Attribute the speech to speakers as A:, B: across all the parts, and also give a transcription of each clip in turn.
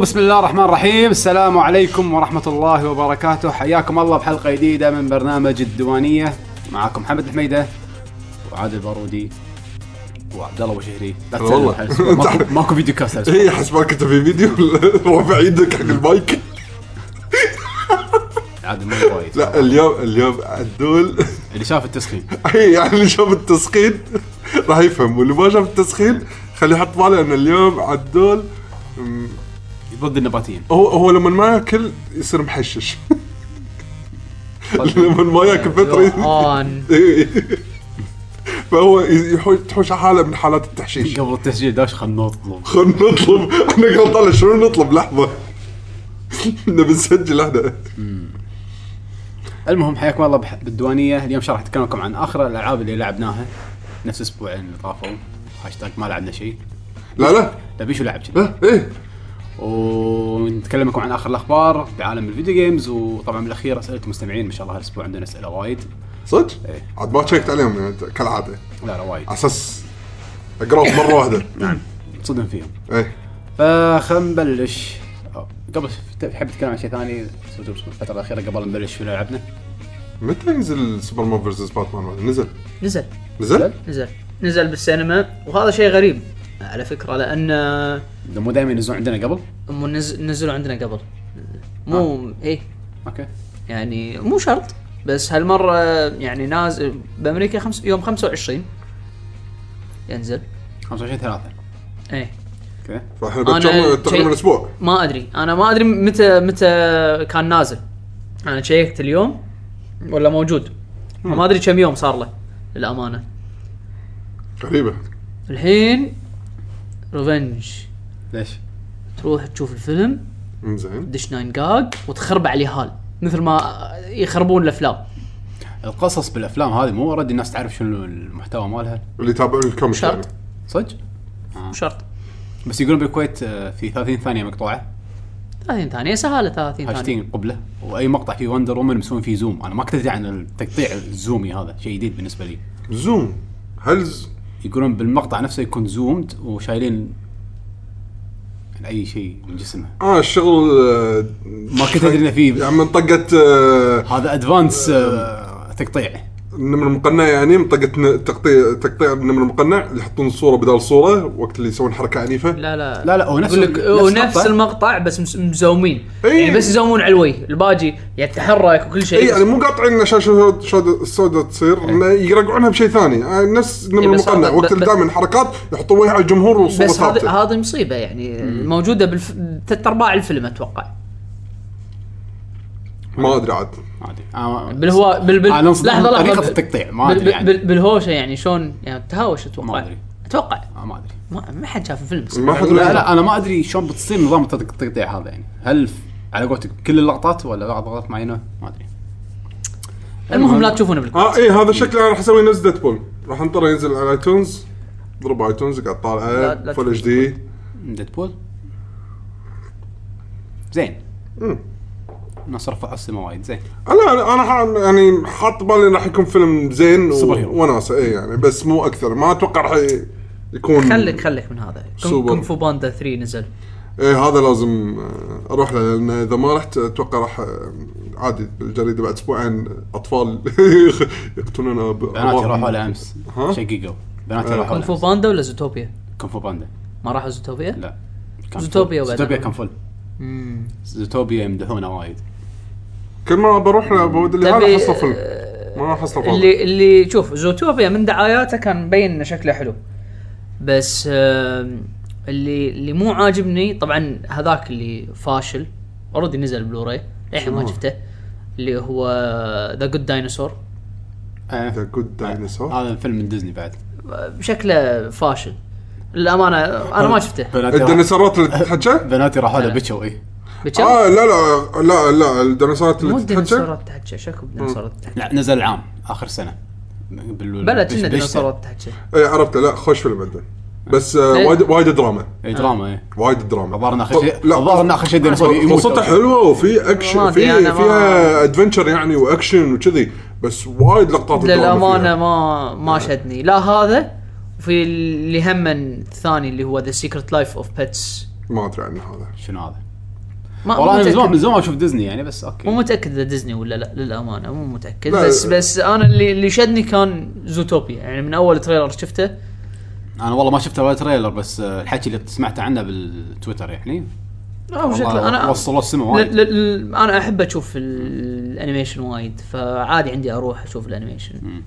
A: بسم الله الرحمن الرحيم السلام عليكم ورحمة الله وبركاته حياكم الله بحلقة جديدة من برنامج الديوانية معاكم محمد الحميدة وعادل البارودي وعبد الله وشهري لا تسلم
B: والله.
A: حلس. ماكو, ماكو فيديو كاست هالأسبوع.
B: هي إيه، حسبك انت في فيديو رافع يدك حق المايك
A: عادل مو وايد
B: لا اليوم اليوم عدول
A: اللي شاف التسخين
B: هي يعني اللي شاف التسخين راح يفهم واللي ما شاف التسخين خليه يحط باله ان اليوم عدول
A: ضد النباتيين
B: هو هو لما ما ياكل يصير محشش لما ما ياكل
C: آه.
B: فتره
C: اون
B: إيه. فهو يحوش تحوش حاله من حالات التحشيش
A: قبل التسجيل داش خلنا نطلب
B: خلنا نطلب احنا قاعد طالع شنو نطلب لحظه نبي نسجل احنا
A: المهم حياكم الله بح- بالديوانية اليوم شرح اتكلم لكم عن اخر الالعاب اللي لعبناها نفس الاسبوعين اللي طافوا هاشتاج ما لعبنا شيء
B: لا لا
A: تبي شو لعب كذي
B: لا ايه
A: ونتكلم لكم عن اخر الاخبار بعالم الفيديو جيمز وطبعا بالاخير اسئله المستمعين ما شاء الله هالاسبوع عندنا اسئله وايد
B: صدق؟
A: إيه.
B: عاد ما شيكت عليهم يعني كالعاده
A: لا لا وايد
B: على اساس اقراهم مره واحده
A: تصدم فيهم
B: ايه
A: فخل نبلش أو، قبل تحب تتكلم عن شيء ثاني سويته بالفتره الاخيره قبل نبلش شو لعبنا
B: متى ينزل سوبر مان فيرسس باتمان نزل
C: نزل
B: نزل؟
A: نزل.
C: نزل نزل بالسينما وهذا شيء غريب على فكره لان
A: مو دائما ينزلون عندنا قبل
C: هم نز- نزلوا عندنا قبل مو ايه
A: اوكي
C: يعني مو شرط بس هالمره يعني نازل بامريكا خمس يوم 25 ينزل
A: 25 3
C: ايه
A: اوكي
B: فاحنا
C: أنا
B: بنشوف تقريبا
C: شيء-
B: اسبوع
C: ما ادري انا ما ادري متى متى كان نازل انا شيكت اليوم ولا موجود ما ادري كم يوم صار له للامانه
B: غريبه
C: الحين ريفنج
A: ليش؟
C: تروح تشوف الفيلم
B: زين
C: دش ناين جاج وتخرب عليه هال مثل ما يخربون الافلام
A: القصص بالافلام هذه مو اوريدي الناس تعرف شنو المحتوى مالها
B: اللي يتابعون الكوميك
C: شرط.
B: يعني
A: صدق؟ آه.
C: مو شرط
A: بس يقولون بالكويت آه، في 30 ثانيه مقطوعه
C: 30 ثانيه سهاله 30 ثانيه
A: هاشتين قبله واي مقطع فيه وندر وومن مسوين فيه زوم انا ما كنت ادري عن التقطيع الزومي هذا شيء جديد بالنسبه لي
B: زوم هل ز...
A: يقولون بالمقطع نفسه يكون زومد وشايلين يعني اي شيء من جسمها
B: اه الشغل آه،
A: ما كنت ادري انه في
B: يعني منطقة آه،
A: هذا ادفانس آه، تقطيع
B: النمر المقنع يعني منطقة ن- تقطيع تقطيع النمر المقنع يحطون صورة بدال صورة وقت اللي يسوون حركة عنيفة
C: لا لا
A: لا لا هو نفس
C: يقول لك
A: نفس
C: ونفس
A: المقطع.
C: المقطع بس مس- مزومين
B: إيه.
C: يعني بس يزومون على الوجه الباجي يتحرك وكل
B: اي
A: إيه،
C: شيء
B: يعني
C: إيه، بس-
B: مو قاطعين عشان شو شو- السوداء تصير انه يرقعونها بشيء ثاني آه، نفس نمر
C: إيه، بس
B: المقنع
C: هذا-
B: وقت
C: ب-
B: اللي
C: ب-
B: دائما حركات يحطون وجه على الجمهور وصوره
C: بس هذه
B: ثابته
C: هذه مصيبه يعني موجوده بالف... ثلاث ارباع الفيلم اتوقع
B: ما ادري عاد
A: عادي آه،
C: بالهو بال بال
A: أنا انصدم
C: لحظه
A: من
C: لحظه
A: طريقة التقطيع، ما
C: بال-
A: أدري يعني.
C: بال... بالهوشه يعني شلون يعني تهاوش اتوقع
A: ما أدري.
C: اتوقع
A: آه، ما ادري
C: ما, ما حد شاف الفيلم بس
B: ما حد
A: لا لا انا ما ادري شلون بتصير نظام التق- التقطيع هذا يعني هل ف- على قولتك كل اللقطات ولا بعض لقطات معينه ما ادري
C: المهم لا تشوفونه بالكم
A: آه.
B: اه اي هذا شكله انا راح اسوي نفس ديدبول راح انطره ينزل على ايتونز ضرب ايتونز قاعد
C: لا- لا
B: طالعه فول
C: تشوف
B: اتش دي
A: ديدبول زين الناس رفعوا السما وايد زين
B: انا انا انا ح- يعني حاط بالي إنه راح يكون فيلم زين و-
A: سوبر هيرو.
B: وناسه اي يعني بس مو اكثر ما اتوقع راح ي- يكون
C: خليك خليك من هذا كونغ
B: سوبر.
C: كونغ فو باندا 3 نزل
B: ايه هذا لازم آه، اروح له لان اذا ما رحت اتوقع راح آه، عادي بالجريده بعد اسبوعين اطفال يقتلون أب-
A: بناتي
B: أبائهم.
A: راحوا لامس
B: ها؟
A: شققوا بناتي راحوا
C: كونغ فو
A: لامس
C: باندا ولا زوتوبيا؟
A: كونفو آه، باندا
C: ما راحوا زوتوبيا؟
A: لا كان
C: زوتوبيا
A: فل.
C: وبعدين.
A: زوتوبيا كان فل
C: مم.
A: زوتوبيا يمدحونه وايد
B: كل ما بروح له بود اللي هذا
C: تبي-
B: حصل فيلم ما راح حصل فيلم
C: طيب، آه، اللي اللي شوف زوتوبيا من دعاياته كان مبين انه شكله حلو بس آم، اللي اللي مو عاجبني طبعا هذاك اللي فاشل اوريدي نزل بلوراي للحين ما
B: شنو؟
C: شفته اللي هو ذا جود داينوسور
A: آه.
B: ذا جود داينوسور
A: هذا فيلم من ديزني بعد
C: شكله فاشل للامانه انا ما شفته آه.
A: بناتي راح-
B: الديناصورات اللي تتحكى؟
A: بناتي راحوا له إيه. بكوا اي
C: بتشوف؟
B: اه لا لا لا لا الديناصورات
C: مو
B: اللي تتحكى؟
C: الديناصورات تحكي شكو بديناصورات تحكي
A: لا نزل العام اخر سنه بال-
C: بلا
A: بش-
C: كنا
A: بشتاء.
C: ديناصورات تحكي
B: اي إيه، عرفته لا خوش فيلم بعدين بس آه،
C: إيه.
B: وايد وايد دراما
A: اي دراما اي
B: وايد دراما
A: الظاهر إن آخر
B: طب-
A: شيء-
B: لا،
A: الظاهر إن آخر شيء
B: يعني
A: ديناصور يموت.
B: قصته حلوه وفي
C: ما
B: اكشن
C: أدري، أنا
B: في
C: يعني ما-
B: فيها ادفنشر يعني واكشن وكذي بس وايد لقطات دراما
C: للامانه
B: فيها.
C: ما
A: نعم.
C: ما شدني لا هذا وفي اللي هم الثاني اللي هو ذا سيكرت لايف اوف بيتس
B: ما ادري عن هذا
A: شنو هذا؟
C: ما-
A: والله
C: ما
A: أنا من زمان
C: متأكد.
A: من زمان اشوف ديزني يعني بس
C: مو
A: اوكي
C: متاكد اذا ديزني ولا لا للامانه مو متاكد
B: لا.
C: بس بس انا اللي اللي شدني كان زوتوبيا يعني من اول تريلر شفته
A: انا والله ما شفت ولا تريلر بس آه، الحكي اللي سمعته عنه بالتويتر يعني
C: لا هو
A: والله
C: شكله انا
A: وصلوا السما
C: ل-
A: وايد
C: ل- ل- انا احب اشوف ال- الانيميشن وايد فعادي عندي اروح اشوف الانيميشن
A: مم.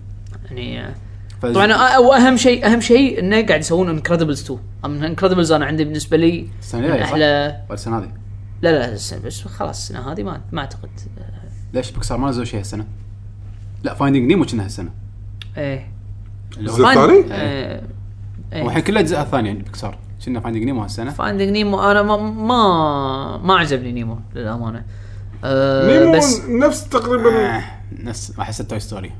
C: يعني
A: فز-
C: طبعا أ- واهم شيء اهم شيء انه قاعد يسوون انكريدبلز 2 اما انكريدبلز انا عندي بالنسبه لي
A: السنة
C: من
A: الجاية، صح؟
C: احلى
A: ولا السنه هذه
C: لا لا السنة- بس خلاص السنه هذه ما آه، ما اعتقد
A: ليش بيكسار ما نزلوا شيء هالسنه؟ لا فايندينج نيمو كنا هالسنه
C: ايه
A: اللي
B: الجزء
A: هو-
B: إيه. الثاني؟
C: ايه
A: هو الحين كله اجزاء ثانيه عند بيكسار كنا فايندينج نيمو هالسنه
C: فاندنج نيمو انا ما ما, ما عجبني نيمو للامانه أه
B: نيمو
C: بس
B: نفس تقريبا
A: آه، نفس احس توي ستوري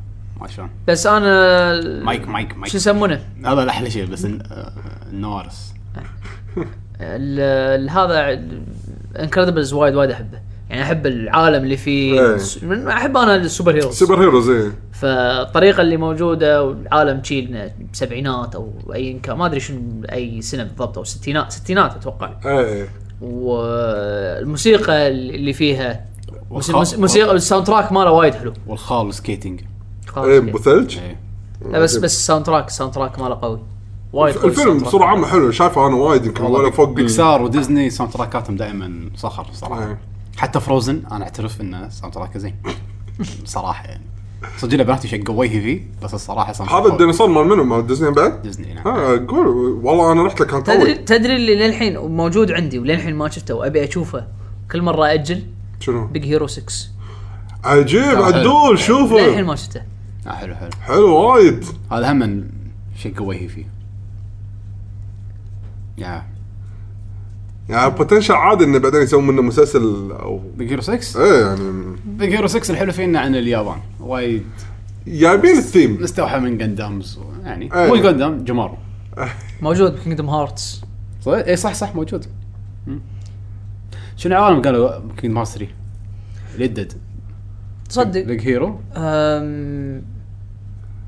A: ما شلون
C: بس انا ال-
A: مايك مايك مايك
C: شو يسمونه؟
A: هذا الاحلى شيء بس إن- آه، النوارس
C: ال- ال- هذا انكريدبلز وايد وايد احبه يعني احب العالم اللي فيه
B: إيه.
C: س- من- احب انا السوبر هيروز
B: سوبر هيروز ايه
C: فالطريقه اللي موجوده والعالم تشيلنا سبعينات او اي كان ما ادري شنو اي سنه بالضبط او ستينات ستينات اتوقع
B: ايه
C: والموسيقى اللي فيها موس-
A: والخ-
C: موس- موسيقى الساوند تراك ماله وايد حلو
A: والخال سكيتنج
C: خلاص
B: ايه
C: كده.
B: ابو ثلج
C: آه،
A: إيه.
C: لا بس بس الساوند تراك الساوند تراك ماله قوي وايد
B: الفيلم
C: قوي الساوند تراك.
B: بصوره عامه حلو شايفه انا وايد يمكن ولا فوق ال-
A: بيكسار وديزني ساوند تراكاتهم دائما صخر صراحه
B: إيه.
A: حتى فروزن انا اعترف انه ساوند تراكه زين صراحه يعني صدق إن بناتي شقوا وجهي فيه بس الصراحه ساوند
B: هذا
A: تراك-
B: الديناصور مال منو مال ديزني بعد؟
A: ديزني نعم
B: ها قول والله انا رحت له كان
C: تدري
B: قوي
C: تدري اللي للحين موجود عندي وللحين ما شفته وابي اشوفه كل مره اجل
B: شنو؟
C: بيج هيرو 6
B: عجيب
A: حلو.
B: عدول
C: للحين
B: شوفه
C: ما شفته
A: آه، حلو حلو
B: حلو وايد
A: هذا هم من شقوا وجهي فيه يا
B: يعني بوتنشل عادي انه بعدين يسوون منه مسلسل او
A: بيج هيرو 6
B: ايه يعني
A: بيج هيرو 6 الحلو فيه انه عن اليابان وايد
B: جايبين الثيم
A: مستوحى من جندامز و- يعني
B: أي.
A: مو الجندام جمارو
C: موجود بكينجدم هارتس
A: صح اي صح صح موجود مم. شنو عوالم قالوا كينج ماس 3 ريدد
C: تصدق
A: بيج هيرو
C: أم،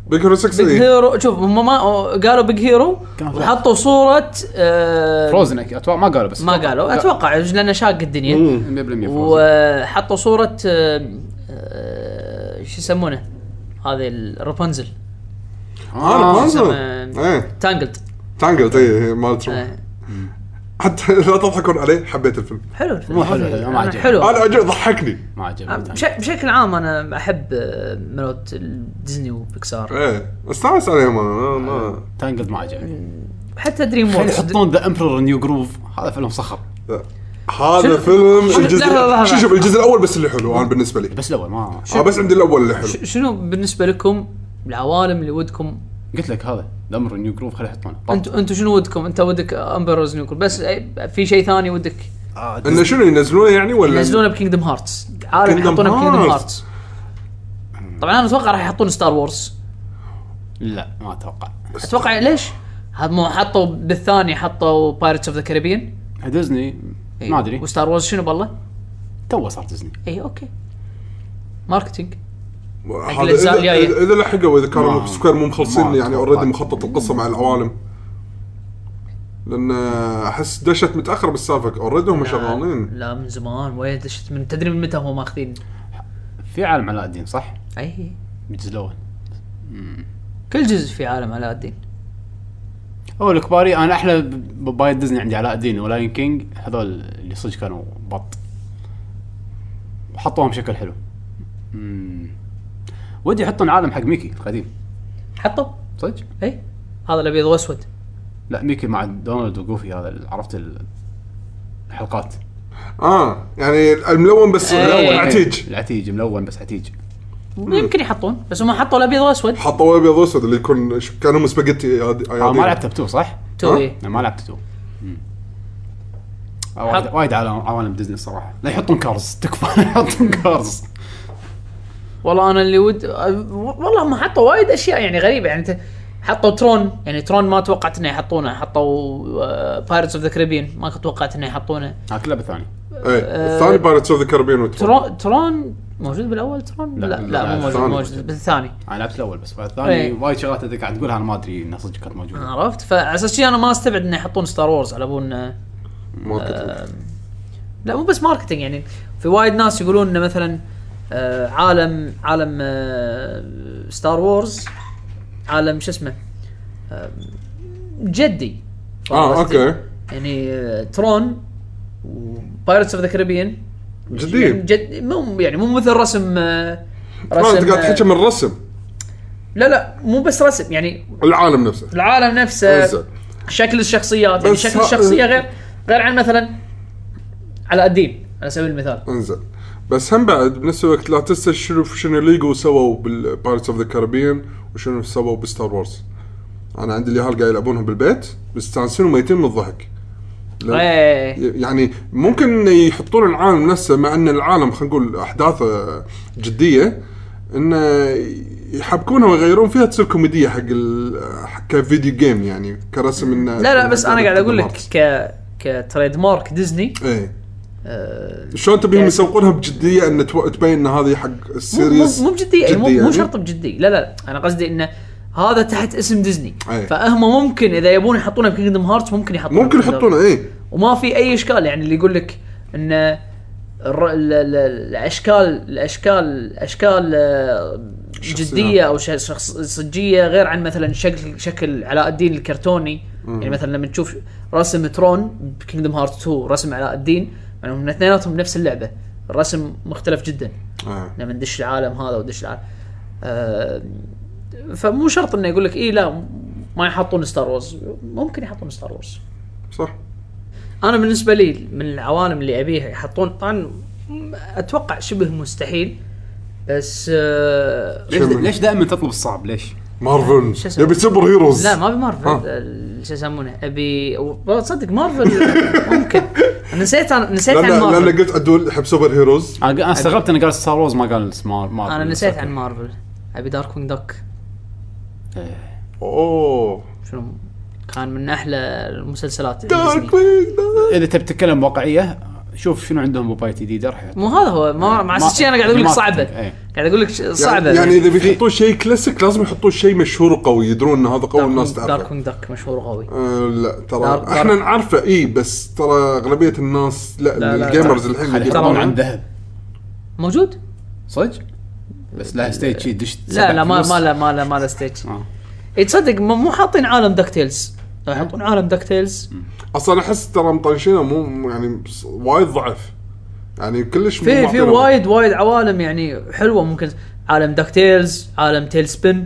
B: بيج هيرو 6
C: بيج
B: إيه.
C: هيرو شوف هم ما قالوا بيج هيرو
A: كان فلاش.
C: وحطوا صوره أه،
A: فروزن أكيد. اتوقع ما قالوا بس
C: ما قالوا اتوقع لانه شاق الدنيا
B: مم.
A: 100% فروزن
C: وحطوا صوره أه، أه، شو يسمونه هذه الرابنزل
A: آه. Ah,
B: انا ما أنزل.
C: اسمه-
B: ايه
C: تانجلد
B: تانجلد ايه مال
C: E.
B: ترو حتى لا تضحكون عليه حبيت الفيلم
C: حلو الفيلم
A: مو حلو، حلو، ما
C: أنا
A: عجبني.
C: حلو آه،
B: انا عجب ضحكني
A: ما عجبني
C: بش- بشكل عام انا احب آه، ملوت ديزني وبيكسار
B: ايه استانس عليهم انا ما- ما
A: تانجلد ما عجبني
C: حتى دريم
A: خلي
C: ووركس
A: يحطون ذا امبرور نيو جروف هذا فيلم صخر
B: هذا
C: شنو-
B: فيلم
C: شنو-
B: الجزء
C: لحظة، لحظة.
B: شوف شوف الجزء الاول بس اللي حلو انا بالنسبه لي
A: بس الاول ما
B: آه بس عندي الاول اللي حلو
C: ش- شنو بالنسبه لكم العوالم اللي ودكم
A: قلت لك هذا ذا امبرور نيو جروف خلي يحطونه طب.
C: انتم انتم شنو ودكم انت ودك امبروز نيوكل بس آه، في شيء ثاني ودك
A: آه،
B: انه شنو ينزلونه يعني ولا
C: ينزلونه بكينجدم هارتس عالم
B: Kingdom
C: يحطونه بكينجدم
B: Hearts.
C: هارتس طبعا انا اتوقع راح يحطون ستار وورز
A: لا ما اتوقع
C: اتوقع ليش؟ هذا مو حطوا بالثاني حطوا بايرتس اوف ذا كاريبيان
A: ديزني
C: إيه.
A: ما ادري
C: وستار وورز شنو بالله؟ إيه،
A: تو صار ديزني
C: اي اوكي ماركتينج
B: هذا
C: الأجزاء
B: إذا-
C: الجاية.
B: اذا لحقوا اذا كانوا
A: ما-
B: سكوير مو مخلصين
A: ما
B: يعني
A: أتوقع.
B: اوريدي مخطط القصه مع العوالم لان احس دشت متاخر بالسالفه اوريدي هم شغالين
C: لا من زمان وين دشت من تدري من متى هم ماخذين
A: في عالم علاء الدين صح؟
C: اي
A: بالجزء الاول
C: كل جزء في عالم علاء الدين
A: هو الكباري انا احلى ب- بباية ديزني عندي علاء الدين ولاين كينج هذول اللي صدق كانوا بط وحطوهم بشكل حلو مم. ودي يحطون عالم حق ميكي القديم
C: حطوا
A: صدق؟
C: اي هذا الابيض واسود
A: لا ميكي مع دونالد وجوفي هذا اللي عرفت ال- الحلقات
B: اه يعني الملون بس
C: إيه.
B: ملون عتيج
A: العتيج ملون بس عتيج
C: يمكن يحطون بس هم حطوا الابيض واسود
B: حطوا ابيض واسود اللي يكون ش- كانهم سباجيتي
A: اه ما لعبت بتو صح؟
C: توي
A: انا ما لعبت تو آه، وايد
C: حط-
A: وايد عالم عوالم ديزني الصراحه لا يحطون كارز تكفى لا يحطون كارز
C: والله انا اللي ود أه، والله هم حطوا وايد اشياء يعني غريبه يعني انت حطوا ترون يعني ترون ما توقعت انه يحطونه حطوا آه، بايرتس اوف ذا كاريبيان ما كنت توقعت انه يحطونه
A: ها كله بالثاني
B: ايه
C: آه،
B: الثاني بايرتس اوف ذا كاربين
C: ترون ترون موجود بالاول ترون
A: لا،
C: لا لا,
A: لا،
C: مو موجود
B: الثاني.
C: موجود بالثاني
A: انا لعبت الاول بس بعد
C: إيه. آه.
A: الثاني وايد شغلات انت قاعد تقولها انا ما ادري انها صدق كانت موجوده
C: عرفت فعلى اساس شي انا ما استبعد انه يحطون ستار وورز على بون
B: ماركتينج
C: آه، لا مو بس ماركتينج يعني في وايد ناس يقولون انه مثلا آه، عالم عالم ستار وورز عالم شو اسمه آه، جدي
B: اه اوكي
C: يعني آه، ترون وبايرتس اوف ذا كاريبيان
B: جديد
C: جد مو يعني مو مثل رسم آه،
B: آه، انت
C: رسم
B: قاعد
C: آه،
B: تحكي من الرسم
C: لا لا مو بس رسم يعني
B: العالم نفسه
C: العالم نفسه
B: إنزين.
C: شكل الشخصيات يعني
B: بس
C: شكل
B: ها-
C: الشخصيه غير غير عن مثلا على الدين على سبيل المثال
B: انزين بس هم بعد بنفس الوقت لا تنسى شنو شنو ليجو سووا بالبايرتس اوف ذا كاربيان وشنو سووا بستار وورز انا عندي اليهال قاعد يلعبونهم بالبيت بيستانسون وميتين من الضحك لأن-
C: ايه
B: يعني ممكن يحطون العالم نفسه مع ان العالم خلينا نقول احداثه جديه انه يحبكونها ويغيرون فيها تصير كوميديه حق ال... حق كفيديو جيم يعني كرسم انه
C: لا لا بس انا قاعد اقول لك
B: ماركس.
C: ك كتريد مارك ديزني
B: ايه
C: آه،
B: شلون تبيهم
C: يعني-
B: يسوقونها بجديه ان تو- تبين ان هذه حق
C: مو- مو
B: السيريس
C: مو بجدية إيه، مو,
B: جدية
C: مو
B: يعني.
C: شرط بجدية لا لا انا قصدي انه هذا تحت اسم ديزني
B: أي.
C: فهم ممكن اذا يبون يحطونه بكينجدم هارتس ممكن يحطونه
B: ممكن
C: بكينجدم
B: يحطونه ايه
C: وما في اي اشكال يعني اللي يقول لك ان الر- ال- ال- الاشكال الاشكال اشكال آه،
B: شخصيات.
C: جديه او ش- شخص صجيه غير عن مثلا شكل شكل علاء الدين الكرتوني يعني مثلا لما تشوف رسم ترون بكينجدم هارت 2 رسم علاء الدين يعني هم اثنيناتهم نفس اللعبه الرسم مختلف جدا
B: آه.
C: لما ندش العالم هذا ودش العالم آه فمو شرط انه يقول لك اي لا ما يحطون ستار وورز ممكن يحطون ستار وورز
B: صح
C: انا بالنسبه لي من العوالم اللي ابيها يحطون طبعا م- اتوقع شبه مستحيل بس آه
A: ليش
B: شو من-
A: ليش دائما تطلب الصعب ليش؟
C: شو
B: مارفل
C: اسمه؟
B: يبي سوبر هيروز
C: لا ما ابي مارفل
B: ها.
C: آه، شو يسمونه ابي والله تصدق مارفل ممكن نسيت انا نسيت
B: لان
C: عن
B: لان
C: مارفل
B: قلت عدول يحب سوبر هيروز
A: انا أنا استغربت انه قال ستار وورز ما قال سمار ما
C: انا نسيت عن مارفل ابي دارك وينج دوك
B: اوه
C: شنو كان من احلى المسلسلات
B: دارك
C: ديزني.
B: وينج دارك.
A: اذا تبي تتكلم واقعيه شوف شنو عندهم موبايل جديده راح
C: مو هذا هو ما مع
A: ما-
C: الشيء انا قاعد اقول لك
A: الماركتينج،
C: صعبه
A: إيه.
C: قاعد اقول لك ش- صعبه
B: يعني اذا بيحطون شيء كلاسيك لازم يحطون شيء مشهور وقوي يدرون ان هذا قوي الناس
C: دارك
B: تعرفه
C: وينج دوك مشهور قوي
B: آه، لا
C: دارك-
B: ترى احنا نعرفه اي بس ترى اغلبيه الناس
C: لا،
B: لا
C: لا،
B: الجيمرز الحين
A: خلي
B: اللي
A: يحطون
B: يدرون
A: عن
B: عنه.
A: ذهب
C: موجود؟
A: صدق؟ بس
B: إيه.
A: لها ستيج شي دش
C: لا لا ما
A: سبع
C: ما
A: فلوس.
C: له ما له ما له ستيج
A: آه. إيه.
C: اي تصدق م- مو حاطين عالم دكتيلز يحطون عالم دكتيلز
B: اصلا احس ترى مطنشينه مو مو- يعني بس- وايد ضعف يعني كلش مو
C: في في
B: معطينا-
C: وايد وايد عوالم يعني حلوه ممكن عالم دكتيلز عالم تيل سبن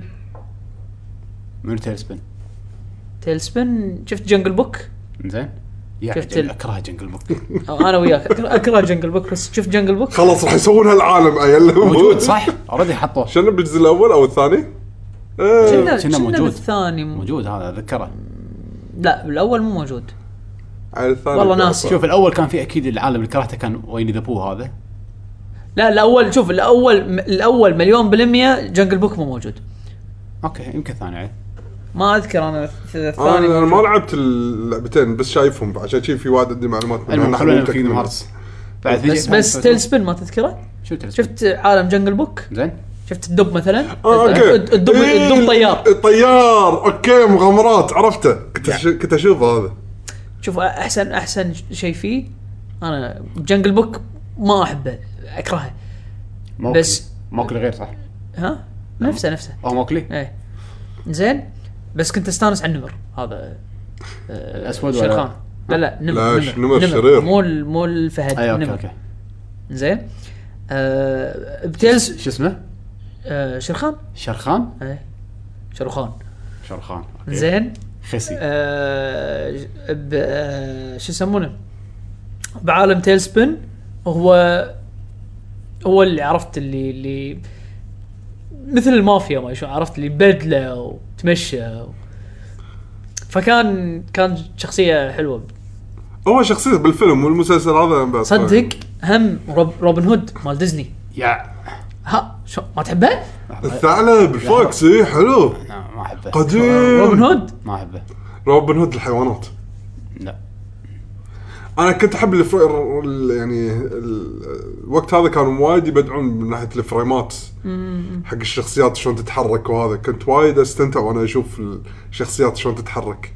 A: من تيل سبن
C: تيل سبن شفت جنجل بوك
A: زين يا
C: شفت
A: عجل،
C: ال-
A: اكره جنجل بوك
C: أو انا وياك أكره- اكره جنجل بوك بس شفت جنجل بوك
B: خلاص راح يسوون هالعالم عيل
A: موجود صح؟ اوريدي حطوه
B: شنو بالجزء الاول او الثاني؟ ايه
C: كنا
A: كنا
C: كنا
A: موجود.
C: بالثاني م-
A: موجود هذا اتذكره
C: لا بالاول مو موجود
B: على الثاني
C: والله ناسي.
A: شوف الاول كان في اكيد العالم اللي كرهته كان وين ذا بو هذا
C: لا الاول شوف الاول م- الاول مليون بالميه جنجل بوك مو موجود
A: اوكي يمكن ثاني عيد
C: ما اذكر انا الث-
B: انا
A: آه،
C: الثاني
B: أنا ما
C: موجود.
B: لعبت اللعبتين بس شايفهم عشان شي في وايد عندي معلومات منهم.
A: المهم
B: إيه، نحن
A: خلونا في
B: متأكدين.
A: كينجدم هارتس بعد في
C: بس
A: شيء-
C: بس تيل سبن ما تذكره؟
A: شو تيل سبن؟
C: شفت عالم جنجل بوك؟
A: زين
C: شفت الدب مثلا
B: اه اوكي
C: الد- الدب
B: إيه،
C: الدب طيار
B: الطيار اوكي مغامرات عرفته كنت أش- كنت اشوفه هذا
C: شوف احسن احسن شيء فيه انا جنجل بوك ما احبه اكرهه
A: موكلي.
C: بس-
A: موكلي غير صح
C: ها نفسه نفسه
A: او موكلي
C: ايه زين بس كنت استانس على النمر هذا آه،
A: الأسود ولا-
C: شرخان لا لا
B: لا،
C: نمر
B: نمر شرير.
C: مو ال- مو الفهد
A: اي اوكي
C: نمر.
A: اوكي
C: زين آه بتيلز
A: شو اسمه؟
C: آه شرخان
A: شرخان؟
C: ايه شرخان
A: شرخان أوكي.
C: زين
A: خسي
C: آه، ب- آه، شو يسمونه بعالم تيل سبن هو هو اللي عرفت اللي اللي مثل المافيا ما شو عرفت اللي بدله وتمشى و... فكان كان شخصيه حلوه
B: هو شخصيته بالفيلم والمسلسل هذا بعد
C: صدق هم روب روبن هود مال ديزني
A: يا
C: ها شو ما تحبه؟
B: الثعلب الفوكس اي حلو
A: لا، ما احبه
C: روبن
B: قديم
C: هود
A: ما احبه
B: روبن هود الحيوانات
A: لا
B: انا كنت احب الفر... ال- يعني ال- الوقت هذا كانوا وايد يبدعون من ناحيه الفريمات حق الشخصيات شلون تتحرك وهذا كنت وايد استمتع وانا اشوف الشخصيات شلون تتحرك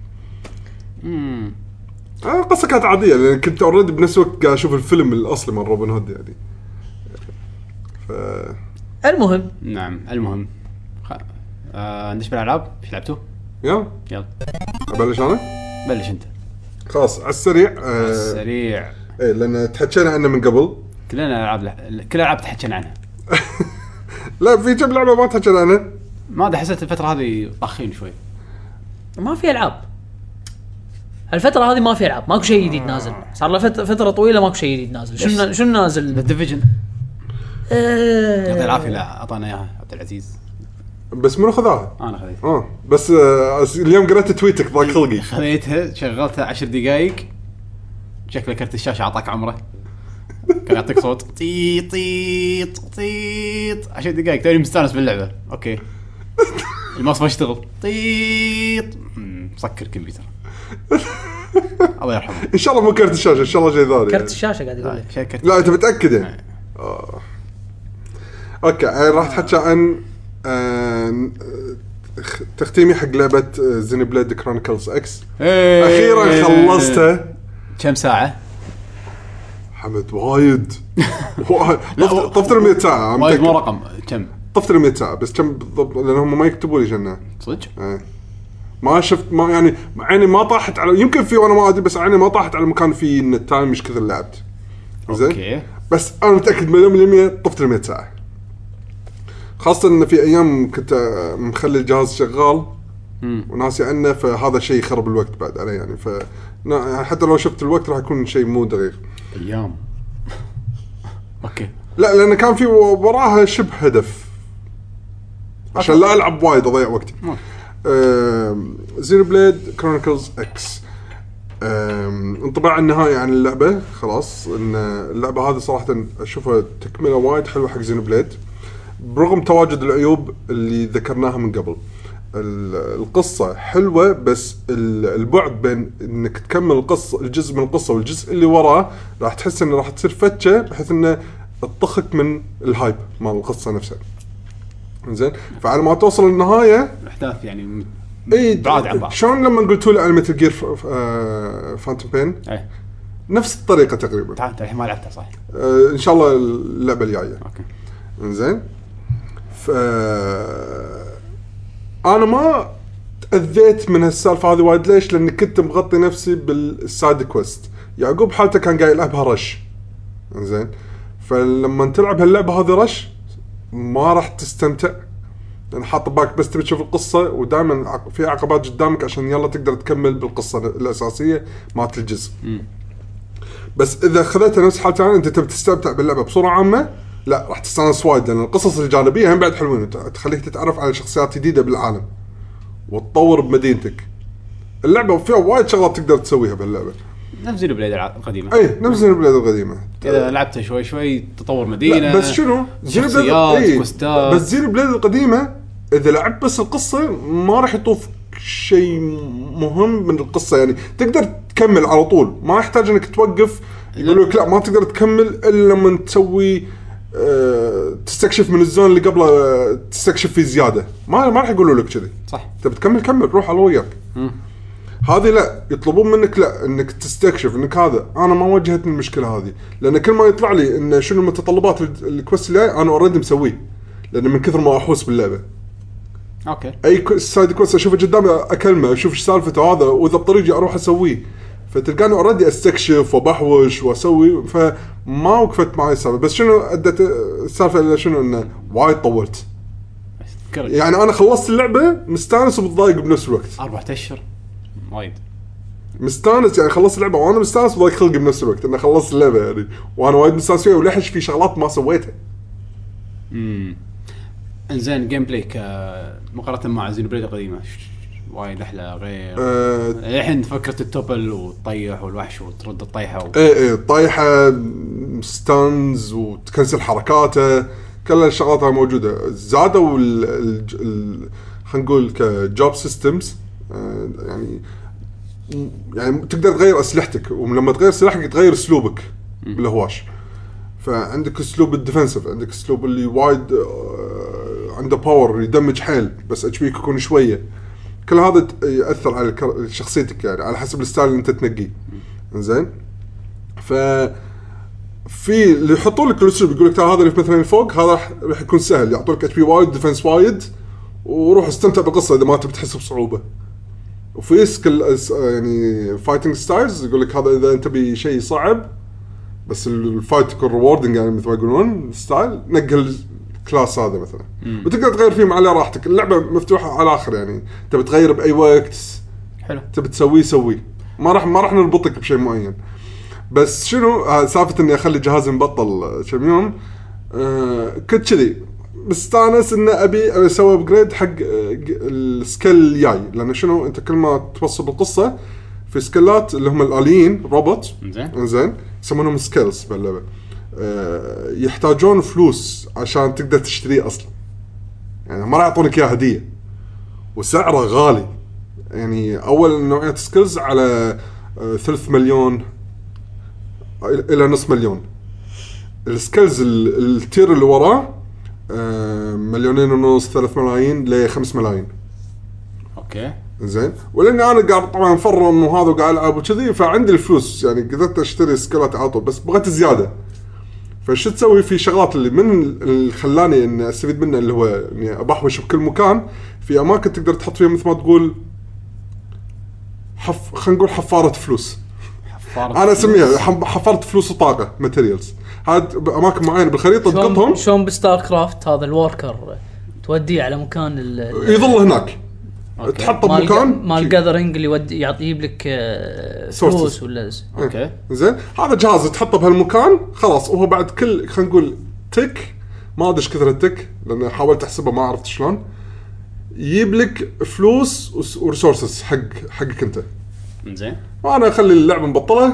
B: آه، القصه كانت عاديه لان كنت اوريدي بنفس الوقت قاعد اشوف الفيلم الاصلي من روبن هود يعني ف
C: المهم
A: نعم المهم خ... آه ندش بالالعاب ايش لعبتوا؟
B: يلا
A: يلا
B: ابلش انا
A: بلش انت
B: خلاص على السريع آه
A: سريع
B: ايه لان تحكينا عنه من قبل
A: كلنا العاب لح... كل العاب تحكينا عنها
B: لا في كم لعبه ما تحكينا عنها
A: ما ادري حسيت الفتره هذه طاخين شوي
C: ما في العاب الفترة هذه ما في العاب ماكو شيء جديد نازل صار له فت- فترة طويلة ماكو شيء جديد نازل شنو شنو نازل
A: الديفيجن يعطي
C: آه،
A: العافيه لا اعطانا اياها عبد العزيز
B: بس منو خذاها؟
A: انا خذيتها
B: اه بس آه اليوم قريت تويتك ضاق خلقي
A: خذيتها شغلتها عشر دقائق شكله كرت الشاشه اعطاك عمره كان يعطيك صوت طيط طيط طيط عشر دقائق توني مستانس باللعبه اوكي الماوس ما يشتغل طيط مم، مسكر الكمبيوتر الله يرحمه طيب،
B: ان شاء الله مو كرت الشاشه ان شاء الله شيء ثاني
C: كرت الشاشه قاعد اقول
A: هاي،
C: لك
A: شكرت
B: لا انت متاكد يعني آه. اوكي انا راح اتحكى عن آه، خ- تختيمي حق لعبه زين بليد كرونيكلز اكس
A: إيه.
B: اخيرا خلصتها
A: كم ساعه؟
B: حمد وايد وايد.
A: لا،
B: طفت- طفت ال 100 ساعه عم
A: وايد مو
B: تأكد.
A: رقم كم؟
B: طفت ال 100 ساعه بس كم بالضبط لان هم ما يكتبوا لي جنه
A: صدق؟
B: إيه. ما شفت ما يعني عيني ما طاحت على يمكن في وانا ما ادري بس عيني ما طاحت على مكان فيه ان التايم مش كثر لعبت
A: اوكي
B: بس انا متاكد مليون بالمية طفت ال 100 ساعه خاصة ان في ايام كنت آه، مخلي الجهاز شغال
A: مم.
B: وناسي عنه فهذا شيء يخرب الوقت بعد علي يعني ف نا- حتى لو شفت الوقت راح يكون شيء مو دقيق
A: ايام اوكي
B: لا لان كان في وراها شبه هدف عشان لا العب وايد اضيع وقتي
A: مم.
B: زيرو بليد كرونيكلز اكس انطباع النهائي عن اللعبه خلاص ان اللعبه هذه صراحه اشوفها تكمله وايد حلوه حق زينو بليد برغم تواجد العيوب اللي ذكرناها من قبل ال- القصه حلوه بس ال- البعد بين انك تكمل القصه الجزء من القصه والجزء اللي وراه راح تحس انه راح تصير فتشه بحيث انه تطخك من الهايب مال القصه نفسها زين فعلى ما توصل النهايه
A: الاحداث يعني م-
B: اي
A: بعاد عن بعض
B: شلون لما قلتوا لي على متل جير فانتوم بين
A: ايه
B: نفس الطريقه تقريبا
A: تعال انت الحين ما لعبتها صح؟
B: آه ان شاء الله اللعبه الجايه
A: اوكي
B: انزين ف انا ما تاذيت من هالسالفه هذه وايد ليش؟ لان كنت مغطي نفسي بالسايد كويست يعقوب حالته كان قاعد يلعبها رش انزين فلما تلعب هاللعبه هذه رش ما راح تستمتع لان حاط ببالك بس تبي تشوف القصه ودائما عق- في عقبات قدامك عشان يلا تقدر تكمل بالقصه الاساسيه مالت الجزء. بس اذا خذيتها نفس حالتي انا انت تبي تستمتع باللعبه بصوره عامه لا راح تستانس وايد لان القصص الجانبيه هم بعد حلوين وت- تخليك تتعرف على شخصيات جديده بالعالم وتطور بمدينتك. اللعبه فيها وايد شغلات تقدر تسويها باللعبه.
A: نفس نعم، زينو بليد الع- القديمه
B: اي نفس البلاد القديمه.
A: اذا لعبتها شوي شوي تطور مدينه
B: لا بس شنو؟ زينو بليد
A: شخصيات،
B: إيه،
A: كوستات.
B: بس زينو بليد القديمه اذا لعبت بس القصه ما راح يطوف شيء مهم من القصه يعني تقدر تكمل على طول ما يحتاج انك توقف يقول لك لا ما تقدر تكمل الا لما تسوي آه، تستكشف من الزون اللي قبله آه، تستكشف فيه زياده ما ما راح يقولوا لك كذي
A: صح
B: تبي تكمل كمل روح الله وياك هذه لا يطلبون منك لا انك تستكشف انك هذا انا ما واجهتني المشكله هذه لان كل ما يطلع لي ان شنو متطلبات ال- الكويست اللي جاي، انا اوريدي مسويه لان من كثر ما احوس باللعبه
A: اوكي
B: اي كو- سايد كويست اشوفه قدامي اكلمه اشوف ايش سالفته هذا واذا بطريقي اروح اسويه فتلقاني اوريدي استكشف وبحوش واسوي فما وقفت معي السالفه بس شنو ادت السالفه الى شنو انه وايد طولت
A: كرج
B: يعني انا خلصت اللعبه مستانس ومتضايق بنفس الوقت
A: اربع اشهر وايد
B: مستانس يعني خلصت اللعبه وانا مستانس وضايق خلقي بنفس الوقت انه خلصت اللعبه يعني وانا وايد مستانس فيها ولحش في شغلات ما سويتها
A: امم انزين جيم بلاي ك- مقارنه مع زينو بليد القديمه ش- وايد احلى غير
B: آه،
A: الحين فكره التوبل وتطيح والوحش وترد الطيحه و...
B: ايه ايه طايحه ستانز وتكنسل حركاته كل الشغلات هاي موجوده زادوا ال ال ال خلينا نقول كجوب سيستمز يعني يعني تقدر تغير اسلحتك ولما تغير سلاحك تغير اسلوبك بالهواش فعندك اسلوب الديفنسيف عندك اسلوب اللي وايد آه، عنده باور يدمج حيل بس اتش بيك يكون شويه كل هذا ت- ياثر على الكر- شخصيتك يعني على حسب الستايل اللي انت تنقيه زين ف في اللي يحطون لك الاسلوب يقول لك ترى هذا اللي مثلا فوق هذا راح راح يكون سهل يعطونك اتش بي وايد ديفنس وايد وروح استمتع بالقصه اذا ما تبي تحس بصعوبه وفي سكيل يعني فايتنج ستايلز يقول لك هذا اذا انت تبي شيء صعب بس الفايت يكون ريوردنج يعني مثل ما يقولون ستايل نقل الكلاس هذا مثلا وتقدر تغير فيه على راحتك اللعبه مفتوحه على الاخر يعني تبي تغير باي وقت
C: حلو
B: تبي تسويه سويه ما راح ما راح نربطك بشيء معين بس شنو آه، سالفه اني اخلي جهازي مبطل آه، كم يوم آه كنت كذي مستانس ان ابي أبي اسوي ابجريد حق آه، ج- السكيل الجاي لان شنو انت كل ما توصل بالقصه في سكيلات اللي هم الاليين روبوت
A: إنزين.
B: زين يسمونهم سكيلز باللعبه آه، يحتاجون فلوس عشان تقدر تشتريه اصلا يعني ما راح يعطونك اياه هديه وسعره غالي يعني اول نوعيه سكيلز على آه، ثلث مليون إلى- الى نص مليون السكيلز ال- التير اللي وراه آه، مليونين ونص ثلاث ملايين لخمس ملايين
A: اوكي
B: زين ولاني انا قاعد طبعا مفرم وهذا وقاعد العب وكذي فعندي الفلوس يعني قدرت اشتري سكيلات على طول بس بغيت زياده فشو تسوي في شغلات اللي من اللي خلاني اني استفيد منه اللي هو اني ابحوش بكل مكان في اماكن تقدر تحط فيها مثل ما تقول حف خلينا نقول حفاره فلوس
A: حفارة
B: انا اسميها حم- حفاره فلوس وطاقه ماتيريالز هاد اماكن معينه بالخريطه تقطهم
C: شلون شلون بستار كرافت هذا الوركر توديه على مكان ال
B: يظل هناك
A: أوكي.
B: تحطه بمكان
C: مال مال جاذرينج اللي يودي يعطي يجيب لك آه، فلوس
B: Sources.
C: ولا
A: اوكي
B: زين هذا جهاز تحطه بهالمكان خلاص وهو بعد كل خلينا نقول تك ما ادري ايش كثر التك لان حاولت احسبها ما عرفت شلون يجيب لك فلوس وريسورسز حق حقك انت
A: انزين
B: وانا اخلي اللعبه مبطله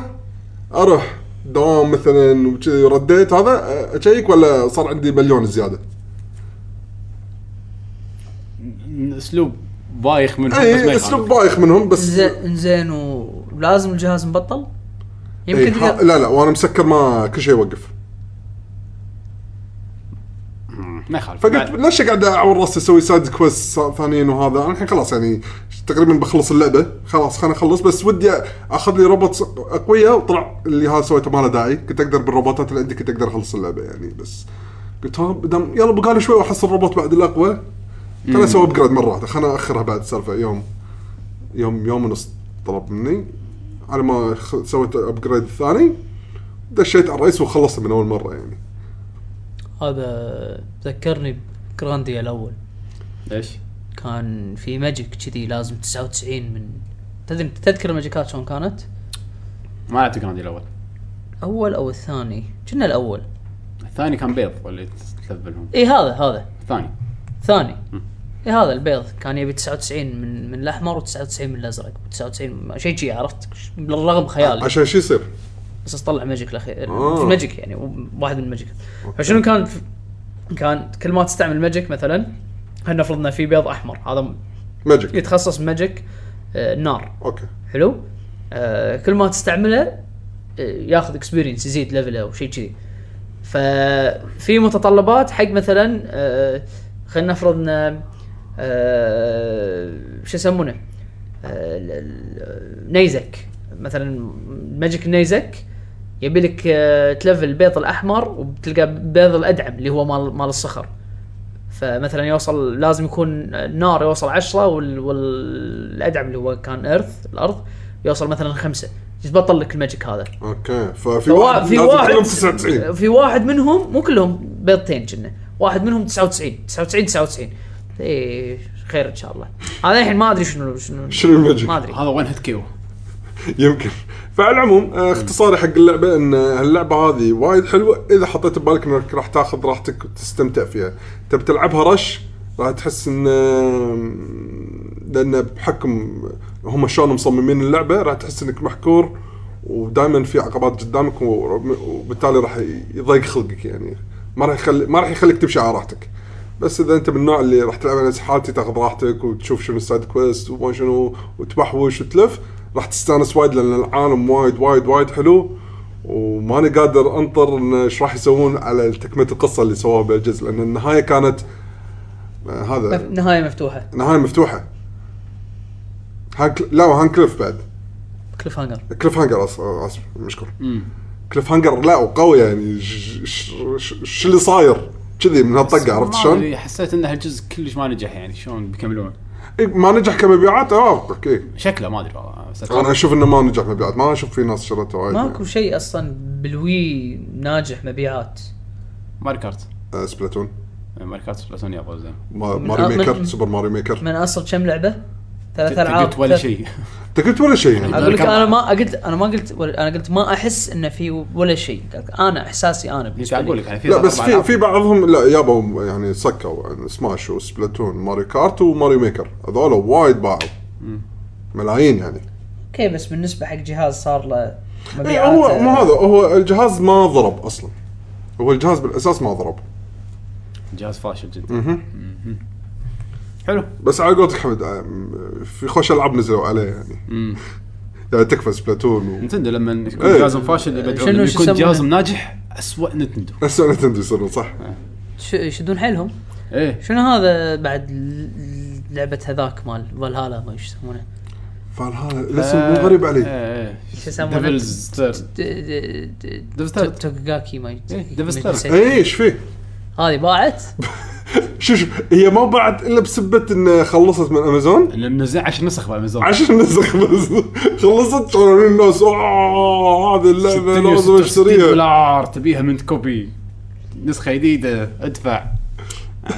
B: اروح دوام مثلا وجذي رديت هذا اشيك ولا صار عندي مليون زياده
A: م- اسلوب بايخ منهم بس ما
B: اي
A: يخالف.
B: اسلوب بايخ منهم بس
C: زين زين ولازم الجهاز مبطل؟
B: إي،
C: يمكن
B: ح-
C: تقدر
B: لا لا وانا مسكر ما كل شيء يوقف
A: ما يخالف
B: فقلت
A: بعد-
B: ليش قاعد اعور راسي اسوي سايد كويست ثانيين وهذا انا الحين خلاص يعني تقريبا بخلص اللعبه خلاص خلنا اخلص بس ودي اخذ لي روبوت اقوياء وطلع اللي هذا سويته ما له داعي كنت اقدر بالروبوتات اللي عندي كنت اقدر اخلص اللعبه يعني بس قلت ها بدم يلا بقالي شوي واحصل الروبوت بعد الاقوى خلنا اسوي ابجريد مره واحده خلنا اخرها بعد سالفه يوم يوم يوم ونص طلب مني على ما خ- سويت ابجريد الثاني دشيت على الرئيس وخلصت من اول مره يعني
C: هذا ذكرني بجرانديا الاول
A: ليش؟
C: كان في ماجيك كذي لازم 99 من تدري تذكر الماجيكات شلون كانت؟
A: ما لعبت جراندي الاول
C: اول او الثاني كنا الاول
A: الثاني كان بيض ولا تلبلهم
C: اي إيه، هذا هذا
A: الثاني
C: ثاني اي هذا البيض كان يبي 99 من من الاحمر و99 من الازرق 99 شيء شي عرفت بالرغم خيالي
B: عشان شو يصير؟
C: بس اطلع ماجيك الاخير
B: آه.
C: ماجيك يعني واحد من الماجيك فشنو كان كان كل ما تستعمل ماجيك مثلا هنفرض انه في بيض احمر هذا
B: ماجيك
C: يتخصص ماجيك آه، نار
B: اوكي
C: حلو آه كل ما تستعمله آه ياخذ اكسبيرينس يزيد ليفله او شيء كذي ففي متطلبات حق مثلا آه خلينا نفرض ان آه شو يسمونه آه ال- ال- نيزك مثلا ماجيك نيزك يبي لك آه تلفل البيض الاحمر وبتلقى بيض الادعم اللي هو مال مال الصخر فمثلا يوصل لازم يكون النار يوصل 10 وال- والادعم اللي هو كان ايرث الارض يوصل مثلا خمسة يتبطل لك الماجيك هذا
B: اوكي ففي
C: فوا-
B: واحد
C: في
B: لازم
C: واحد
B: كلهم 99
C: في واحد منهم مو كلهم بيضتين كنا واحد منهم 99 99 99 ايه خير ان شاء الله انا الحين ما ادري شنو شنو
B: شنو الماجيك؟
C: ما ادري
A: هذا وين هيد كيو
B: يمكن فعلى العموم آه، اختصاري حق اللعبه ان اللعبه هذه وايد حلوه اذا حطيت ببالك انك راح تاخذ راحتك وتستمتع فيها تبي تلعبها رش راح تحس ان آم، لان بحكم هم شلون مصممين اللعبه راح تحس انك محكور ودائما في عقبات قدامك و- وبالتالي راح يضيق خلقك يعني ما راح يخلي ما راح يخليك تمشي على راحتك بس اذا انت من النوع اللي راح تلعب على حالتي تاخذ راحتك وتشوف شنو السايد كويست وما شنو وتبحوش وتلف راح تستانس وايد لان العالم وايد وايد وايد حلو وماني قادر انطر ان ايش راح يسوون على تكمله القصه اللي سووها بالجزء لان النهايه كانت آه، هذا
C: نهايه مفتوحه
B: نهايه مفتوحه هانك لا وهانكليف بعد
C: كليف هانجر
B: كليف هانجر أص- اسف مشكور كليف هانجر لا وقوي يعني ش- ش- ش- شو اللي صاير كذي من هالطقه عرفت
A: ما
B: شلون؟
A: أدري، حسيت ان هالجزء كلش ما نجح يعني شلون بيكملون
B: إيه، ما نجح كمبيعات آه، اوافقك اي
A: شكله ما ادري والله بس
B: انا اشوف انه ما نجح مبيعات ما اشوف في ناس شرته وايد
C: ماكو شيء اصلا بالوي ناجح مبيعات
A: ماري كارت
B: آه، سبلاتون
A: ماري كارت بلاتون يابا زين
B: ما-
C: من-
B: ماري
C: من-
B: ميكر سوبر ماري ميكر
C: من اصل كم لعبه؟ ثلاث العاب
A: قلت ولا
C: ثلاث-
A: شيء
B: انت قلت ولا شيء يعني
C: اقول لك
A: كم-
C: انا ما قلت انا ما قلت ولا انا قلت ما احس انه في ولا شيء انا احساسي انا
A: كنت
C: بالنسبه
A: اقول
C: لي
A: لك يعني في
B: لا
A: ثلاث
B: بس
A: أربع
B: في
A: ألعاب.
B: في بعضهم لا يابا هم يعني سكوا يعني سماش وسبلاتون ماري كارت وماري ميكر هذول وايد باعوا ملايين يعني
C: اوكي بس بالنسبه حق جهاز صار له
B: اي
C: مبيعات
B: إيه،
C: آه،
B: هو مو هذا هو الجهاز ما ضرب اصلا هو الجهاز بالاساس ما ضرب
A: جهاز فاشل جدا
B: مهم.
A: حلو
B: بس على قولتك حمد آم، في خوش العاب نزلوا عليه يعني
A: مم.
B: يعني تكفى سبلاتون
A: نتندو لما يكون
B: إيه.
A: جهازهم فاشل يبدعون
C: شنو
A: لما
C: شو
A: يكون
C: يسمونه؟
A: جهازهم ناجح اسوء نتندو
B: و... اسوء نتندو يصيرون صح؟
C: ش- يشدون حيلهم
A: ايه
C: شنو هذا بعد ل- لعبه هذاك مال فالهالا ما ايش يسمونه
B: فالهالا الاسم
A: آه،
B: مو غريب علي
C: شو
A: شو
C: يسمونه؟
A: يسمونه؟ ديفلز ثيرد
C: د- د- د-
A: ديفستر.
C: توكاكي ما
A: إيه،
C: يت-
A: ديفستر.
C: نسيت.
B: اي ايش فيه؟
C: هذه باعت
B: شو شو هي ما باعت الا بسبه ان خلصت من امازون
A: منزل 10 نسخ بامازون
B: عشان نسخ بس خلصت شغلوا الناس اوه هذه اللعبه لازم
A: 60
B: اشتريها
A: دولار تبيها من كوبي نسخه جديده ادفع آه.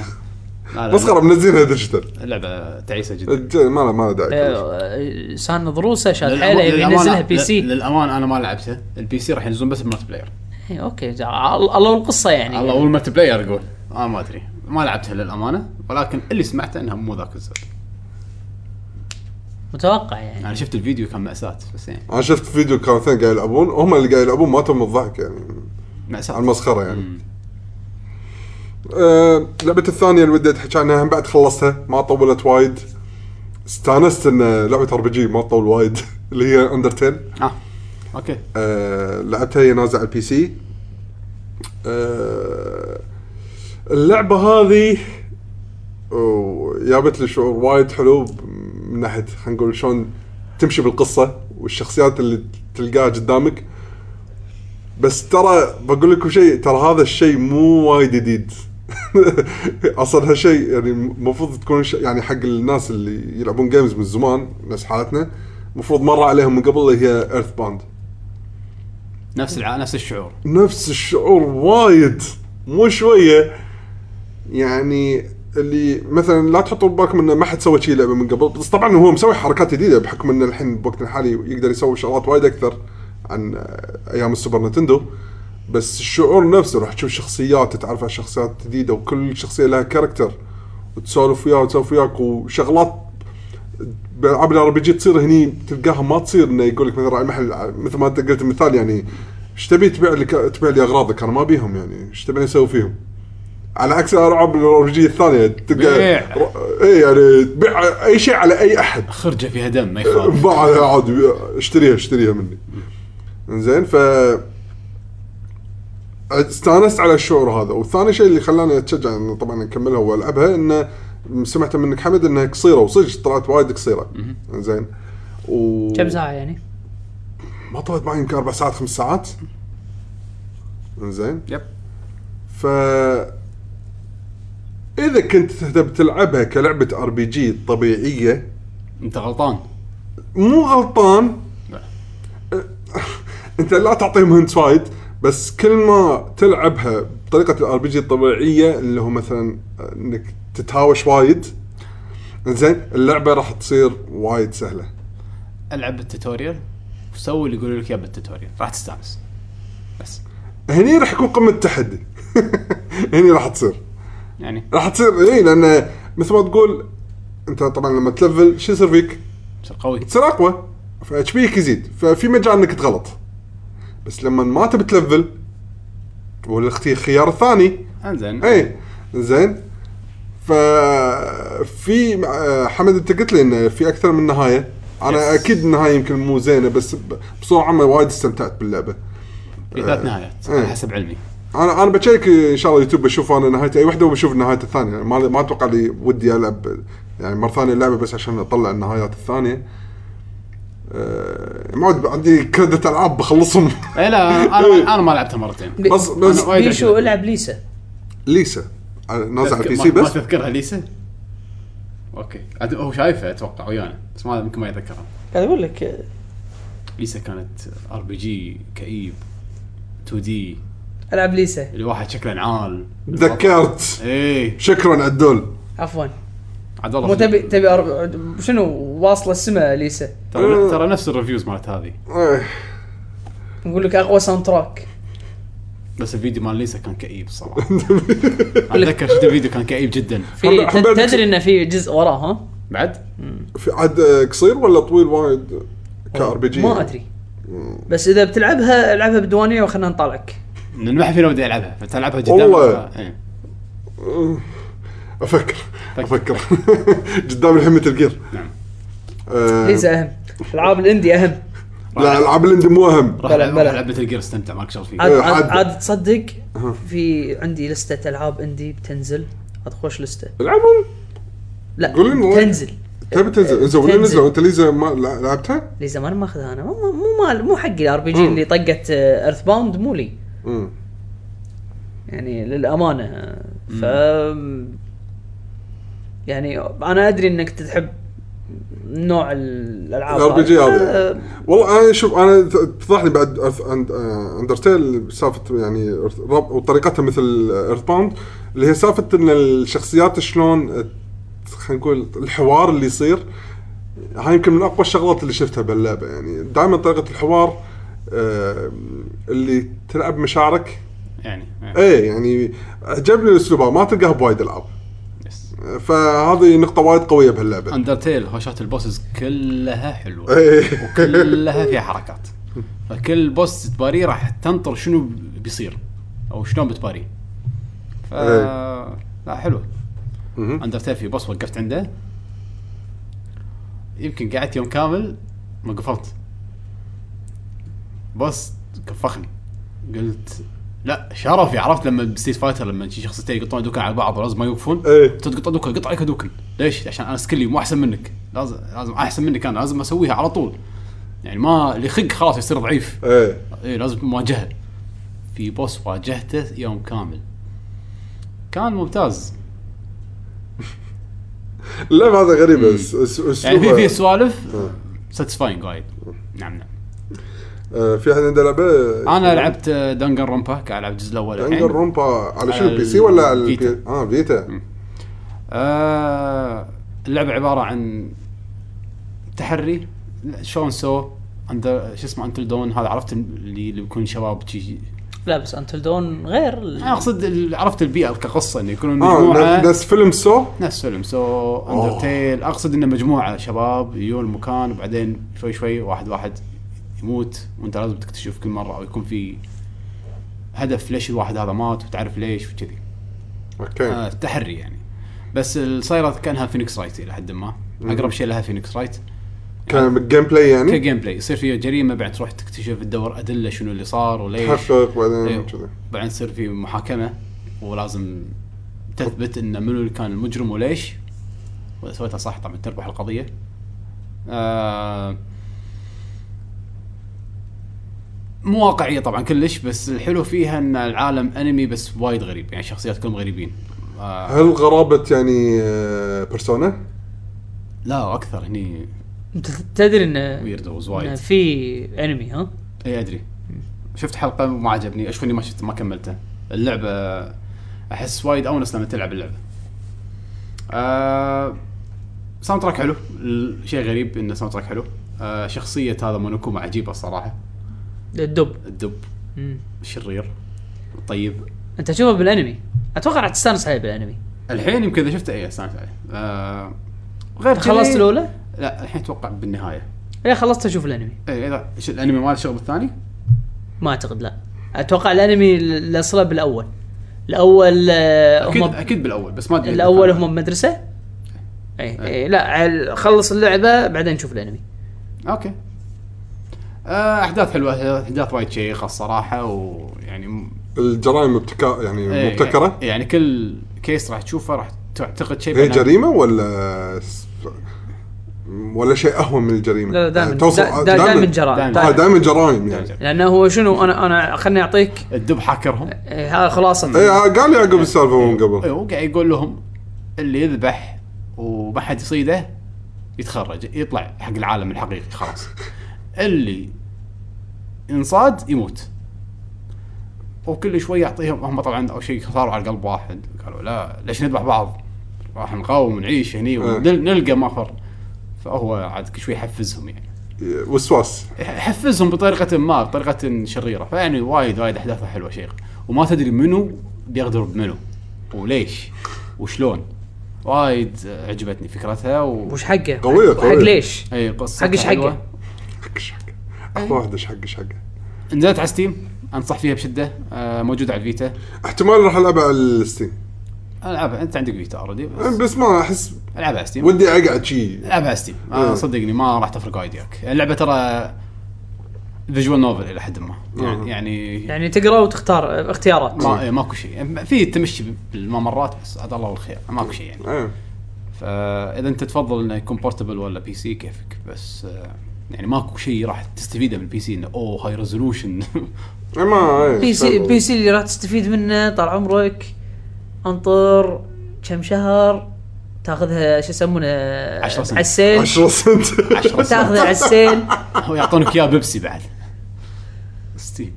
A: لا لا
B: مسخره منزلها ديجيتال
A: اللعبه تعيسه جدا
B: الج- ما له ما له داعي
C: آه، سان ضروسه شاد
A: للأمان-
C: حيله يبي
A: للأمانة-
C: ينزلها بي
A: لل-
C: سي
A: للامان انا ما لعبتها البي سي راح ينزلون بس الملتي بلاير
C: إيه، اوكي جا- الله والقصه يعني
A: الله والملتي بلاير يقول انا ما ادري ما لعبتها للامانه ولكن اللي سمعته انها مو ذاك الزود
C: متوقع يعني
A: انا شفت الفيديو كان ماساه بس يعني
B: انا شفت فيديو كانوا اثنين قاعد يلعبون هم اللي قاعد يلعبون ماتوا من الضحك يعني على
A: ماساه
B: المسخره يعني
A: مم.
B: آه لعبة الثانية اللي ودي احكي عنها هم بعد خلصتها ما طولت وايد استانست ان لعبة ار بي جي ما تطول وايد اللي هي اندرتيل
A: اه اوكي
B: آه، لعبتها هي نازله على البي سي آه، اللعبه هذه أو- جابت لي شعور وايد حلو ب- من ناحيه خلينا نقول شلون تمشي بالقصه والشخصيات اللي تلقاها قدامك بس ترى بقول لكم شيء ترى هذا الشيء مو وايد جديد اصلا هالشيء يعني المفروض تكون ش- يعني حق الناس اللي يلعبون جيمز من زمان نفس حالتنا المفروض مر عليهم من قبل اللي هي ايرث باند
A: نفس الع... نفس الشعور
B: نفس الشعور وايد مو شويه يعني اللي مثلا لا تحطوا ببالكم انه ما حد سوى شيء لعبه من قبل بس طبعا هو مسوي حركات جديده بحكم انه الحين بوقتنا الحالي يقدر يسوي شغلات وايد اكثر عن آه، ايام السوبر نتندو بس الشعور نفسه راح تشوف شخصيات تتعرف على شخصيات جديده وكل شخصيه لها كاركتر وتسولف وياه وتسولف وياك وشغلات بالعاب الار بي جي تصير هني تلقاها ما تصير انه يقول لك مثلا راعي محل مثل ما انت قلت المثال يعني ايش تبي تبيع لي تبيع لي اغراضك انا ما بيهم يعني ايش تبي اسوي فيهم؟ على عكس العاب الار بي جي الثانيه تلقى
A: بيع.
B: اي يعني تبيع اي شيء على اي احد
A: خرجه فيها دم ما يخاف
B: ما عليها عادي اشتريها اشتريها مني زين ف استانست على الشعور هذا والثاني شيء اللي خلاني اتشجع انه طبعا اكملها والعبها انه سمعت منك حمد انها قصيره وصدق طلعت وايد قصيره زين و
C: كم ساعه يعني؟
B: ما طلعت معي يمكن اربع ساعات خمس ساعات زين
A: يب
B: ف اذا كنت تهتم تلعبها كلعبه ار بي جي طبيعيه
A: انت غلطان
B: مو غلطان
A: لا.
B: انت لا تعطيهم هنت وايد بس كل ما تلعبها بطريقه الار بي جي الطبيعيه اللي هو مثلا انك تتهاوش وايد زين اللعبه راح تصير وايد سهله
A: العب التوتوريال وسوي اللي يقولوا لك يا بالتوتوريال راح تستانس بس
B: هني راح يكون قمه التحدي هني راح تصير
A: يعني
B: راح تصير اي لان مثل ما تقول انت طبعا لما تلفل شو يصير فيك؟
A: بصير قوي
B: تصير اقوى فاتش بيك يزيد ففي مجال انك تغلط بس لما ما تبي تلفل والاختيار الثاني
A: انزين
B: اي زين ففي آه، حمد انت قلت لي انه في اكثر من نهايه انا
A: Yes.
B: اكيد النهايه يمكن مو زينه بس ب- بصوره عامه وايد استمتعت باللعبه
A: في ثلاث نهايات
B: إيه.
A: على حسب علمي
B: انا انا بشيك ان شاء الله يوتيوب بشوف انا نهايه اي وحده وبشوف النهايه الثانيه ما ما اتوقع لي ودي العب يعني مره ثانيه اللعبه بس عشان اطلع النهايات الثانيه آه، ما عاد عندي كريدت العاب بخلصهم
A: اي إيه، لا أنا-
B: إيه.
A: انا انا ما لعبتها مرتين
B: بس- بس-
A: أنا وايد
C: بيشو
A: أعجبني.
C: العب ليسا
B: ليسا أه، نازل على
A: تذكر-
B: البي
A: ما-
B: سي
A: ما
B: بس
A: تذكرها ليسا؟ اوكي عاد هو شايفه اتوقع ويانا بس ما يمكن ما يتذكرها
C: قاعد اقول لك
A: ليسا كانت ار بي جي كئيب 2 دي
C: العب ليسا
A: اللي واحد شكله نعال
B: تذكرت
A: ايه
B: شكرا على الدول
C: عفوا
A: عاد والله
C: مو تبي تبي أرب... شنو واصله السما ليسا
A: ترى ترى نفس الريفيوز مالت هذه
B: إيه.
C: نقول لك اقوى ساوند تراك
A: بس الفيديو مال ليسا كان كئيب صراحه اتذكر شفت الفيديو كان كئيب جدا
B: حب-
C: في
B: حبيت-
C: تدري انه في جزء وراه ها؟
A: بعد
B: في عاد آه، قصير ولا طويل وايد
A: أه،
B: كار بي جي
C: ما ادري بس اذا بتلعبها العبها بديوانيه وخلنا نطالعك
A: لان ما في ودي العبها فتلعبها جدا
B: والله.
A: ف- إيه.
B: أه. افكر افكر قدام الحين مثل جير
A: نعم.
B: آه،
C: ليسا اهم العاب الاندي اهم
B: لا العاب الاندي مو اهم
A: راح
C: بلى،
A: العب
C: بلى.
A: لعبه الجير استمتع ما اكشر فيه
C: عاد
B: إيه،
C: عاد,
B: عاد. أه.
C: عاد تصدق في عندي لستة العاب اندي بتنزل عاد خوش لستة
B: العبهم
C: لا
B: قول لنا وين.
C: تنزل
B: تبي تنزل انزين وين
C: تنزل.
B: نزلوا انت ليزا ما لا- لعبتها؟
C: لي زمان ماخذها انا مو مو مو, مال- مو حقي الار بي جي اللي طقت ايرث باوند مو لي
B: مم.
C: يعني للامانه آه، ف يعني انا ادري انك تحب نوع الالعاب
B: الار بي جي
C: هذه.
B: هذا
C: آه،
B: والله انا شوف انا ت- اتضح لي بعد أرث- أند- آه، اندرتيل سالفه يعني إرث- رب- وطريقتها مثل ايرث باوند اللي هي سالفه ان الشخصيات شلون آه، خلينا نقول الحوار اللي يصير هاي يمكن من اقوى الشغلات اللي شفتها باللعبه يعني دائما طريقه الحوار آه، اللي تلعب مشاعرك
A: يعني إيه.
B: ايه يعني عجبني الاسلوب ما تلقاه بوايد العاب
A: يس.
B: فهذه نقطه وايد قويه بهاللعبه
A: اندرتيل هوشات البوسز كلها حلوه
B: إيه.
A: وكلها فيها حركات فكل بوس تباريه راح تنطر شنو بيصير او شلون بتباريه ف... لا حلوه
B: مهم.
A: اندرتيل في بوس وقفت عنده يمكن قعدت يوم كامل ما قفلت بوس كفخني قلت لا شرفي عرفت لما بستيت فايتر لما شي شخصيتين يقطون دوكن على بعض ولازم ما يوقفون
B: ايه
A: تقطع دوكن قطع عليك دوكن ليش؟ عشان انا سكلي مو احسن منك لازم لازم احسن منك انا لازم اسويها على طول يعني ما اللي يخق خلاص يصير ضعيف
B: ايه
A: اي لازم مواجهه في بوس واجهته يوم كامل كان ممتاز
B: اللعبه هذا غريبه اس- اس-
A: يعني
B: اسلوبها
A: في في سوالف ساتيسفاينج وايد نعم نعم
B: آه، في احد عنده لعبه
A: انا
B: إيه.
A: لعبت آه، دنجن رومبا قاعد العب الجزء الاول الحين
B: دنجر رومبا على شنو
A: على
B: البي سي ولا على
A: الفيتا.
B: البي... اه فيتا
A: آه اللعبة عبارة عن تحري شلون سو اندر شو اسمه انتل دون هذا عرفت اللي, اللي بيكون شباب شي
C: لا بس انتل دون غير ال-
A: انا اقصد ال- عرفت البيئة كقصة انه يكونون
B: اه
A: مجموعة
B: نفس فيلم سو
A: نفس فيلم سو اندرتيل اقصد انه مجموعة شباب يجون المكان وبعدين شوي شوي واحد واحد يموت وانت لازم تكتشف كل مرة او يكون في هدف ليش الواحد هذا مات وتعرف ليش وكذي
B: اوكي
A: آه، تحري يعني بس الصايره كانها فينيكس رايت الى حد ما اقرب شيء لها فينيكس رايت
B: كان
A: آه.
B: بالجيم بلاي يعني
A: كجيم بلاي يصير فيها جريمه بعد تروح تكتشف تدور ادله شنو اللي صار وليش
B: تحقق
A: إيه.
B: بعدين كذا
A: بعدين يصير في محاكمه ولازم تثبت ان منو اللي كان المجرم وليش واذا سويتها صح طبعا تربح القضيه آه مو واقعيه طبعا كلش بس الحلو فيها ان العالم انمي بس وايد غريب يعني شخصيات كلهم غريبين آه
B: هل غرابه يعني بيرسونا؟
A: لا اكثر هني
C: انت تدري انه
A: ويردوز
C: إنه
A: وايد
C: في انمي ها
A: اي ادري إيه، شفت حلقه وما عجبني اشكو اني ما شفت ما كملته اللعبه احس وايد اونس لما تلعب اللعبه آه ساوند تراك حلو ال- شيء غريب انه ساوند تراك حلو آه شخصيه هذا مونوكوما عجيبه الصراحه
C: الدب
A: الدب طيب.
C: مم.
A: الشرير الطيب
C: انت تشوفه بالانمي اتوقع راح تستانس عليه بالانمي
A: الحين يمكن اذا شفته اي استانس عليه آه غير
C: خلصت
A: كذي-
C: الاولى؟
A: لا الحين إيه، اتوقع بالنهايه
C: ايه خلصت اشوف الانمي
A: اي اذا ش- الانمي ما له شغل بالثاني
C: ما اعتقد لا اتوقع الانمي اللي صله بالاول الاول آه،
A: اكيد
C: هم
A: اكيد بالاول بس ما ادري
B: يعني
A: إذا
C: الاول
A: كان-
C: هم بمدرسه اي
B: إيه.
C: اي لا عل- خلص اللعبه بعدين نشوف الانمي
A: اوكي آه، احداث حلوه احداث وايد شيخه الصراحه ويعني يعني م-
B: الجرائم مبتكا يعني
A: إيه،
B: مبتكره
A: يعني إيه.
B: إيه،
A: كل كيس راح تشوفه راح تعتقد شيء
B: هي
A: بعدين-
B: جريمه ولا س- ولا شيء اهون من الجريمه
C: لا دائما
B: يعني توصل-
C: دا- دا- دائما جرائم
A: دائماً.
B: آه،
C: دائماً.
B: دائما جرائم يعني
C: لانه هو شنو انا انا خليني اعطيك
A: الدب حاكرهم
C: آه، هذا خلاصه
B: اي آه، قال يعقوب السالفه من
A: إيه،
B: قبل
A: هو قاعد يقول لهم اللي يذبح وما حد يصيده يتخرج يطلع حق العالم الحقيقي خلاص اللي انصاد يموت وكل شوي يعطيهم هم طبعا او شيء صاروا على قلب واحد قالوا لا ليش نذبح بعض؟ راح نقاوم ونعيش هني ونل- نلقى مفر فهو عاد كل شوي يحفزهم يعني
B: وسواس
A: حفزهم بطريقه ما بطريقه شريره فيعني وايد وايد احداثه حلوه شيخ وما تدري منو بيقدر بمنو وليش وشلون وايد عجبتني فكرتها و
C: وش حقه؟
B: قوية،
C: حق
B: قوية.
C: ليش؟
A: اي قصه
C: حق ايش حقه؟
B: حقش حقه
C: إيه.
B: احلى واحده ايش حقش حقه
A: نزلت على ستيم انصح فيها بشده آه موجوده على الفيتا
B: احتمال راح العبها على الستيم
A: العبها انت عندك فيتا اوريدي بس
B: بس ما احس
A: العبها على ستيم
B: ودي اقعد شي إيه.
A: العبها على ستيم
B: مم.
C: إيه.
A: آه صدقني ما راح تفرق وايد وياك اللعبه ترى فيجوال نوفل الى حد ما
B: مم.
A: يعني يعني
C: يعني تقرا وتختار آه، اختيارات
A: ما إيه، ماكو شيء في تمشي بالممرات بس عاد الله الخير ماكو شيء يعني
B: إيه.
A: فاذا انت تفضل انه يكون بورتبل ولا بي سي كيفك بس آه، يعني ماكو شيء راح تستفيده من البي سي انه اوه هاي ريزولوشن
B: إيه، ما إيه،
C: بي سي
B: فاهم.
C: بي سي اللي راح تستفيد منه طال عمرك انطر كم شهر تاخذها شو يسمونه آه،
A: عشرة سنت.
C: على السيل
B: 10 سنت
A: 10
C: تاخذها على السيل
A: ويعطونك اياه بيبسي بعد ستيم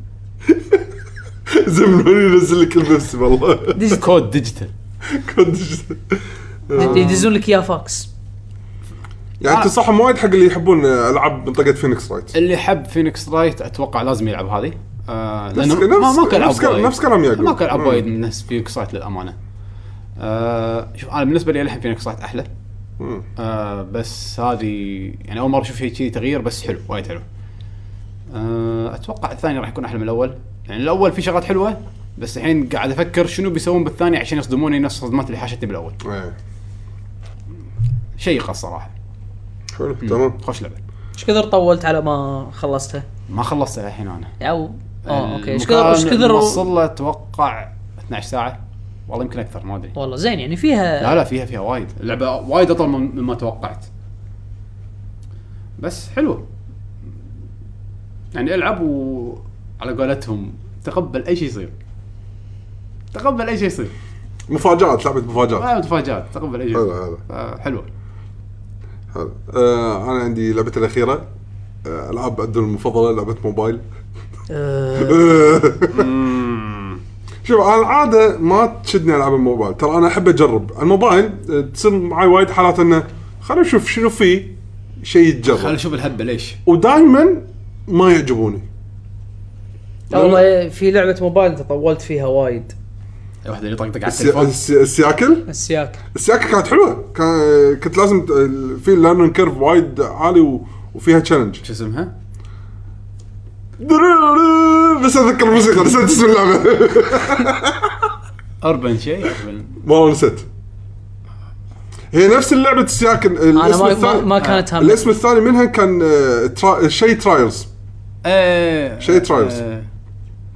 B: زمنوني ينزل لك البيبسي والله
C: ديجيتال
A: كود ديجيتال
B: كنت ش-
C: يدزون لك اياه فاكس
B: آه. يعني تنصحهم وايد حق اللي يحبون العاب منطقه فينيكس رايت
C: إيه.
A: اللي حب فينيكس رايت اتوقع لازم يلعب هذه آه لانه
B: نفس-
A: ما
B: نفس-
A: ما كان
B: نفس كلام- نفس كلام يعقوب.
A: ما كان العب
B: مم.
A: وايد من نفس فينيكس رايت للامانه آه شوف انا بالنسبه لي الحين فينيكس رايت احلى
B: مم.
A: آه بس هذه يعني اول مره اشوف شيء كذي تغيير بس حلو وايد حلو. آه اتوقع الثاني راح يكون احلى من الاول، يعني الاول في شغلات حلوه بس الحين قاعد افكر شنو بيسوون بالثاني عشان يصدموني نفس الصدمات اللي حاشتني بالاول.
B: إيه.
A: شيقه الصراحه.
B: حلو تمام
A: خوش لعبه.
C: ايش كثر طولت على ما خلصتها؟
A: ما خلصت الحين انا.
C: او اه اوكي ايش
A: المكان
C: كثر ايش
A: وصل
C: كثر
A: له اتوقع 12 ساعه والله يمكن اكثر ما ادري.
C: والله زين يعني فيها
A: لا لا فيها فيها وايد، اللعبه وايد اطول من- مما توقعت. بس حلوه. يعني العب وعلى قولتهم تقبل اي شيء يصير. تقبل اي شيء يصير،
B: مفاجات لعبه مفاجات
A: ما متفاجات، تقبل اي شيء.
B: حلو
A: يصير.
B: حلو
A: فحلوه.
B: حلو آه انا عندي لعبتي الاخيره آه، العاب عدل المفضله لعبه موبايل
C: آه،
B: شوف انا العاده ما تشدني العاب الموبايل ترى انا احب اجرب الموبايل آه، تصير معي وايد حالات انه خلينا نشوف شنو فيه شيء
A: خلينا
B: يتجرب
A: نشوف الهبه ليش.
B: ودائما ما يعجبوني نعم.
C: والله في لعبه موبايل انت طولت فيها وايد
A: الواحد اللي يطقطق على
B: السي-
A: التليفون.
B: السي- السياكل
C: السياك
B: السياكل كانت حلوه كان كنت لازم ت- في ليرنينج كيرف وايد عالي و- وفيها تشالنج
A: شو اسمها؟
B: بس اتذكر الموسيقى نسيت اسم اللعبه
A: اربن شيء أربن.
B: والله نسيت هي نفس اللعبه السياكل
C: انا
B: الاسم
C: ما- ما,
B: الثاني
C: ما كانت هم
B: الاسم الثاني منها كان آه، ترا... شي ترايلز
A: ايه
B: شيء Trials.
A: آه،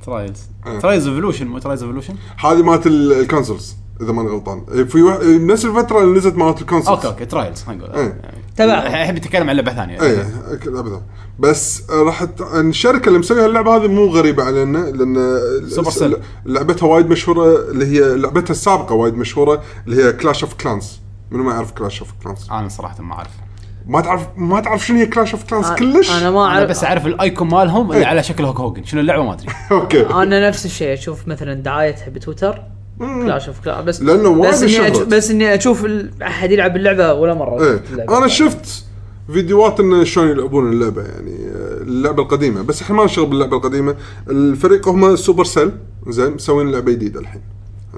A: ترايلز
B: آه.
A: ترايلز ايفولوشن مو ترايلز ايفولوشن
B: هذه مالت ال- الكونسولز اذا ماني غلطان إيه، في وح... نفس الفتره اللي نزلت مالت الكونسولز
A: اوكي اوكي ترايلز خلينا نقول
B: إيه.
A: آه.
C: تبعهم.
A: احب اتكلم عن لعبه ثانيه
B: اي ابدا بس آه، راح ت- الشركه اللي مسويها اللعبه هذه مو غريبه علينا لان آه،
A: سوبر
B: س-
A: سيل.
B: لعبتها وايد مشهوره اللي هي لعبتها السابقه وايد مشهوره اللي هي كلاش اوف كلانس منو ما يعرف كلاش اوف كلانس
A: انا صراحه ما اعرف
B: ما تعرف ما تعرف شنو هي كلاش اوف كلانس
C: آه، أنا-
B: كلش
C: انا ما
A: انا
C: اعرف
A: بس اعرف الايكون مالهم اللي
B: إيه.
A: على شكل هوك هوجن شنو اللعبه ما ادري
B: اوكي
C: انا نفس الشيء اشوف مثلا دعايتها بتويتر كلاش اوف كلاش بس
B: لأنه وايد
C: بس اني
B: انشهرت.
C: أشوف بس اني اشوف ال- احد يلعب اللعبه ولا مره
B: ايه
C: شفت اللعبة.
B: انا شفت فيديوهات انه شلون يلعبون اللعبه يعني آه، اللعبه القديمه بس احنا ما نشتغل باللعبه القديمه الفريق هم سوبر سيل زين مسوين لعبه جديده الحين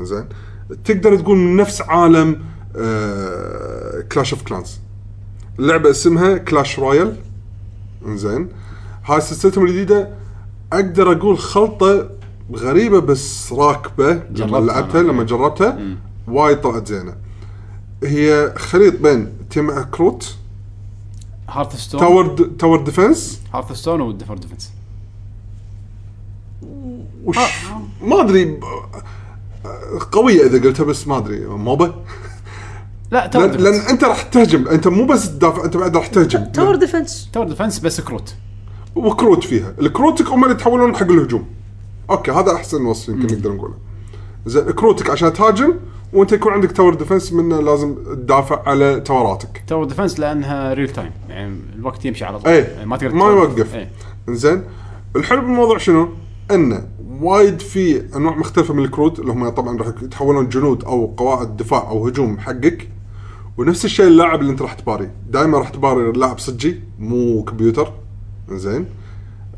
B: زين تقدر تقول من نفس عالم آه، كلاش اوف كلانز اللعبه اسمها كلاش رويال زين هاي سلسلتهم الجديده اقدر اقول خلطه غريبه بس راكبه لما
A: جربتها
B: لعبتها
A: أنا.
B: لما جربتها وايد طلعت زينه هي خليط بين تيم اكروت
A: هارث ستون
B: تاور د... تاور ديفنس
A: هارث ستون وديفر ديفنس
B: وش ما ادري ب- قويه اذا قلتها بس ما ادري موبا
A: لا تاور
B: لان, لأن
A: ديفنس
B: انت راح تهجم انت مو بس تدافع انت بعد راح تهجم
C: تاور ديفنس
A: تاور ديفنس بس كروت
B: وكروت فيها الكروتك هم اللي يتحولون حق الهجوم اوكي هذا احسن وصف يمكن نقدر نقوله زين كروتك عشان تهاجم وانت يكون عندك تاور ديفنس منه لازم تدافع على توراتك
A: تاور ديفنس لانها ريل تايم يعني الوقت يمشي على طول
B: اي
A: يعني ما تقدر
B: إيه. ما
A: تتوقف.
B: يوقف
A: إيه.
B: زين الحلو بالموضوع شنو؟ انه وايد في انواع مختلفه من الكروت اللي هم طبعا راح يتحولون جنود او قواعد دفاع او هجوم حقك ونفس الشيء اللاعب اللي انت راح تباري دائما راح تباري لاعب صجي مو كمبيوتر زين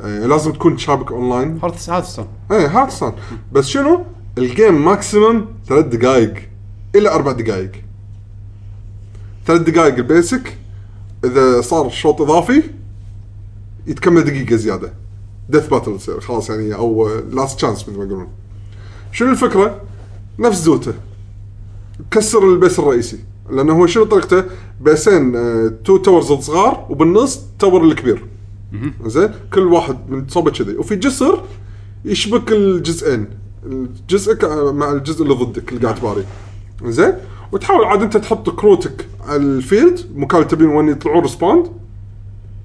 B: آه لازم تكون تشابك اونلاين
A: هارت هارت ستون
B: ايه هاتسون بس شنو؟ الجيم ماكسيمم ثلاث دقائق الى اربع دقائق ثلاث دقائق البيسك اذا صار شوط اضافي يتكمل دقيقه زياده ديث باتل تصير خلاص يعني او لاست تشانس مثل ما يقولون شنو الفكره؟ نفس زوته كسر البيس الرئيسي لانه هو شنو طريقته؟ بيسين آه، تو تاورز صغار وبالنص تاور الكبير زين كل واحد من صوبه كذي وفي جسر يشبك الجزئين جزءك مع الجزء اللي ضدك اللي قاعد تباري زين وتحاول عاد انت تحط كروتك على الفيلد مكان اللي تبين وين يطلعون ريسبوند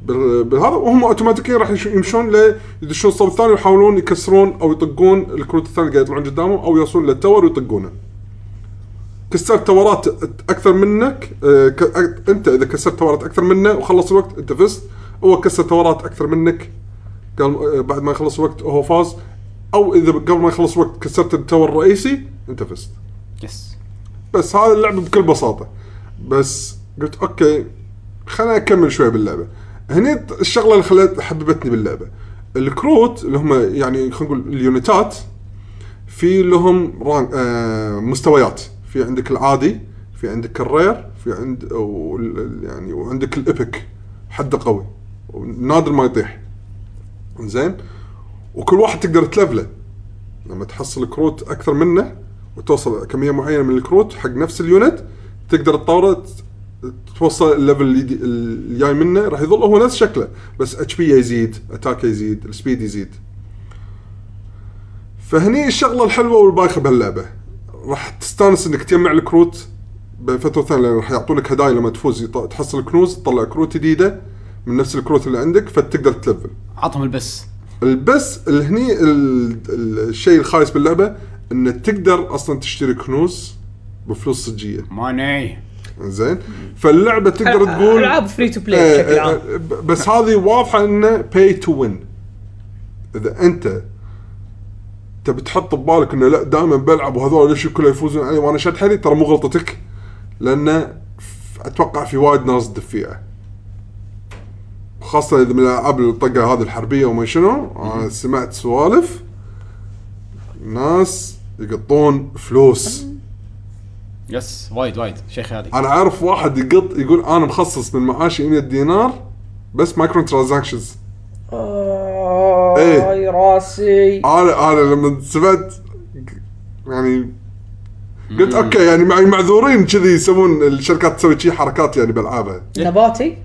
B: بال- بالهذا وهم اوتوماتيكيا راح يش- يمشون ل يدشون الصوب الثاني ويحاولون يكسرون او يطقون الكروت الثاني اللي قاعد يطلعون قدامهم او يوصلون للتور ويطقونه. كسرت تورات اكثر منك آه، ك- أك- انت اذا كسرت تورات اكثر منه وخلص الوقت انت فزت هو كسر تورات اكثر منك قال آه، بعد ما يخلص وقت هو فاز او اذا قبل ما يخلص وقت كسرت التور الرئيسي انت فزت
A: يس
B: بس هذا اللعبه بكل بساطه بس قلت اوكي خليني اكمل شوي باللعبه هني ت- الشغله اللي خلت حببتني باللعبه الكروت اللي هم يعني خلينا نقول اليونتات في لهم ران... آه مستويات في عندك العادي في عندك الرير في عند أو ال- ال- يعني وعندك الابك حده قوي نادر ما يطيح زين وكل واحد تقدر تلفله لما تحصل كروت اكثر منه وتوصل كميه معينه من الكروت حق نفس اليونت تقدر تطوره ت- توصل الليفل اللي دي- الجاي منه راح يظل هو نفس شكله بس اتش بي يزيد اتاكه يزيد السبيد يزيد فهني الشغله الحلوه والبايخه بهاللعبه راح تستانس انك تجمع الكروت بفتره ثانيه لان راح يعطونك هدايا لما تفوز يط- تحصل كنوز تطلع كروت جديده من نفس الكروت اللي عندك فتقدر تلفل
A: عطهم البس
B: البس الهني ال- ال- الشيء الخايس باللعبه انه تقدر اصلا تشتري كنوز بفلوس صجيه
A: ماني
B: زين فاللعبه تقدر تقول
C: العاب فري تو
B: إيه،
C: بلاي بشكل
B: إيه،
C: عام
B: إيه، ب- بس هذه واضحه انه باي تو وين اذا انت تبي تحط ببالك انه لا دائما بلعب وهذول ليش كله يفوزون علي وانا شاد حيلي ترى مو غلطتك لانه ف- اتوقع في وايد ناس دفيعه خاصة اذا من الالعاب اللي طقها هذه الحربية وما شنو انا سمعت سوالف ناس يقطون فلوس
A: يس وايد وايد شيخ هذه
B: انا عارف واحد يقط يقول انا مخصص من معاشي 100 دينار بس مايكرو ترانزاكشنز إيه. آه.
C: اي آه، راسي
B: انا انا لما سمعت يعني قلت اوكي يعني مع معذورين كذي يسوون الشركات تسوي شي حركات يعني بالعابها
C: نباتي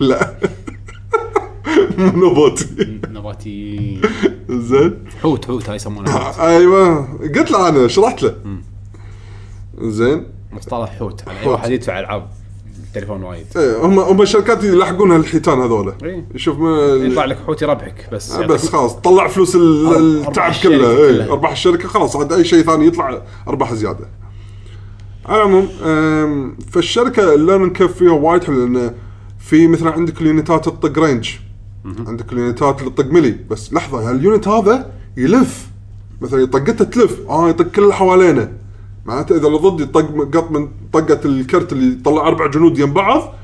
B: لا مو نباتي
A: نباتي
B: زين
A: حوت حوت هاي يسمونها
B: ايوه قلت له انا شرحت له زين
A: مصطلح حوت على اي
B: حوت.
A: واحد يدفع العاب التليفون وايد
B: ايه هم هم الشركات يلحقون هالحيتان هذولا
A: إيه.
B: يشوف ما-
A: يطلع لك حوت يربحك بس يعني
B: آه،
A: يعطيك-
B: بس خلاص طلع فلوس ال-
A: أرباح
B: التعب
A: الشركة
B: كله ايه
A: كلها.
B: ارباح الشركه خلاص عاد اي شيء ثاني يطلع ارباح زياده. على العموم أم، فالشركه الليرنينج كيف فيها وايد حلو لان في مثلا عندك اليونتات اللي تطق رينج عندك اليونتات اللي تطق ملي بس لحظه هاليونت هذا يلف مثلا طقته تلف اه يطق كل اللي حوالينا معناته اذا اللي ضدي طق قط من طقه الكرت اللي طلع اربع جنود يم بعض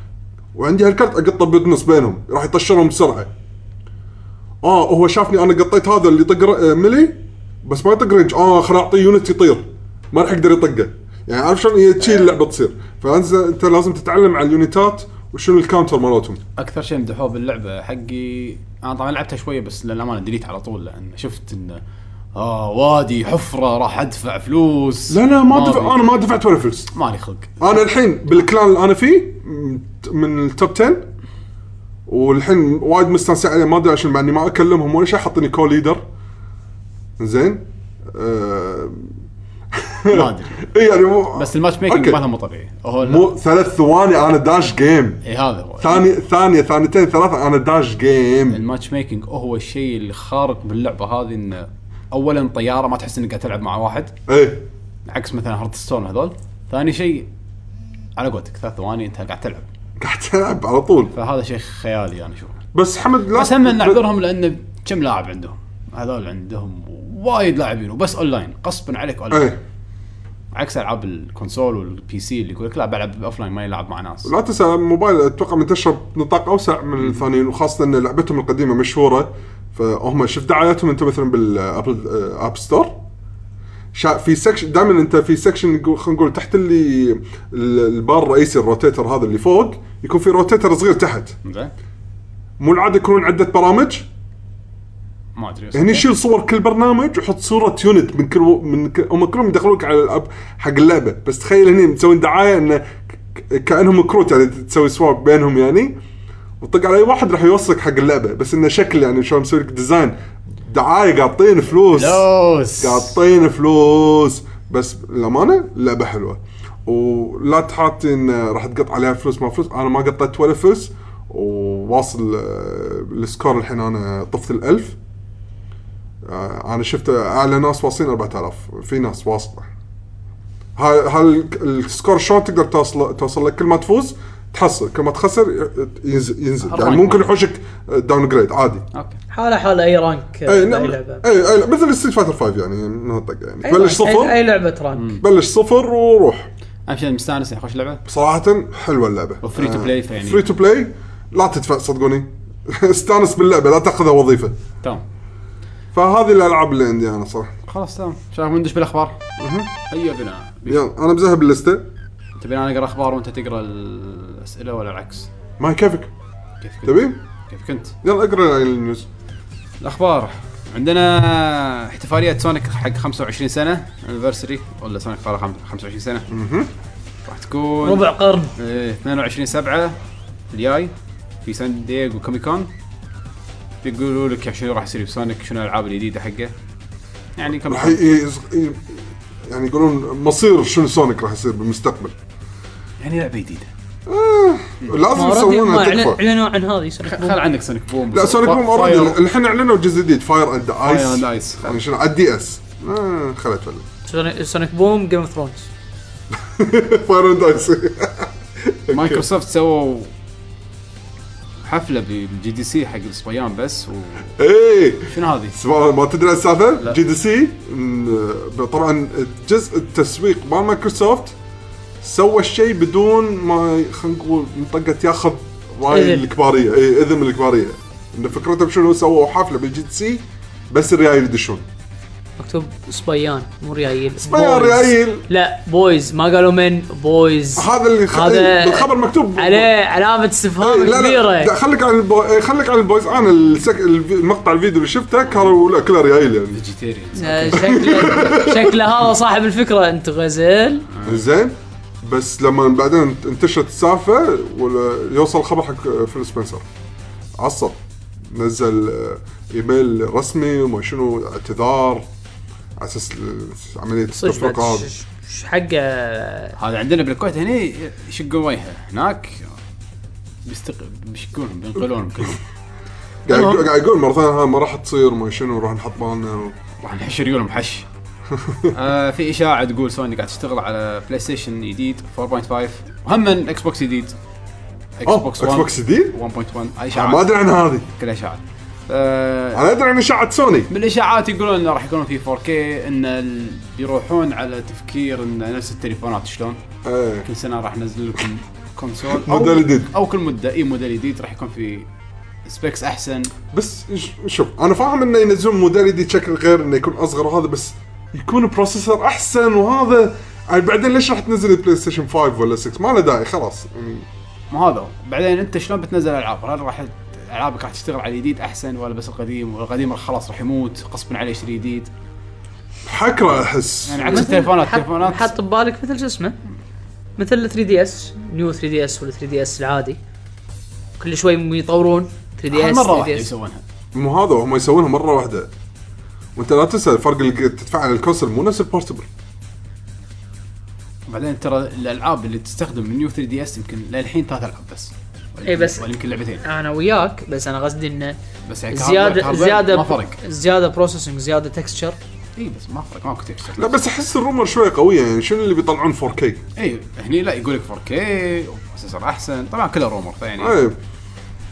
B: وعندي هالكرت اقطه بالنص بينهم راح يطشرهم بسرعه اه هو شافني انا قطيت هذا اللي يطق ر- آه، ملي بس ما يطق رينج اه خل اعطيه يونت يطير ما راح يقدر يطقه يعني عارف شلون هي تشيل اللعبه تصير فانت انت لازم تتعلم على اليونتات وشنو الكاونتر مالتهم
A: اكثر شيء مدحوه باللعبه حقي انا طبعا لعبتها شويه بس للامانه ديليت على طول لان شفت انه اه وادي حفره راح ادفع فلوس
B: لا لا ما
A: أبي.
B: دفع انا ما دفعت ولا فلس
A: مالي خلق
B: انا آه، إيه. الحين بالكلان اللي انا فيه م- من التوب 10 والحين وايد مستانس عليه ما ادري عشان مع اني ما اكلمهم ولا شيء حاطيني كول ليدر زين آه،
A: ما ادري
B: إي يعني مو
A: بس الماتش ميكنج
B: أوكي.
A: مالها مو طبيعي هو لا.
B: مو ثلاث ثواني انا داش جيم
A: اي هذا هو
B: ثاني ثانيه ثانيتين ثلاثه انا داش جيم
A: الماتش ميكنج هو الشيء الخارق باللعبه هذه انه اولا طياره ما تحس انك قاعد تلعب مع واحد
B: ايه
A: عكس مثلا هارت ستون هذول ثاني شيء على قولتك ثلاث ثواني انت قاعد تلعب
B: قاعد تلعب على طول
A: فهذا شيء خيالي انا اشوفه
B: بس حمد لا
A: بس هم ان اعذرهم لان كم لاعب عندهم هذول عندهم وايد لاعبين وبس اونلاين غصبا عليك اونلاين
B: ايه
A: عكس العاب الكونسول والبي سي اللي يقول لك لا بلعب اوفلاين ما يلعب مع ناس
B: لا تنسى الموبايل اتوقع منتشر بنطاق اوسع من الثانيين وخاصه ان لعبتهم القديمه مشهوره فهم شوف دعاياتهم انت مثلا بالابل اب ستور آه، شا- في سكشن دائما انت في سكشن يقول- خلينا نقول تحت اللي ال- البار الرئيسي الروتيتر هذا اللي فوق يكون في روتيتر صغير تحت
A: زين
B: مو العاده يكونون عده برامج
A: ما ادري
B: هني شيل صور كل برنامج وحط صوره يونت من كل من ك... هم كلهم يدخلوك على الاب حق اللعبه بس تخيل هني مسوين دعايه انه ك- كانهم كروت يعني تسوي سواب بينهم يعني وتطق على اي واحد راح يوصلك حق اللعبه بس انه شكل يعني شلون مسوي لك ديزاين دعايه قاطين فلوس
A: لوس
B: قاطين فلوس بس للامانه اللعبه حلوه ولا تحاتي ان راح تقط عليها فلوس ما فلوس انا ما قطيت ولا فلوس وواصل آه، السكور الحين انا طفت الألف آه، انا شفت اعلى ناس واصلين 4000 في ناس واصله ها- هل السكور شلون تقدر توصل توصل لك كل ما تفوز تحصل كل ما تخسر ينزل, ينزل. يعني
A: الرانك
B: ممكن
A: مالك.
B: يحوشك داون جريد عادي
A: اوكي
C: حاله حاله اي رانك آه،
B: اي
C: بأي
B: نعم
C: لعبه
B: اي اي مثل ستريت فايتر 5 يعني من هالطقه يعني
C: أي
B: تبلش
C: رانك، أي-
B: صفر
C: اي لعبه رانك
B: بلش صفر وروح
A: اهم شيء مستانس يعني خوش لعبه
B: صراحه حلوه اللعبه
A: وفري تو بلاي فيعني
B: فري تو بلاي لا تدفع صدقوني استانس باللعبه لا تاخذها وظيفه
A: تمام
B: فهذه الالعاب اللي عندي انا صراحه
A: خلاص تمام شباب ندش بالاخبار هيا بنا
B: يلا انا مذهب اللسته
A: تبين انا اقرا اخبار وانت تقرا الاسئله ولا العكس
B: ما كيفك
A: كيف كنت
B: تبي؟
A: كيف كنت
B: يلا اقرا النيوز
A: الاخبار عندنا احتفاليه سونيك حق 25 سنه انيفرساري ولا سونيك صار خم- 25 سنه راح تكون
C: ربع قرن
A: إيه، 22 7 الجاي في سان دييغو كومي كون بيقولوا لك يعني شنو راح يصير بسونيك شنو الالعاب الجديده حقه يعني كم
B: راح ي- ي- ي- يعني يقولون مصير شنو سونيك راح يصير بالمستقبل
A: يعني لعبه جديده
B: لازم
C: ما أوريدي هم
B: يسوونها
C: أعلن-
B: تكفى
C: اعلنوا عن هذه سنة
A: خل عندك سونيك بوم
B: لا سونيك بوم اوريدي الحين اعلنوا جزء جديد فاير اند
A: فاير
B: ايس
A: اند ايس
B: يعني شنو على الدي اس آه خلت ولا
C: سونيك- سونيك بوم جيم اوف ثرونز
B: فاير اند ايس
A: مايكروسوفت سووا حفله بالجي دي سي حق الصبيان بس وشنو
B: ايه
A: هذه؟
B: سبحان الله، ما تدري عن السالفه
A: لا.
B: جي دي سي إن- طبعا جزء التسويق مال مايكروسوفت سوى الشيء بدون ما ي- خلينا نقول منطقه ياخذ راي
C: إذن.
B: الكباريه اي اذن من الكباريه ان فكرتهم شنو سووا حفله بالجي دي سي بس الرجال يدشون
C: مكتوب صبيان مو ريايل
B: صبيان،
C: بويز.
B: ريايل.
C: لا بويز ما قالوا من بويز
B: هذا اللي خ...
C: هذا-
B: بالخبر مكتوب
C: عليه علامة
B: إيه،
C: استفهام
B: لا لا لا،
C: كبيرة
B: خليك عن البو... إيه، خليك عن البويز انا السك... الفي- المقطع الفيديو اللي شفته كانوا لا كلها ريايل يعني
A: فيجيتيريان
C: آه، شكله شكله هذا صاحب الفكرة انت غزل
B: زين بس لما بعدين انتشرت السالفه ولا يوصل خبر حق فيل سبنسر عصب نزل آه، ايميل رسمي وما شنو اعتذار على اساس ال- عمليه
C: صدق بعد
B: التفرقه
C: ش- ش- آه، حقه
A: هذا عندنا بالكويت هني يشقون وجهه هناك بيستق بيشقونهم بينقلونهم كلهم
B: قاعد
A: المهم.
B: يقول- قاعد يقول مره ثانيه ها ما راح تصير ما شنو راح نحط بالنا و-
A: راح نحش ريولهم حش آه في اشاعه تقول سوني قاعد تشتغل على بلاي ستيشن جديد 4.5 وهم اكس بوكس جديد اكس
B: اوه اكس بوكس جديد آه،
A: 1.1
B: ما
A: اشاعات
B: ادري عن هذه
A: كلها اشاعات آه،
B: انا ادري عن اشاعه سوني
A: من الاشاعات يقولون انه راح يكونون في 4K ان ال... بيروحون على تفكير ان نفس التليفونات شلون
B: إيه.
A: كل سنه راح ننزل لكم كونسول أو-
B: موديل جديد.
A: او كل مده اي موديل جديد راح يكون في سبيكس احسن
B: بس ش- شوف انا فاهم انه ينزلون موديل جديد شكل غير انه يكون اصغر وهذا بس يكون بروسيسور احسن وهذا يعني بعدين ليش راح تنزل البلاي ستيشن 5 ولا 6 ما له داعي خلاص يعني
A: ما هذا هو بعدين انت شلون بتنزل العاب هل راح ت- العابك راح تشتغل على الجديد احسن ولا بس القديم والقديم راح خلاص راح يموت غصبا عليه يشتري جديد
B: حكره احس
A: يعني عكس التليفونات
C: حط-
A: التليفونات
C: حط ببالك مثل شو اسمه مثل 3 دي اس نيو 3 دي اس ولا 3 دي اس العادي كل شوي يطورون 3 دي
A: هل
C: اس
A: مره
C: 3 دي
A: واحده
C: اس
A: يسوونها
B: مو هذا هم يسوونها مره واحده وانت لا تنسى الفرق اللي تدفع على الكونسل مو نفس البورتبل
A: بعدين ترى الالعاب اللي تستخدم النيو 3 دي اس يمكن للحين ثلاث العاب بس ولا
C: إيه
A: يمكن-
C: بس-
A: ولا يمكن لعبتين
C: انا وياك بس انا قصدي انه
A: بس يعني كهاردوير-
C: زياده
A: كهاردوير
C: زياده
A: ما فرق
C: زياده بروسيسنج زياده تكستشر
A: اي بس ما فرق ماكو تكستشر
B: لا بس احس الرومر شويه قويه يعني شنو اللي بيطلعون 4K؟
A: اي إيه، هني لا يقول لك 4K وبروسيسور احسن طبعا كله رومر فيعني
B: ايه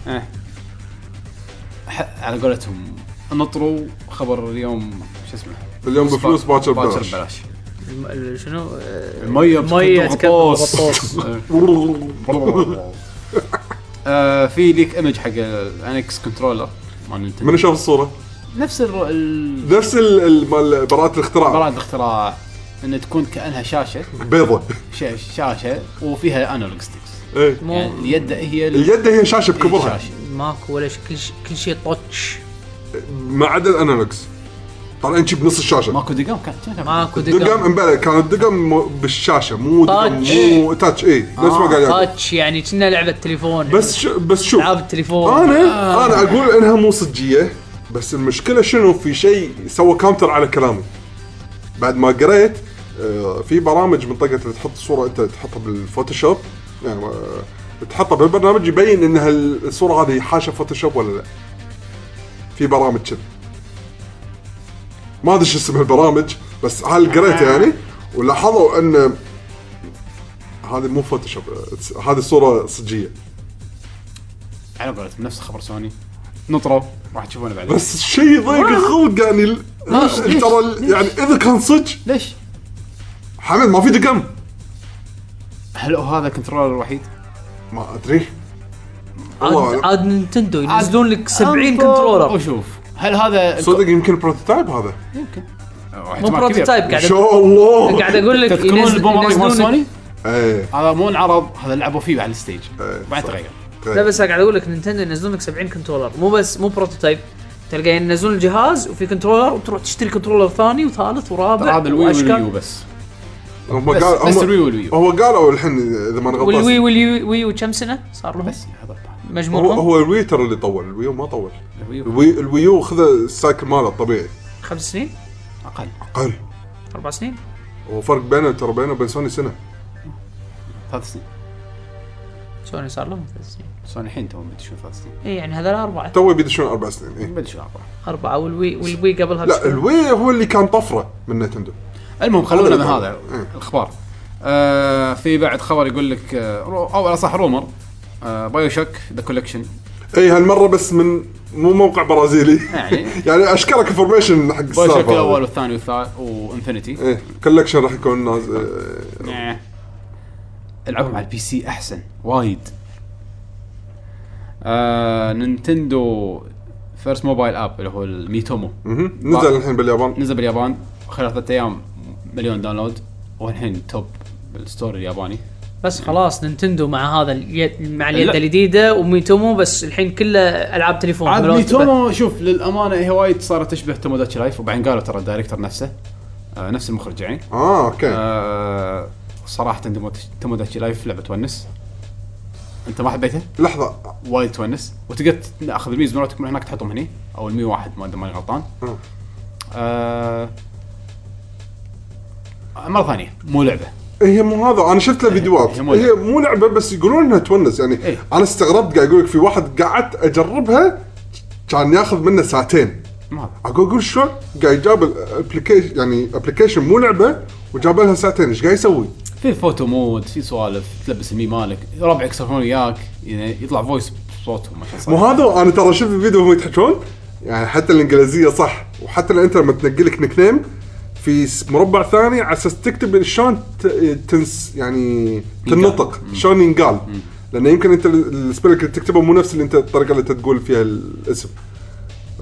A: إيه. ح- على قولتهم نطروا خبر اليوم شو اسمه
B: اليوم بفلوس باكر ببلاش.
A: ببلاش
C: الم- ال- شنو آه،
A: الميه
C: المية
A: بتكون
C: تكبر
A: غطاس.
C: غطاس.
A: آه، في ليك ايمج حق الانكس كنترولر مال نينتندو.
B: من شاف الصوره؟
A: نفس الر- ال-
B: نفس ال- ال- مال براءة الاختراع
A: براءة الاختراع انه تكون كانها شاشه
B: بيضة
A: ش- شاشه وفيها انالوج ستيكس
B: ايه
A: يعني
C: مو
A: اليد هي ال-
B: اليد هي شاشه بكبرها
A: الشاشة.
C: ماكو ولا شيء كل شيء كل شيء طتش
B: ما عدا الانالوجز طالعين شي بنص الشاشه
A: ماكو دقام كانت كانت-
C: ماكو
B: الدقم
C: دقم
B: امبلا كان الدقم مو- بالشاشه مو دقم
C: تاتش. آه.
B: مو تاتش اي نفس ما قال يعقوب.
C: تاتش يعني كنا لعبه تليفون
B: بس ش... بس شوف
C: العاب التليفون
B: انا انا اقول انها مو صجيه بس المشكله شنو في شيء سوى كاونتر على كلامي بعد ما قريت آه، في برامج منطقه اللي تحط الصوره انت تحطها بالفوتوشوب يعني آه، تحطها بالبرنامج يبين ان هال- الصوره هذه حاشا فوتوشوب ولا لا في برامج كذا ما ادري شو اسم هالبرامج بس هل قريت يعني ولاحظوا ان هذه مو فوتوشوب آه، هذه صوره صجيه
A: على قولتهم نفس خبر سوني نطروا راح تشوفونه بعدين
B: بس شيء ضيق الخلق يعني ال-
C: آه،
A: ليش؟ ليش؟
B: ترى ال- يعني اذا كان صدق
A: ليش؟
B: حمد ما في دقم
A: هل هو هذا الكنترولر الوحيد؟
B: ما ادري والله.
C: عاد عاد نينتندو ينزلون لك 70
A: انطر
C: كنترولر
A: وشوف هل هذا
B: صدق يمكن بروتوتايب هذا
A: مو
C: مو بروتوتايب
B: ان
C: قاعد
B: شاء الله
C: قاعد اقول لك
A: تذكرون
C: ينزل-
A: البومرانج مال
C: ينزلون لك-
A: سوني؟
B: ايه
A: هذا مو انعرض هذا لعبوا فيه على الستيج
B: إيه،
A: بعد
B: صح.
A: تغير
C: لا بس قاعد اقول لك نينتندو ينزلون لك 70 كنترولر مو بس مو بروتوتايب تلقى ينزلون الجهاز وفي كنترولر وتروح تشتري كنترولر ثاني وثالث ورابع
A: هذا الوي
C: وأشكال.
A: واليو بس
B: هم
A: بس-
B: قال
A: بس
B: هم-
A: الوي والويو.
B: هو قالوا الحين اذا ما أنا
C: والوي
B: غلطان
C: والوي وي وكم سنه صار لهم
A: بس هذا
B: هو
C: مجموعهم
B: هو الوي ترى اللي طول الويو ما طول
A: الويو
B: الوي الويو خذ السايكل ماله الطبيعي
C: خمس سنين
A: اقل
B: اقل
C: اربع سنين
B: هو فرق بينه ترى بينه وبين سوني سنه
A: ثلاث سنين
C: سوني صار لهم ثلاث سنين
A: سوني الحين تو بيدشون ثلاث سنين
C: اي يعني هذول اربعه
B: تو بيدشون اربع سنين إيه.
A: بيدشون اربعه
C: اربعه والوي والوي قبلها
B: لا
C: بسنة.
B: الوي هو اللي كان طفره من نتندو
A: المهم خلونا من
B: هذا
A: هذا الاخبار آه في بعد خبر يقول لك آه رو- او على صح رومر آه بايو شوك ذا كولكشن
B: اي هالمره إيه، بس من مو موقع برازيلي
A: يعني
B: يعني اشكرك انفورميشن حق
A: بايو شوك الاول
B: السالفه
A: والثاني والثالث وانفنتي
B: ايه كولكشن راح يكون نازل آه،
A: نعم. العبهم على البي سي احسن وايد آه، نينتندو فيرست موبايل اب اللي هو الميتومو
B: مهم. نزل الحين باليابان
A: نزل باليابان خلال ثلاث ايام مليون داونلود والحين توب بالستور الياباني
C: بس خلاص نينتندو مع هذا اليد مع اليد
A: لا.
C: الجديده وميتومو بس الحين كله العاب تليفون
A: عاد
C: بلوت-
A: ميتومو شوف للامانه هي وايد صارت تشبه توموداتشي لايف وبعدين قالوا ترى الدايركتور نفسه آه، نفس المخرج يعني
B: اه اوكي
A: آه، صراحه توموداتشي- توموداتشي لايف لعبه تونس انت ما حبيتها؟
B: لحظه
A: وايد تونس وتقدر تاخذ الميز مراتك من هناك تحطهم هني او المي واحد ما ماني غلطان
B: آه.
A: آه مره ثانيه مو لعبه
B: إيه، هي مو هذا انا شفت له فيديوهات
A: إيه، هي مو
B: هي مو لعبه بس يقولون انها تونس يعني
A: إيه.
B: انا استغربت قاعد اقول لك في واحد قعدت اجربها كان ياخذ منه ساعتين
A: ما هذا
B: اقول اقول شلون قاعد جاب ابلكيشن يعني ابلكيشن مو لعبه وجاب لها ساعتين ايش قاعد يسوي؟
A: في فوتو مود في سوالف تلبس المي مالك ربعك يسولفون وياك يعني يطلع فويس بصوتهم عشان صح.
B: مو هذا انا ترى شفت الفيديو وهم يتحجون يعني حتى الانجليزيه صح وحتى لو انت لما تنقي لك نيك نيم في س- مربع ثاني على اساس تكتب شلون ت- تنس يعني تنطق شلون ينقال لانه يمكن انت ال- السبيلك اللي تكتبه مو نفس اللي انت الطريقه اللي انت تقول فيها الاسم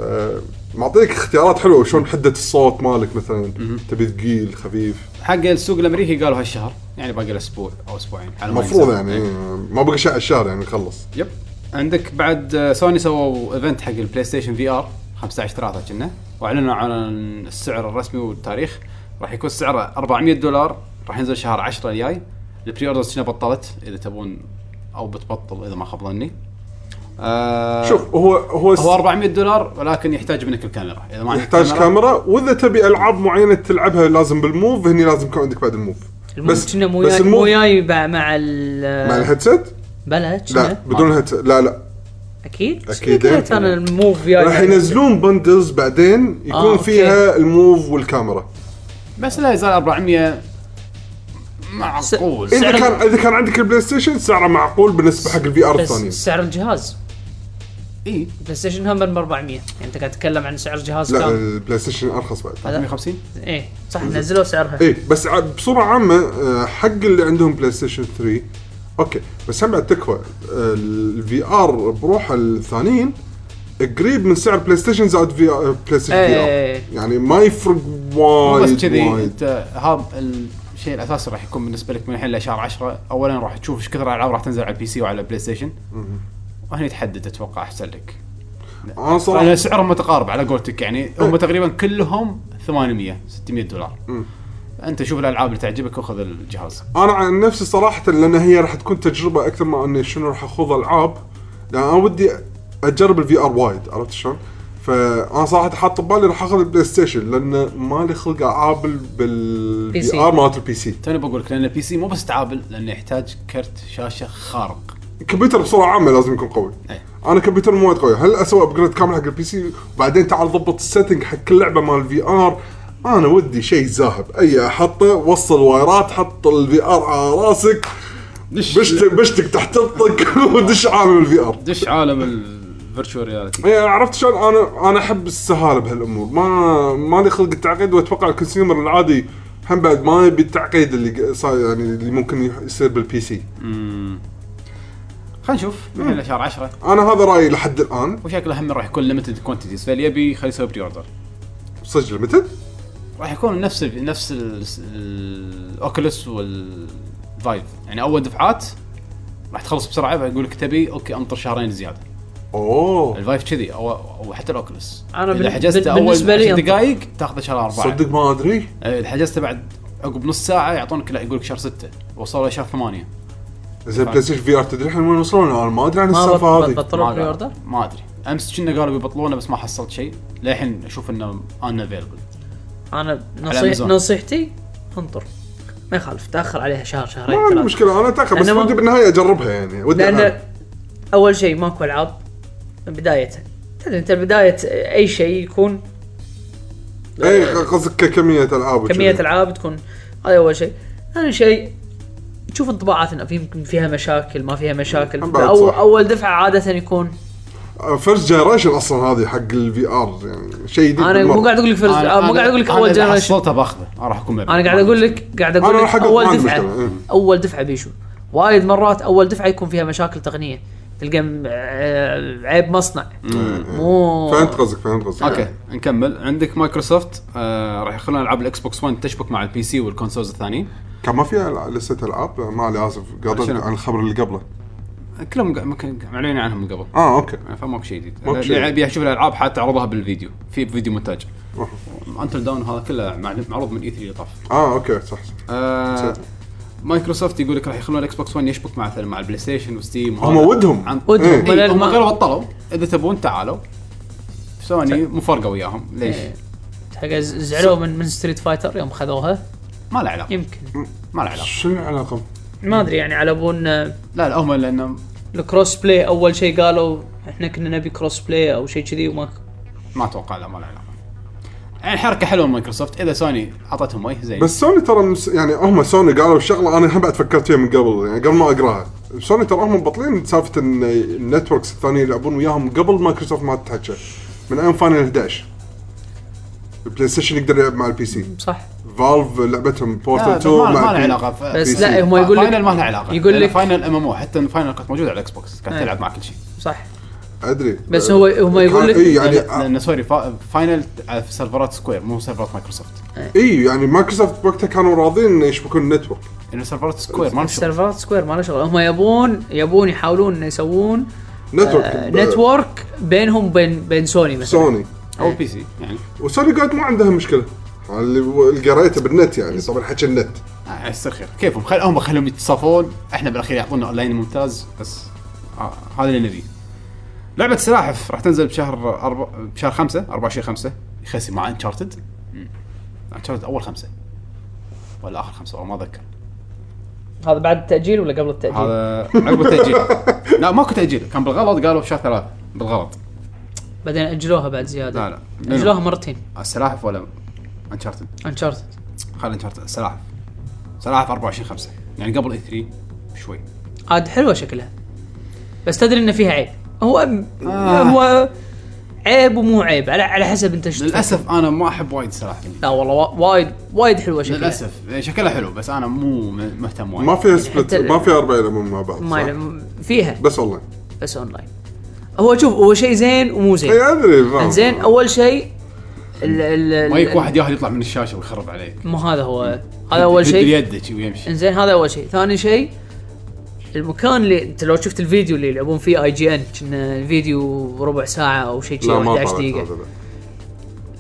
B: آه، معطيك اختيارات حلوه شلون حده الصوت مالك مثلا تبي ثقيل خفيف
A: حق السوق الامريكي قالوا هالشهر يعني باقي له اسبوع او اسبوعين على ما
B: المفروض
A: ينزل.
B: يعني
A: إيه.
B: آه، ما بقى شيء على الشهر يعني خلص
A: يب عندك بعد آه، سوني سووا ايفنت حق البلاي ستيشن في ار 15 3 كنا واعلنوا عن السعر الرسمي والتاريخ راح يكون سعره 400 دولار راح ينزل شهر 10 الجاي البري اوردرز كنا بطلت اذا تبون او بتبطل اذا ما خاب ظني آه
B: شوف هو هو
A: هو 400 دولار ولكن يحتاج منك الكاميرا اذا ما عندك
B: يحتاج كاميرا واذا تبي العاب معينه تلعبها لازم بالموف هني لازم يكون عندك بعد الموف بس-
C: بس كنا مو
B: بس
C: جاي
B: المو-
C: مو جاي مع مع ال
B: مع الهيدسيت؟
C: بلا
B: لا
C: كنا
B: بدون هيدسيت لا لا
C: اكيد
B: أكيد.
C: قلت انا الموف جاي يعني.
B: راح ينزلون بندلز بعدين يكون
C: آه، أوكي.
B: فيها الموف والكاميرا
A: بس لا يزال 400 معقول
C: س-
B: اذا
C: سعر-
B: كان اذا كان عندك البلاي ستيشن سعره معقول بالنسبه حق الفي ار
C: بس
B: الثانيين
C: سعر الجهاز
A: اي
C: بلاي ستيشن هم ب 400 يعني انت قاعد تتكلم عن سعر جهاز
B: لا
C: كامل
B: البلاي ستيشن ارخص بعد
A: 350
C: ايه صح نزلوا سعرها
B: ايه بس ع- بصوره عامه آه، حق اللي عندهم بلاي ستيشن 3 اوكي بس هم بعد آه، تكفى الفي ار بروحه الثانيين قريب من سعر بلاي ستيشن زائد آه، في بلاي ستيشن في ار
C: إيه.
B: يعني ما يفرق
A: مو
B: وايد
A: بس كذي
B: وايد
A: انت هذا الشيء الاساسي راح يكون بالنسبه لك من الحين لشهر 10 اولا راح تشوف ايش كثر العاب راح تنزل على البي سي وعلى البلاي ستيشن وهنا تحدد اتوقع احسن لك
B: انا صراحه
A: لان سعرهم متقارب على قولتك يعني
B: إيه.
A: هم تقريبا كلهم 800 600 دولار انت شوف الالعاب اللي تعجبك وخذ الجهاز
B: انا عن نفسي صراحه لان هي راح تكون تجربه اكثر ما اني شنو راح اخوض العاب لان انا ودي اجرب الفي ار وايد عرفت شلون؟ فانا صراحه حاط ببالي راح اخذ البلاي ستيشن لان مالي خلق العاب
C: بي
B: بالفي
C: سي.
B: ار مالت البي سي
A: توني بقول لك لان البي سي مو بس تعابل لانه يحتاج كرت شاشه خارق
B: الكمبيوتر بصوره عامه لازم يكون قوي
A: إيه.
B: انا كمبيوتر مو وايد قوي هل اسوي ابجريد كامل حق البي سي وبعدين تعال ضبط السيتنج حق كل لعبه مال الفي ار انا ودي شيء ذاهب اي احطه وصل وايرات حط الفي ار على راسك
A: دش
B: بشتك بشتك تحت طق ودش عالم الفي ار
A: دش عالم الفيرتشوال رياليتي
B: يعني عرفت شلون انا انا احب السهاله بهالامور ما مالي خلق التعقيد واتوقع الكونسيومر العادي هم بعد ما يبي التعقيد اللي صار يعني اللي ممكن يصير بالبي سي
A: خلينا نشوف من الحين لشهر 10
B: انا هذا رايي لحد الان
A: وشكله هم راح يكون ليمتد كوانتيتيز فاللي يبي خليه يسوي بري اوردر
B: سجل متى
A: راح يكون نفس ال نفس الاوكلس والفايف يعني اول دفعات راح تخلص بسرعه فيقول لك تبي اوكي انطر شهرين زياده
B: اوه
A: الفايف كذي او او حتى الاوكلس
C: أنا
A: اذا
C: بال-
A: حجزت
C: بال-
A: اول
C: بالنسبة لي
A: عشر
C: أنت-
A: دقائق تاخذه شهر اربعه
B: صدق ما ادري
A: إيه، اذا حجزته بعد عقب نص ساعه يعطونك لا يقول لك شهر سته وصلوا شهر ثمانيه
B: زين بلاي ستيشن في ار تدري الحين وين وصلون انا ما ادري عن
C: ما
B: السالفه
C: بط-
B: هذه
A: ما
C: بطلوا بري
A: قال-
C: اوردر
A: ما ادري امس كنا قالوا بيبطلونه بس ما حصلت شيء للحين اشوف انه ان افيلبل
C: انا نصيح
A: أمازون.
C: نصيحتي انطر ما يخالف تاخر عليها شهر شهرين
B: ما عندي
C: ثلاث
B: مشكله انا اتاخر بس
C: أنا ما-
B: ودي بالنهايه اجربها يعني ودي
C: لان
B: ألعبها.
C: اول شيء ماكو العاب من بدايتها تدري انت بدايه اي شيء يكون
B: اي إيه،
C: إيه.
B: قصدك كميه العاب وكذي.
C: كميه العاب تكون هذا اول شيء ثاني شيء تشوف انطباعاتنا في يمكن فيها مشاكل ما فيها مشاكل
B: بعد
C: اول
B: صح.
C: اول دفعه عاده يكون
B: فيرست جنريشن اصلا هذه حق الفي ار يعني شيء جديد
C: انا مو
B: بالمرة.
C: قاعد اقول لك first-
A: أنا-
C: آه، مو
A: أنا-
C: قاعد اقول لك
A: أنا
C: اول
A: إذا
C: جنريشن
A: حصلته باخذه انا راح اكون مبلغ
C: انا قاعد اقول لك قاعد اقول
B: أنا
C: لك
B: راح أقول ما
C: اول
B: عندي
C: دفعه
B: مشكلة، إيه.
C: اول دفعه بيشو وايد مرات اول دفعه يكون فيها مشاكل تقنيه تلقى م- آه، عيب مصنع
B: إيه،
C: مو
B: فهمت قصدك فهمت قصدك
A: اوكي نكمل عندك مايكروسوفت آه راح يخلون العاب الاكس بوكس 1 تشبك مع البي سي والكونسولز الثانيين
B: كان ما فيها الع- لسه العاب ما علي اسف قاطعت
A: شنو؟
B: عن الخبر اللي قبله
A: كلهم قا- ممكن معلنين عنهم من قبل
B: اه اوكي
A: فماكو شيء جديد آه،
B: ماكو شيء.
A: اللي يبي يشوف الالعاب حتى عرضها بالفيديو في فيديو مونتاج
B: أوه.
A: انتل داون هذا كله معل- معروض من اي 3 اللي طاف
B: اه اوكي صح صح
A: آه،
B: صح.
A: مايكروسوفت يقول لك راح يخلون الاكس بوكس 1 يشبك مع مثلا مع البلاي ستيشن وستيم
B: هم
A: وهذا.
B: ودهم.
A: عن-
C: ودهم.
A: إيه،
C: بدل
A: هم
C: ما-
A: قالوا بطلوا اذا تبون تعالوا سوني مفرقه وياهم ليش؟
C: إيه. حق ز- زعلوا من من ستريت فايتر يوم خذوها
A: ما له علاقه
C: يمكن
A: ما له علاقه
B: شنو العلاقه؟
C: ما ادري يعني على بون آه،
A: لا لا هم لانه
C: الكروس بلاي اول شيء قالوا احنا كنا نبي كروس بلاي او شيء كذي وما
A: ما اتوقع لا ما له علاقه يعني حركه حلوه من مايكروسوفت اذا سوني اعطتهم وجه زين
B: بس سوني ترى مس... يعني هم سوني قالوا شغله انا هم بعد فكرت فيها من قبل يعني قبل ما اقراها سوني ترى هم مبطلين سالفه ان النتوركس الثانيه يلعبون وياهم قبل مايكروسوفت ما تتحكى من ايام فاينل 11 البلاي ستيشن يقدر يلعب مع البي سي
C: صح
B: فالف لعبتهم
C: آه،
B: بورتال
A: لا،
B: 2
A: آه، ما ما
B: مع
A: له
B: البي-
A: علاقه ف-
C: بس
A: PC.
C: لا، هم يقول لك-
A: فاينل ما له علاقه
C: يقول لك-
A: فاينل ام ام او حتى فاينل كانت موجوده على الاكس بوكس كانت
C: إيه.
A: تلعب مع كل شيء
C: صح
B: ادري
C: بس هو- هم يقول لك-
B: اي
A: يعني
B: يعني
A: لان سوري فا- فاينل على سيرفرات سكوير مو سيرفرات مايكروسوفت
B: اي يعني مايكروسوفت وقتها كانوا راضين إن يشبكون النتورك
A: لان يعني سيرفرات سكوير ما نشوف
C: السيرفرات سكوير ما له شغل هم يبون يبون يحاولون إن يسوون
B: نتورك
C: آه، نتورك بينهم وبين بين سوني مثلا
B: سوني
A: او بي سي يعني
B: وسوني قالت ما عندها مشكله اللي اللي قريته بالنت يعني طبعا حكي النت
A: آه، يصير خير كيفهم خل... هم خلهم يتصافون احنا بالاخير يعطونا اونلاين ممتاز بس آه هذا اللي نبيه لعبه سلاحف راح تنزل بشهر أربع... بشهر 5 24 5 يخسي مع انشارتد انشارتد اول خمسه ولا اخر خمسه والله ما اذكر
C: هذا بعد التاجيل ولا قبل التاجيل؟
A: هذا عقب التاجيل لا ماكو تاجيل كان بالغلط قالوا بشهر ثلاث بالغلط
C: بعدين اجلوها بعد زياده
A: لا لا
C: اجلوها مرتين
A: السلاحف ولا انشارتد
C: انشارتد
A: خلي انشارتد السلاحف سلاحف 24 5 يعني قبل اي 3 شوي
C: عاد حلوه شكلها بس تدري ان فيها عيب هو
A: آه.
C: هو عيب ومو عيب على على حسب انت شو
A: للاسف انا ما احب وايد السلاحف
C: لا والله وا- وايد وايد حلوه شكلها
A: للاسف إيه، شكلها حلو بس انا مو م- مهتم وايد
B: ما فيها سبلت
C: يعني حتى-
B: ما فيها اربع لمون مع بعض
C: ما
B: صح؟
C: يلعب- فيها
B: بس والله
C: بس اونلاين هو شوف هو شيء زين ومو زين يعني
B: اي ادري فاهم
C: زين اول شيء ال- ال- ال-
A: ما يك واحد ياهل يطلع من الشاشه ويخرب عليك
C: مو هذا هو هذا اول شيء
A: يدك ويمشي
C: انزين هذا اول شيء ثاني شيء المكان اللي انت لو شفت الفيديو اللي يلعبون فيه اي جي ان كنا فيديو ربع ساعه او شيء
B: لا
C: شيء
B: ما
C: 11
B: طلعت
C: دقيقه
B: هذا لا.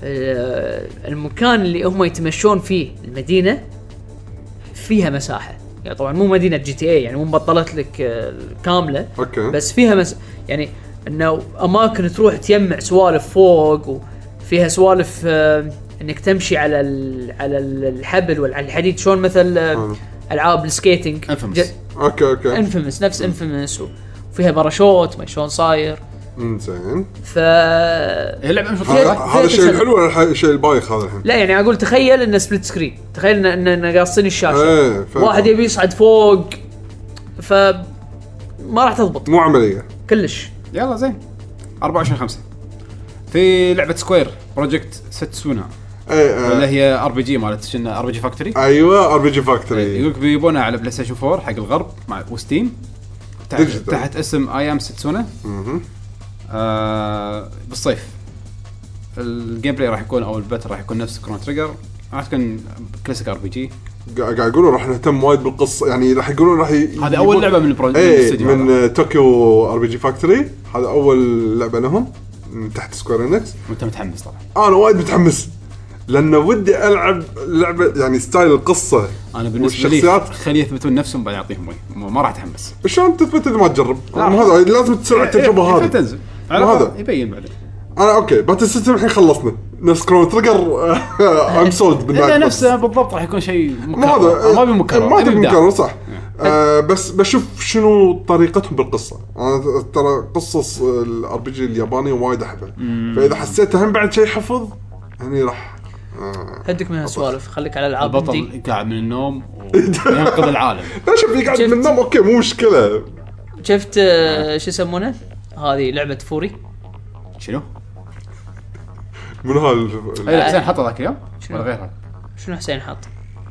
C: آه، المكان اللي هم يتمشون فيه المدينه فيها مساحه يعني طبعا مو مدينه جي تي اي يعني مو مبطلت لك آه، كامله
B: اوكي بس
C: بس فيها مس... يعني انه اماكن تروح تجمع سوالف فوق وفيها سوالف آه، انك تمشي على ال... على ال- الحبل ولا على الحديد شلون مثل آه،
B: آه.
C: العاب السكيتنج
A: Infamous.
B: اوكي اوكي
C: انفيمس نفس انفيمس وفيها باراشوت ما شلون صاير
B: زين
C: ف
A: هي اللعبه مش
C: هذا-
A: مطوره
B: هذا الشيء
C: تسلم.
B: الحلو ولا الشيء البايخ هذا الحين
C: لا يعني اقول تخيل انه سبليت سكرين تخيل إنه- انه إنه قاصين الشاشه
B: ايه فاهم.
C: واحد يبي يصعد فوق ف ما راح تضبط
B: مو عمليه
C: كلش
A: يلا زين 24 5 في لعبه سكوير بروجكت ستسونا اللي
B: ايه آه.
A: هي ار بي جي مالت شنو ار بي جي فاكتوري
B: ايوه ار بي جي فاكتوري
A: يقولك بيبونها على بلاي ستيشن 4 حق الغرب مع وستيم تحت,
B: Digital.
A: تحت اسم اي ام ستسونا آه بالصيف الجيم بلاي راح يكون او الباتل راح يكون نفس كرون تريجر راح تكون كلاسيك ار بي جي
B: قاعد قاعد يقولون راح نهتم وايد بالقصه يعني راح يقولون راح ي...
A: هذه أول لعبة من البرو- من
B: ايه
A: الاستوديو
B: من
A: هذا.
B: آه، طوكيو ار بي جي فاكتوري هذا اول لعبه لهم من تحت سكوير انكس
A: وانت متحمس طبعا
B: انا وايد متحمس لانه ودي العب لعبه يعني ستايل القصه
A: انا بالنسبه لي
B: والشخصيات
A: خليه يثبتون نفسهم بعدين اعطيهم وي ما ما راح اتحمس
B: شلون تثبت اذا ما تجرب؟ هذا لازم تسرع التجربه
A: إيه، إيه،
B: طيب، هذه
A: تنزل هذا
B: هذا.
A: يبين بعدين
B: انا اوكي باتل سيستم الحين خلصنا نفس كرون تريجر ام سولد
A: لا إيه، نفسه بالضبط راح يكون شيء
B: ما
A: مكرر آه،
B: هذا إيه،
A: ما إيه، ابي مكرر
B: ما تبي
A: أبي إبداع.
B: مكرر صح
A: إيه.
B: آه بس بشوف شنو طريقتهم بالقصه انا ترى قصص الار بي جي الياباني وايد احبها فاذا حسيت هم بعد شيء حفظ هني راح آه.
C: هدك من هالسوالف خليك على العاب
A: البطل قاعد من النوم وينقذ العالم
B: لا شوف يقعد
C: شفت.
B: من النوم اوكي مو مشكله
C: شفت آه، شو يسمونه؟ هذه لعبه فوري
A: شنو؟
B: آه.
A: إيه،
B: من هال
A: اي حسين حطها ذاك اليوم
C: شنو؟
A: ولا غيرها؟
C: شنو حسين حاط؟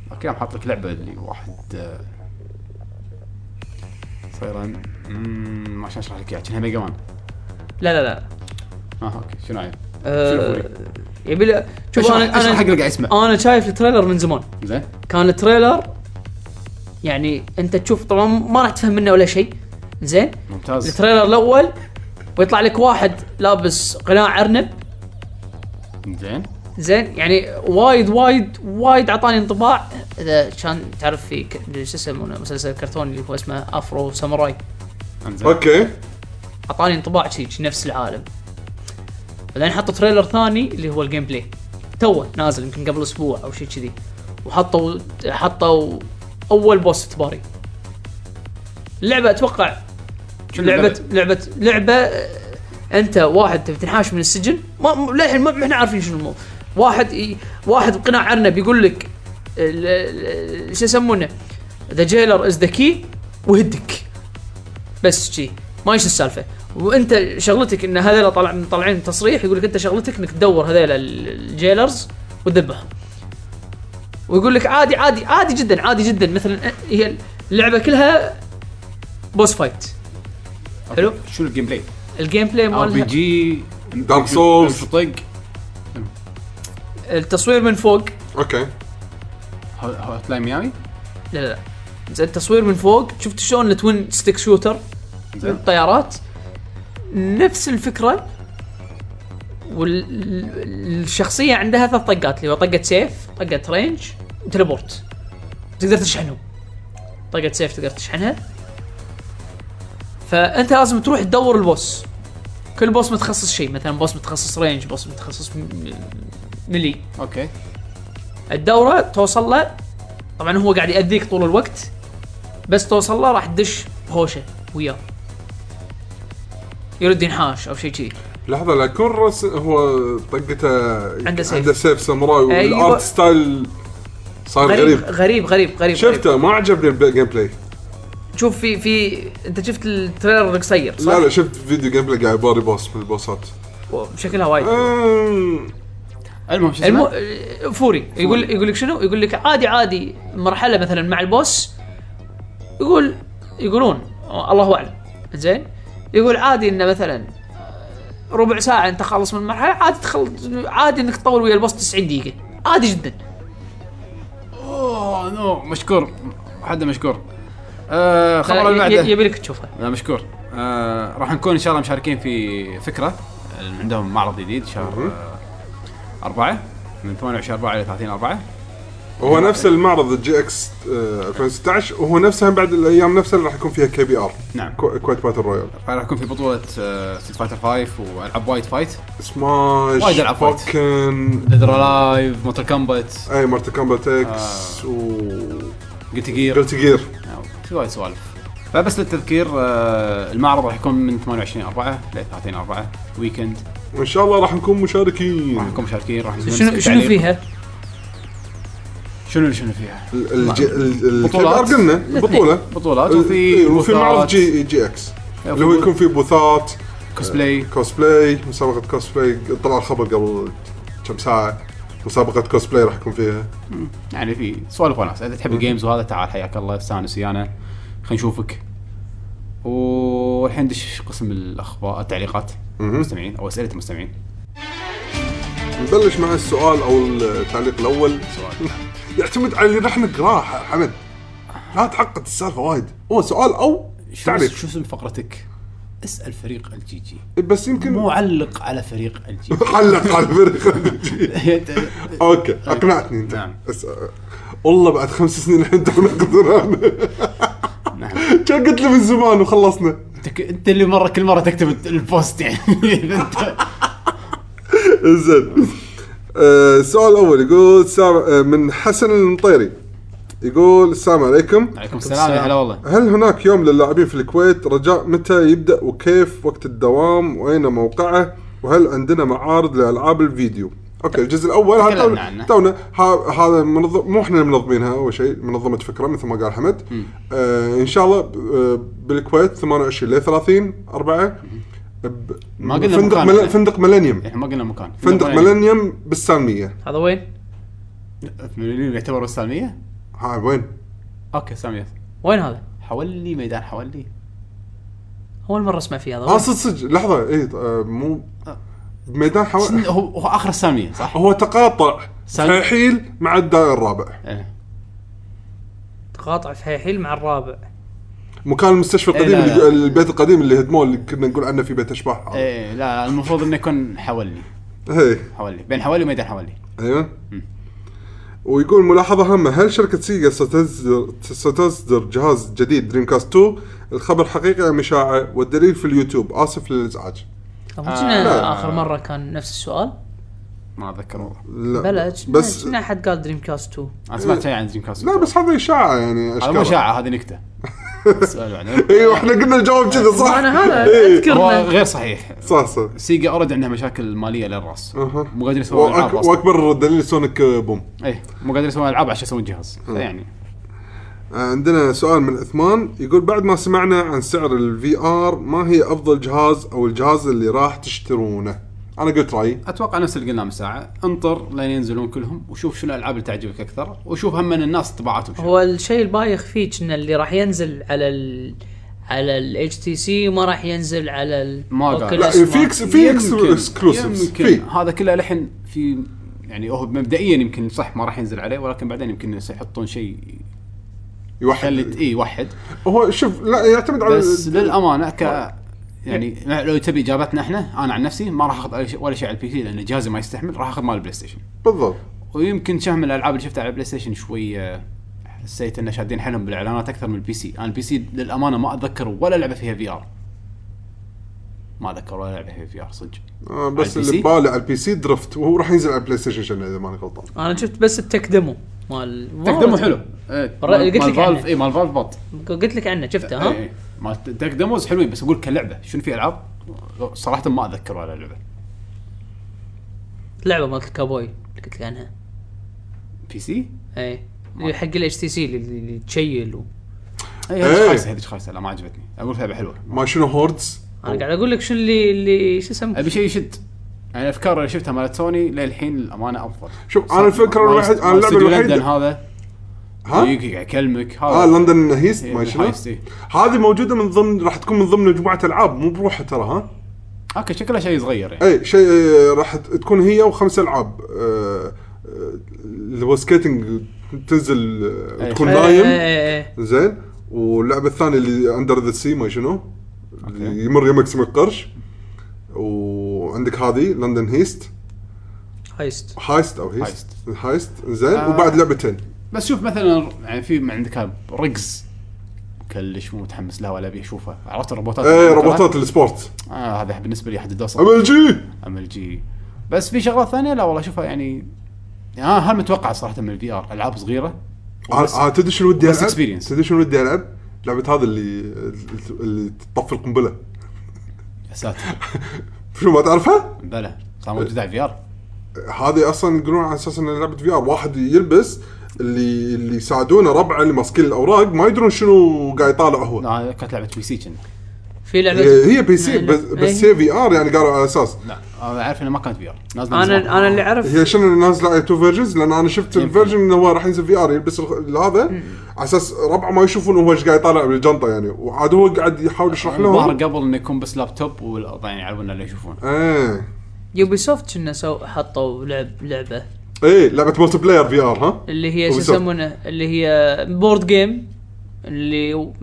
A: ذاك اليوم حاط لك لعبه اللي واحد آه، صايره مم، ما شلون اشرح لك اياها كانها ميجا مان
C: لا لا لا
A: اه اوكي شنو عيب؟
C: آه،
A: شنو فوري؟
C: يبي له شوف
A: اشرح-
C: انا
A: اشرح حق اللي
C: انا
A: قاعد يسمع
C: انا شايف التريلر من زمان
A: زين
C: كان التريلر يعني انت تشوف طبعا ما راح تفهم منه ولا شيء زين
A: ممتاز
C: التريلر الاول ويطلع لك واحد لابس قناع ارنب
A: زين
C: زين يعني وايد وايد وايد اعطاني انطباع اذا كان تعرف في ك- شو يسمونه مسلسل كرتوني اللي هو اسمه افرو ساموراي
A: انزين
B: اوكي
C: اعطاني انطباع شي شي نفس العالم بعدين حطوا تريلر ثاني اللي هو الجيم بلاي توه نازل يمكن قبل اسبوع او شيء كذي وحطوا حطوا اول بوس تباري اللعبه اتوقع
A: شنو
C: لعبه
A: اللعبة؟
C: لعبه لعبه آه، انت واحد تبي تنحاش من السجن ما م- للحين ما ما احنا عارفين شنو الموضوع واحد ي... واحد بقناع ارنب يقول لك ال- ال- ال- شو يسمونه ذا جيلر از ذا كي وهدك بس شي ما ايش السالفه وانت شغلتك ان هذول طلع طالعين تصريح يقول لك انت شغلتك انك تدور هذول ال- الجيلرز وتذبحهم ويقول لك عادي عادي عادي جدا عادي جدا مثلا هي اللعبه كلها بوس فايت
A: أوكي.
C: حلو.
A: شنو الجيم بلاي؟
C: الجيم بلاي
A: ار بي
C: مالها
A: جي
B: دارك سولز
A: طق
C: التصوير من فوق
B: اوكي
A: هوت لاين ميامي
C: لا لا لا زين التصوير من فوق شفت شلون التوين ستيك شوتر
A: زين
C: الطيارات نفس الفكره والشخصيه عندها ثلاث طقات اللي هو طقه سيف طقه رينج وتليبورت تقدر تشحنهم طقه سيف تقدر تشحنها فانت لازم تروح تدور البوس كل بوس متخصص شيء مثلا بوس متخصص رينج بوس متخصص م- م- ملي
A: اوكي
C: الدوره توصل له طبعا هو قاعد ياذيك طول الوقت بس توصل له راح تدش بهوشه وياه يرد ينحاش او شيء كذي
B: لحظه لا يكون رس هو طقته
C: عنده سيف.
B: عنده سيف ساموراي
C: أيوة.
B: والارت ستايل صار
C: غريب
B: غريب
C: غريب غريب غريب غريب.
B: شفته ما عجبني الجيم بلاي
C: شوف في في انت شفت التريلر القصير صح؟
B: لا لا شفت فيديو جيم بلاي قاعد يباري بوس من البوسات
C: شكلها وايد
B: أمم،
A: المهم شو
C: المو...
A: اسمه؟
C: آه، فوري يقول يقول لك شنو؟ يقول لك عادي عادي مرحله مثلا مع البوس يقول يقولون الله اعلم زين يقول عادي انه مثلا ربع ساعه انت خلص من المرحله عادي تخل... عادي انك تطول ويا البوس 90 دقيقه عادي جدا
A: اوه نو مشكور حد مشكور آه خبر اللي
C: ي-
A: بعده
C: يبي لك تشوفها
A: آه، مشكور آه راح نكون ان شاء الله مشاركين في فكره آه، عندهم معرض جديد شهر آه أربعة من 28 4 الى 30 4
B: هو نفس
C: أيوة.
B: المعرض الجي اكس آه، 2016 وهو نفسها بعد الايام نفسها اللي راح يكون فيها كي بي ار
A: نعم
B: كويت باتل رويال
A: راح يكون في آه، بطوله ستريت فايتر 5 والعاب وايد فايت
B: سماش
A: وايد ألعاب فايت.
B: فوكن
A: ديد لايف موتر كومبات
B: اي مارتا كومبات اكس و
A: قلت جير
B: قلت جير
A: نعم، في وايد سوالف فبس للتذكير آه، المعرض راح يكون من 28 4 ل 30 4 ويكند
B: وان شاء الله راح نكون
A: راح
B: مشاركين
A: نكون مشاركين راح نسوي
C: شنو
A: نسوي
C: شنو
A: تعليق.
C: فيها؟
A: شنو اللي شنو فيها؟
B: ال- الج- ال- ال-
A: بطولات.
B: الكي بي آر قلنا البطوله
A: بطولات
B: إيه،
A: وفي إيه،
B: وفي
A: بوثات،
B: معرض جي جي اكس اللي هو
A: بوث-
B: يكون فيه بوثات
A: كوسبلاي
B: كوسبلاي مسابقه كوسبلاي طلع الخبر قبل كم ساعه مسابقه كوسبلاي راح يكون فيها
A: يعني في سوالف وناس اذا تحب الجيمز وهذا تعال حياك الله استانس ويانا خلينا نشوفك والحين دش قسم الاخبار التعليقات
B: مهم.
A: المستمعين او اسئله المستمعين
B: نبلش مع السؤال او التعليق الاول
A: سؤال.
B: يعتمد على اللي راح نقراه ح- حمد لا تعقد السالفه وايد هو سؤال او
A: شو
B: تعليق
A: شو اسم فقرتك؟ اسال فريق الجي جي
B: بس يمكن
A: مو علق على فريق الجي
B: علق على الفريق
A: جي
B: اوكي اقنعتني انت
A: إيه. نعم.
B: بس آه، والله بعد خمس سنين الحين تو نقدر
A: نعم
B: كان قلت له من زمان وخلصنا
A: أنت ك- انت اللي مره كل مره تكتب البوست يعني أنت-
B: زين آه، السؤال الاول يقول سلام آه، من حسن المطيري يقول السلام عليكم
A: عليكم السلام يا هلا والله
B: هل هناك يوم للاعبين في الكويت رجاء متى يبدا وكيف وقت الدوام واين موقعه وهل عندنا معارض لالعاب الفيديو اوكي الجزء الاول هذا
A: تكلمنا
B: تونا-
A: عنه.
B: تونا ها- هذا منظم مو احنا اللي منظمينها اول شيء منظمه فكره مثل ما قال حمد آه ان شاء الله آه بالكويت 28 ل 30 4 ب-
A: ما قلنا إيه،
B: فندق
A: مكان
B: مل...
A: إحنا.
B: فندق ميلينيوم
A: احنا ما قلنا مكان
B: فندق ميلينيوم بالسالميه
C: هذا وين؟
A: مليون يعتبر السالميه؟
B: ها وين؟
A: اوكي سالميه
C: وين هذا؟
A: حولي ميدان حولي
C: اول مره اسمع فيه هذا
B: اه
C: وين؟
B: صدق صدق لحظه اي آه مو
A: آه.
B: ميدان حو...
A: سن- هو هو اخر الساميه صح؟
B: هو تقاطع
A: سل-
B: تحيل مع الدائر الرابع
A: إيه.
C: تقاطع في حيحيل مع الرابع
B: مكان المستشفى القديم
A: إيه، لا، لا.
B: اللي البيت القديم اللي هدموه اللي كنا نقول عنه في بيت اشباح
A: ايه لا لا، المفروض انه يكون حولي
B: ايه
A: حولي بين حولي وميدان حولي
B: ايوه ويقول ملاحظة هامة هل شركة سيجا ستصدر ستصدر جهاز جديد دريم كاست 2 الخبر حقيقي ام اشاعة والدليل في اليوتيوب اسف للازعاج
C: طب
A: آه.
C: كنا اخر مره كان نفس السؤال
A: ما اتذكر والله
B: لا
C: بلا
B: بس
C: بس كنا حد قال دريم كاست 2
A: انا سمعت شيء عن دريم كاست
B: لا بس هذا اشاعة يعني
A: هذا مو
B: اشكال
A: اشاعه هذه نكته سؤال بعدين.
B: ايوه احنا قلنا الجواب كذا صح
C: انا هذا
B: إيه،
A: هو
C: اذكر
A: غير صحيح
B: صح صح
A: سيجا اوريدي عندها مشاكل ماليه للراس
B: أها.
A: مو قادرين يسوون العاب
B: وأك-
A: اصلا
B: واكبر دليل سونيك بوم
A: ايه مو قادرين يسوون العاب عشان يسوون جهاز يعني
B: عندنا سؤال من عثمان يقول بعد ما سمعنا عن سعر الفي ار ما هي افضل جهاز او الجهاز اللي راح تشترونه؟ انا قلت رايي
A: اتوقع نفس اللي قلناه من ساعه انطر لين ينزلون كلهم وشوف شنو الالعاب اللي تعجبك اكثر وشوف هم من الناس طباعتهم شنو
C: هو الشيء البايخ فيه كنا اللي راح ينزل على ال على الاتش تي سي وما راح ينزل على ال
A: ما قال.
C: Oculus
A: لا،
B: في
C: وما-
B: إكس- في إكس-
A: يمكن-
B: إكسكلوسيفز.
A: يمكن
B: في.
A: هذا كله لحن في يعني هو مبدئيا يمكن صح ما راح ينزل عليه ولكن بعدين يمكن سيحطون شيء يخلي
B: يوحد
A: اي واحد
B: هو شوف لا يعتمد على
A: بس للامانه ك يعني لو تبي اجابتنا احنا انا عن نفسي ما راح اخذ أي شيء- ولا شيء على البي سي لان جهازي ما يستحمل راح اخذ مال البلاي ستيشن
B: بالضبط
A: ويمكن شهم الالعاب اللي شفتها على البلاي ستيشن شويه حسيت انه شادين حيلهم بالاعلانات اكثر من البي سي، انا البي سي للامانه ما اتذكر ولا لعبه فيها في ار. ما اتذكر ولا لعبه فيها في ار صدق.
B: آه
A: على
B: بس
A: البي
B: اللي
A: سي؟
B: ببالي على البي سي درفت وهو راح ينزل على البلاي ستيشن شنو اذا ماني غلطان
C: انا شفت بس التك ديمو مال
A: تقدمه حلو إيه،
C: مرة-
A: مال-
C: قلت
A: مال
C: لك عنه.
A: فالف اي مال فالف بط
C: قلت لك عنه شفته
A: إيه،
C: ها
A: إيه. مال تك ديموز حلوين بس اقول كلعبه شنو في العاب صراحه ما اتذكر ولا لعبه
C: لعبه مالت الكابوي اللي قلت لك عنها
A: بي سي؟
C: اي اللي حق الاتش تي سي اللي تشيل و...
A: اي
B: إيه.
A: هذيك خايسه هذيك خايسه لا ما عجبتني اقول لعبه حلوه
B: ما شنو هوردز
C: انا قاعد اقول لك شو اللي اللي شو اسمه
A: ابي شيء يشد يعني الافكار اللي شفتها مالت سوني للحين الامانه افضل
B: شوف انا الفكره الواحد انا اللعبه
A: لندن
B: الوحيده
A: هذا
B: ها
A: يجي يكلمك هذا
B: اه لندن هيست ما
A: إيه،
B: شنو
A: هايست، إيه.
B: هذه موجوده من ضمن راح تكون من ضمن مجموعه العاب مو بروحها ترى ها
A: اوكي شكلها شيء صغير يعني
B: اي شيء آه، راح ت- تكون هي وخمس العاب آه، آه، اللي هو سكيتنج تنزل آه،
A: أي.
B: تكون
A: إيه،
B: نايم
C: إيه، إيه.
B: زين واللعبه الثانيه اللي اندر ذا سي ما شنو اللي يمر يمك سمك قرش وعندك هذه لندن هيست
C: هايست
B: هايست او هيست
A: هايست.
B: هايست زين
A: آه.
B: وبعد لعبتين
A: بس شوف مثلا يعني في ما عندك هذا رقز كلش مو متحمس لها ولا ابي اشوفها عرفت الروبوتات
B: ايه روبوتات السبورت
A: آه هذا بالنسبه لي احد الدوسر
B: ام ال جي
A: ام ال جي بس في شغلات ثانيه لا والله اشوفها يعني ها آه ها متوقع صراحه من الفي ار العاب صغيره بس-
B: آه، آه، تدري شنو ودي
A: بس
B: العب؟
A: experience.
B: تدري شنو ودي العب؟ لعبه هذا اللي اللي تطفي القنبله
A: يا ساتر
B: شو ما تعرفها؟
A: بلى صار موجود على الفي ار
B: هذه اصلا يقولون على اساس انها لعبه في ار واحد يلبس اللي اللي يساعدونه ربعه اللي ماسكين الاوراق ما يدرون شنو قاعد يطالع هو
A: كانت لعبه بي سي كنا
C: في لعبه
B: إيه، هي هي بي سي
C: لا،
B: بس
C: لا.
B: بس
C: إيه.
B: هي في ار يعني قالوا على اساس
A: لا انا عارف انها ما كانت في ار
C: انا انا اللي اعرف
B: هي شنو نازله على تو فيرجنز لان انا شفت
C: إيه.
A: يمكن.
B: الفيرجن انه هو راح ينزل في ار يلبس ال- هذا على اساس ربعه ما يشوفون هو ايش قاعد يطالع بالجنطه يعني وعاد هو قاعد يحاول
C: آه،
B: يشرح
A: الظاهر
B: لهم
A: قبل انه يكون بس لابتوب وال- يعني يعلمونا اللي يشوفونه
B: ايه
C: يوبي سوفت كنا سو حطوا لعب لعبه
B: ايه لعبه مولتي بلاير في ار ها
C: اللي هي شو
B: Ubisoft.
C: يسمونه اللي هي بورد جيم اللي و-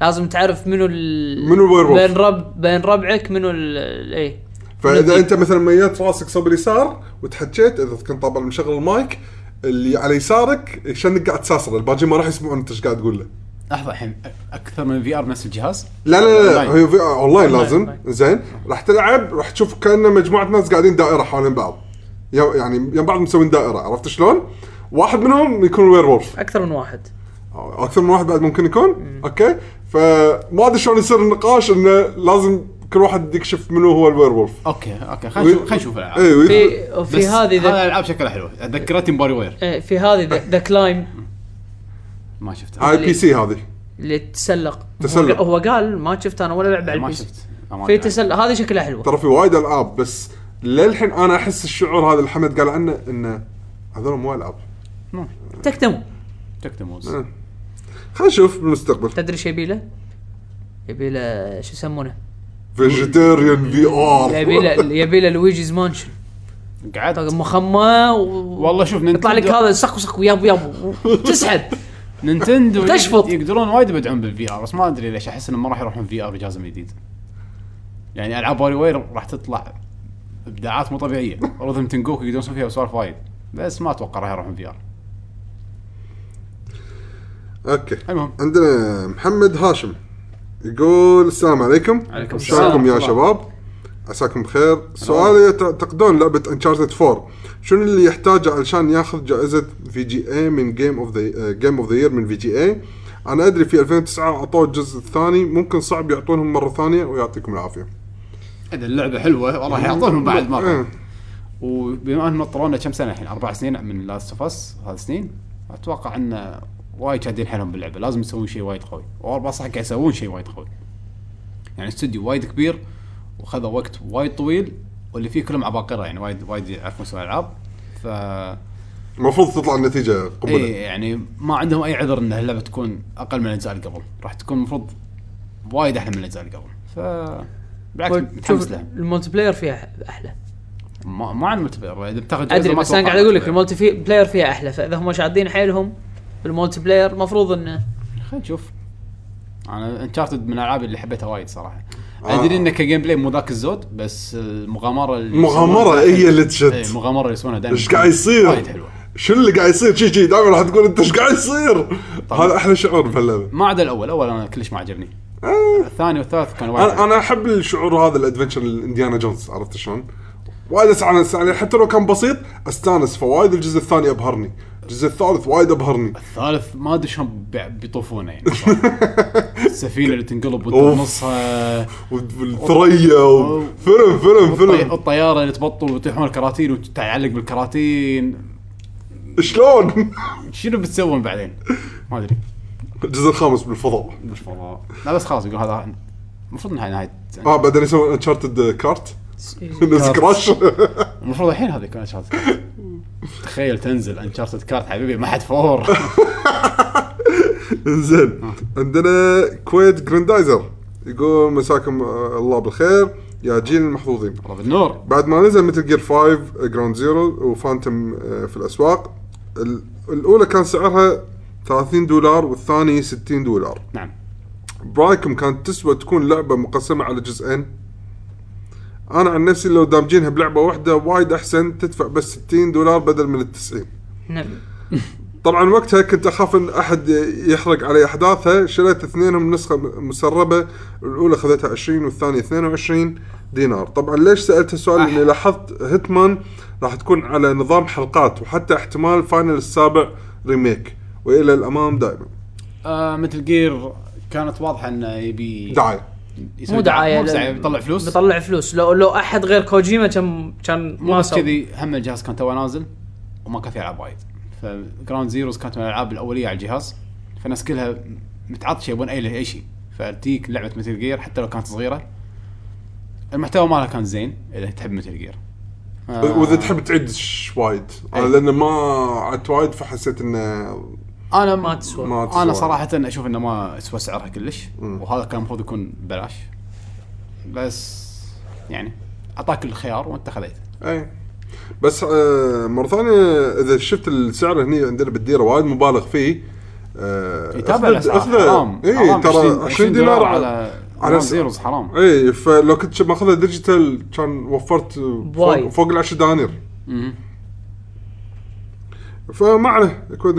C: لازم تعرف منو ال
B: منو الويرولف.
C: بين رب بين ربعك منو ال ال- ايه
B: فاذا
C: نبي.
B: انت مثلا ميت راسك صوب اليسار وتحكيت اذا كنت طبعا مشغل المايك اللي على يسارك شنك قاعد تساسره الباجي ما راح يسمعون انت ايش قاعد تقول له
A: لحظه الحين اكثر من في ار نفس الجهاز طيب.
B: لا لا لا,
A: أونلاين.
B: هي في اونلاين لازم
C: أونلاين.
B: زين راح تلعب راح تشوف كانه مجموعه ناس قاعدين دائره حوالين بعض يا- يعني يم بعض مسوين دائره عرفت شلون؟ واحد منهم يكون وير وولف
C: اكثر من واحد
B: اكثر من واحد بعد ممكن يكون اوكي فما ادري شلون يصير النقاش انه لازم كل واحد يكشف منو هو الوير وولف
A: اوكي اوكي خلينا نشوف خلينا نشوف الالعاب
B: اي
C: في
B: وي-
C: في هذه
A: هذه
C: ذا-
A: الالعاب شكلها حلوه ذكرتني باري وير
C: إيه، في هذه ذا- ذا كلايم
A: ما شفتها
B: هاي بي سي هذه
C: اللي تسلق
B: تسلق.
C: هو قال ما شفت انا ولا لعبه على
A: ما
C: البي سي
A: شفت أمانة
C: في
A: يعني.
C: تسلق هذه شكلها حلوه
B: ترى في وايد العاب بس للحين انا احس الشعور هذا اللي حمد قال عنه انه هذول مو العاب
A: نعم.
C: تكتم
A: تكتموز
B: آه. خلينا نشوف بالمستقبل
C: تدري شو يبيله؟ يبيله شو يسمونه؟
B: فيجيتيريان في ار
C: يبيله يبيله لويجيز مانشن
A: قعدت
C: طيب. مخمه و...
A: والله شوف
C: يطلع لك
A: نينتندو
C: هذا سق وسق وياب وياب تسحب
A: نينتندو
C: تشفط.
A: يقدرون وايد يبدعون بالفي ار بس ما ادري ليش احس انهم ما راح يروحون في ار جهاز جديد يعني العاب واري وير راح تطلع ابداعات مو طبيعيه رذم تنجوك يقدرون يسوون فيها سوالف وايد بس ما اتوقع راح يروحون في ار
B: اوكي
A: المهم
B: عندنا محمد هاشم يقول السلام عليكم
A: عليكم السلام.
B: شلونكم يا
A: ورحمة
B: شباب عساكم بخير سؤالي تعتقدون لعبة انشارتد 4 شنو اللي يحتاجه علشان ياخذ جائزة في جي اي من جيم اوف ذا جيم اوف ذا يير من في جي اي انا ادري في 2009 اعطوه الجزء الثاني ممكن صعب يعطونهم مرة ثانية ويعطيكم العافية
A: هذا اللعبه حلوه والله يعطونهم بعد مره
B: إيه.
A: وبما انهم طرونا كم سنه الحين اربع سنين من لاست اوف اس ثلاث سنين اتوقع ان وايد شادين حيلهم باللعبه لازم يسوون شيء وايد قوي واربع صح قاعد يسوون شيء وايد قوي يعني استوديو وايد كبير وخذ وقت وايد طويل واللي فيه كلهم عباقره يعني وايد وايد يعرفون يسوون العاب ف
B: المفروض تطلع النتيجة
A: اي
B: قنبلة
A: يعني ما عندهم اي عذر ان اللعبه تكون اقل من الاجزاء اللي قبل راح تكون المفروض وايد احلى من الاجزاء اللي قبل ف بالعكس متحمس
C: طيب، شوف
A: لها
C: المولتي بلاير فيها احلى
A: ما ما عندهم متبر اذا بتاخذ جائزة
C: ادري
A: ما
C: بس انا
A: أتوقع
C: قاعد اقول لك
A: متبر.
C: المولتي في- بلاير فيها احلى فاذا هم شادين حيلهم بالمولتي بلاير المفروض انه
A: خلينا نشوف انا انشارتد من الالعاب اللي حبيتها وايد صراحه
B: آه.
A: ادري انه كجيم بلاي مو ذاك الزود بس المغامره اللي
B: المغامرة
A: يسوونها-
B: هي اللي
A: إيه،
B: تشد
A: المغامره اللي يسوونها دائما
B: إيش قاعد يصير؟
A: وايد حلوه
B: شنو اللي قاعد يصير شي شي دائما راح تقول انت ايش قاعد يصير
A: طبعاً.
B: هذا احلى شعور بهاللعبة
A: ما عدا الاول الاول انا كلش ما عجبني
B: آه.
A: الثاني والثالث كان وايد
B: انا
A: حلو.
B: انا احب الشعور هذا الادفنشر الانديانا جونز عرفت شلون؟ وايد استانس يعني حتى لو كان بسيط استانس فوايد الجزء الثاني ابهرني الجزء الثالث وايد ابهرني
A: الثالث ما ادري شلون بي- بيطوفونه يعني صراحة. السفينه اللي تنقلب وانت
B: أوف.
A: بنصها
B: والثريا و- فيلم فيلم
A: الطي-
B: فيلم
A: الطياره اللي تبطل وتحمل كراتين وتعلق بالكراتين
B: شلون؟
A: شنو بتسوون بعدين؟ ما ادري
B: الجزء الخامس بالفضاء
A: مش والله لا بس خلاص يقول هذا المفروض يعني، نهايه نهايه
B: اه بعدين يسوون انشارتد كارت سكراش
A: المفروض الحين هذا يكون انشارتد تخيل تنزل انشارتد كارت حبيبي ما حد فور
B: زين عندنا كويت جراندايزر يقول مساكم آه، الله بالخير يا جيل المحظوظين
A: والله بالنور
B: بعد ما نزل مثل جير 5 جراوند زيرو وفانتوم آه، في الاسواق ال- الاولى كان سعرها 30 دولار والثاني 60 دولار
A: نعم
B: برايكم كانت تسوى تكون لعبه مقسمه على جزئين انا عن نفسي لو دامجينها بلعبه واحده وايد احسن تدفع بس 60 دولار بدل من ال 90
C: نعم.
B: طبعا وقتها كنت اخاف ان احد يحرق علي احداثها شريت اثنينهم نسخه مسربه الاولى خذيتها 20 والثانيه 22 دينار طبعا ليش سالت السؤال
A: أح.
B: لاني لاحظت هيتمان راح تكون على نظام حلقات وحتى احتمال فاينل السابع ريميك والى الامام دائما
A: آه مثل جير كانت واضحه انه يبي
B: دعايه
A: يسوي
C: مو دعايه
A: مو دعايه
C: لأن-
A: بيطلع فلوس
C: بيطلع فلوس لو لو احد غير كوجيما كان كان
A: مو
C: ما
A: بس
C: سوى.
A: كذي هم الجهاز كان توه نازل وما كان في العاب وايد فجراوند زيروز كانت من الالعاب الاوليه على الجهاز فالناس كلها متعطشه يبون اي اي شيء فتيك لعبه مثل جير حتى لو كانت صغيره المحتوى مالها كان زين اذا تحب مثل جير
B: واذا تحب تعيد ش- وايد انا
A: آه. أي.
B: لان ما عدت وايد فحسيت انه
A: انا
C: ما تسوى.
B: ما
A: انا
B: تسوى.
A: صراحه اشوف انه ما سوى سعرها كلش وهذا كان المفروض يكون ببلاش بس يعني اعطاك الخيار وانت خذيته
B: اي إيه. بس آه مره ثانيه اذا شفت السعر هني عندنا بالديره وايد مبالغ فيه آه
A: يتابع الاسعار حرام
B: اي
A: حرام،
B: إيه، ترى 20 دينار على
A: على
B: على
A: على
B: س-
A: زيروز حرام
B: اي فلو كنت ماخذها ديجيتال كان وفرت فوق,
C: وايد.
B: فوق ال 10 دنانير
A: مهم.
B: فما عليه كود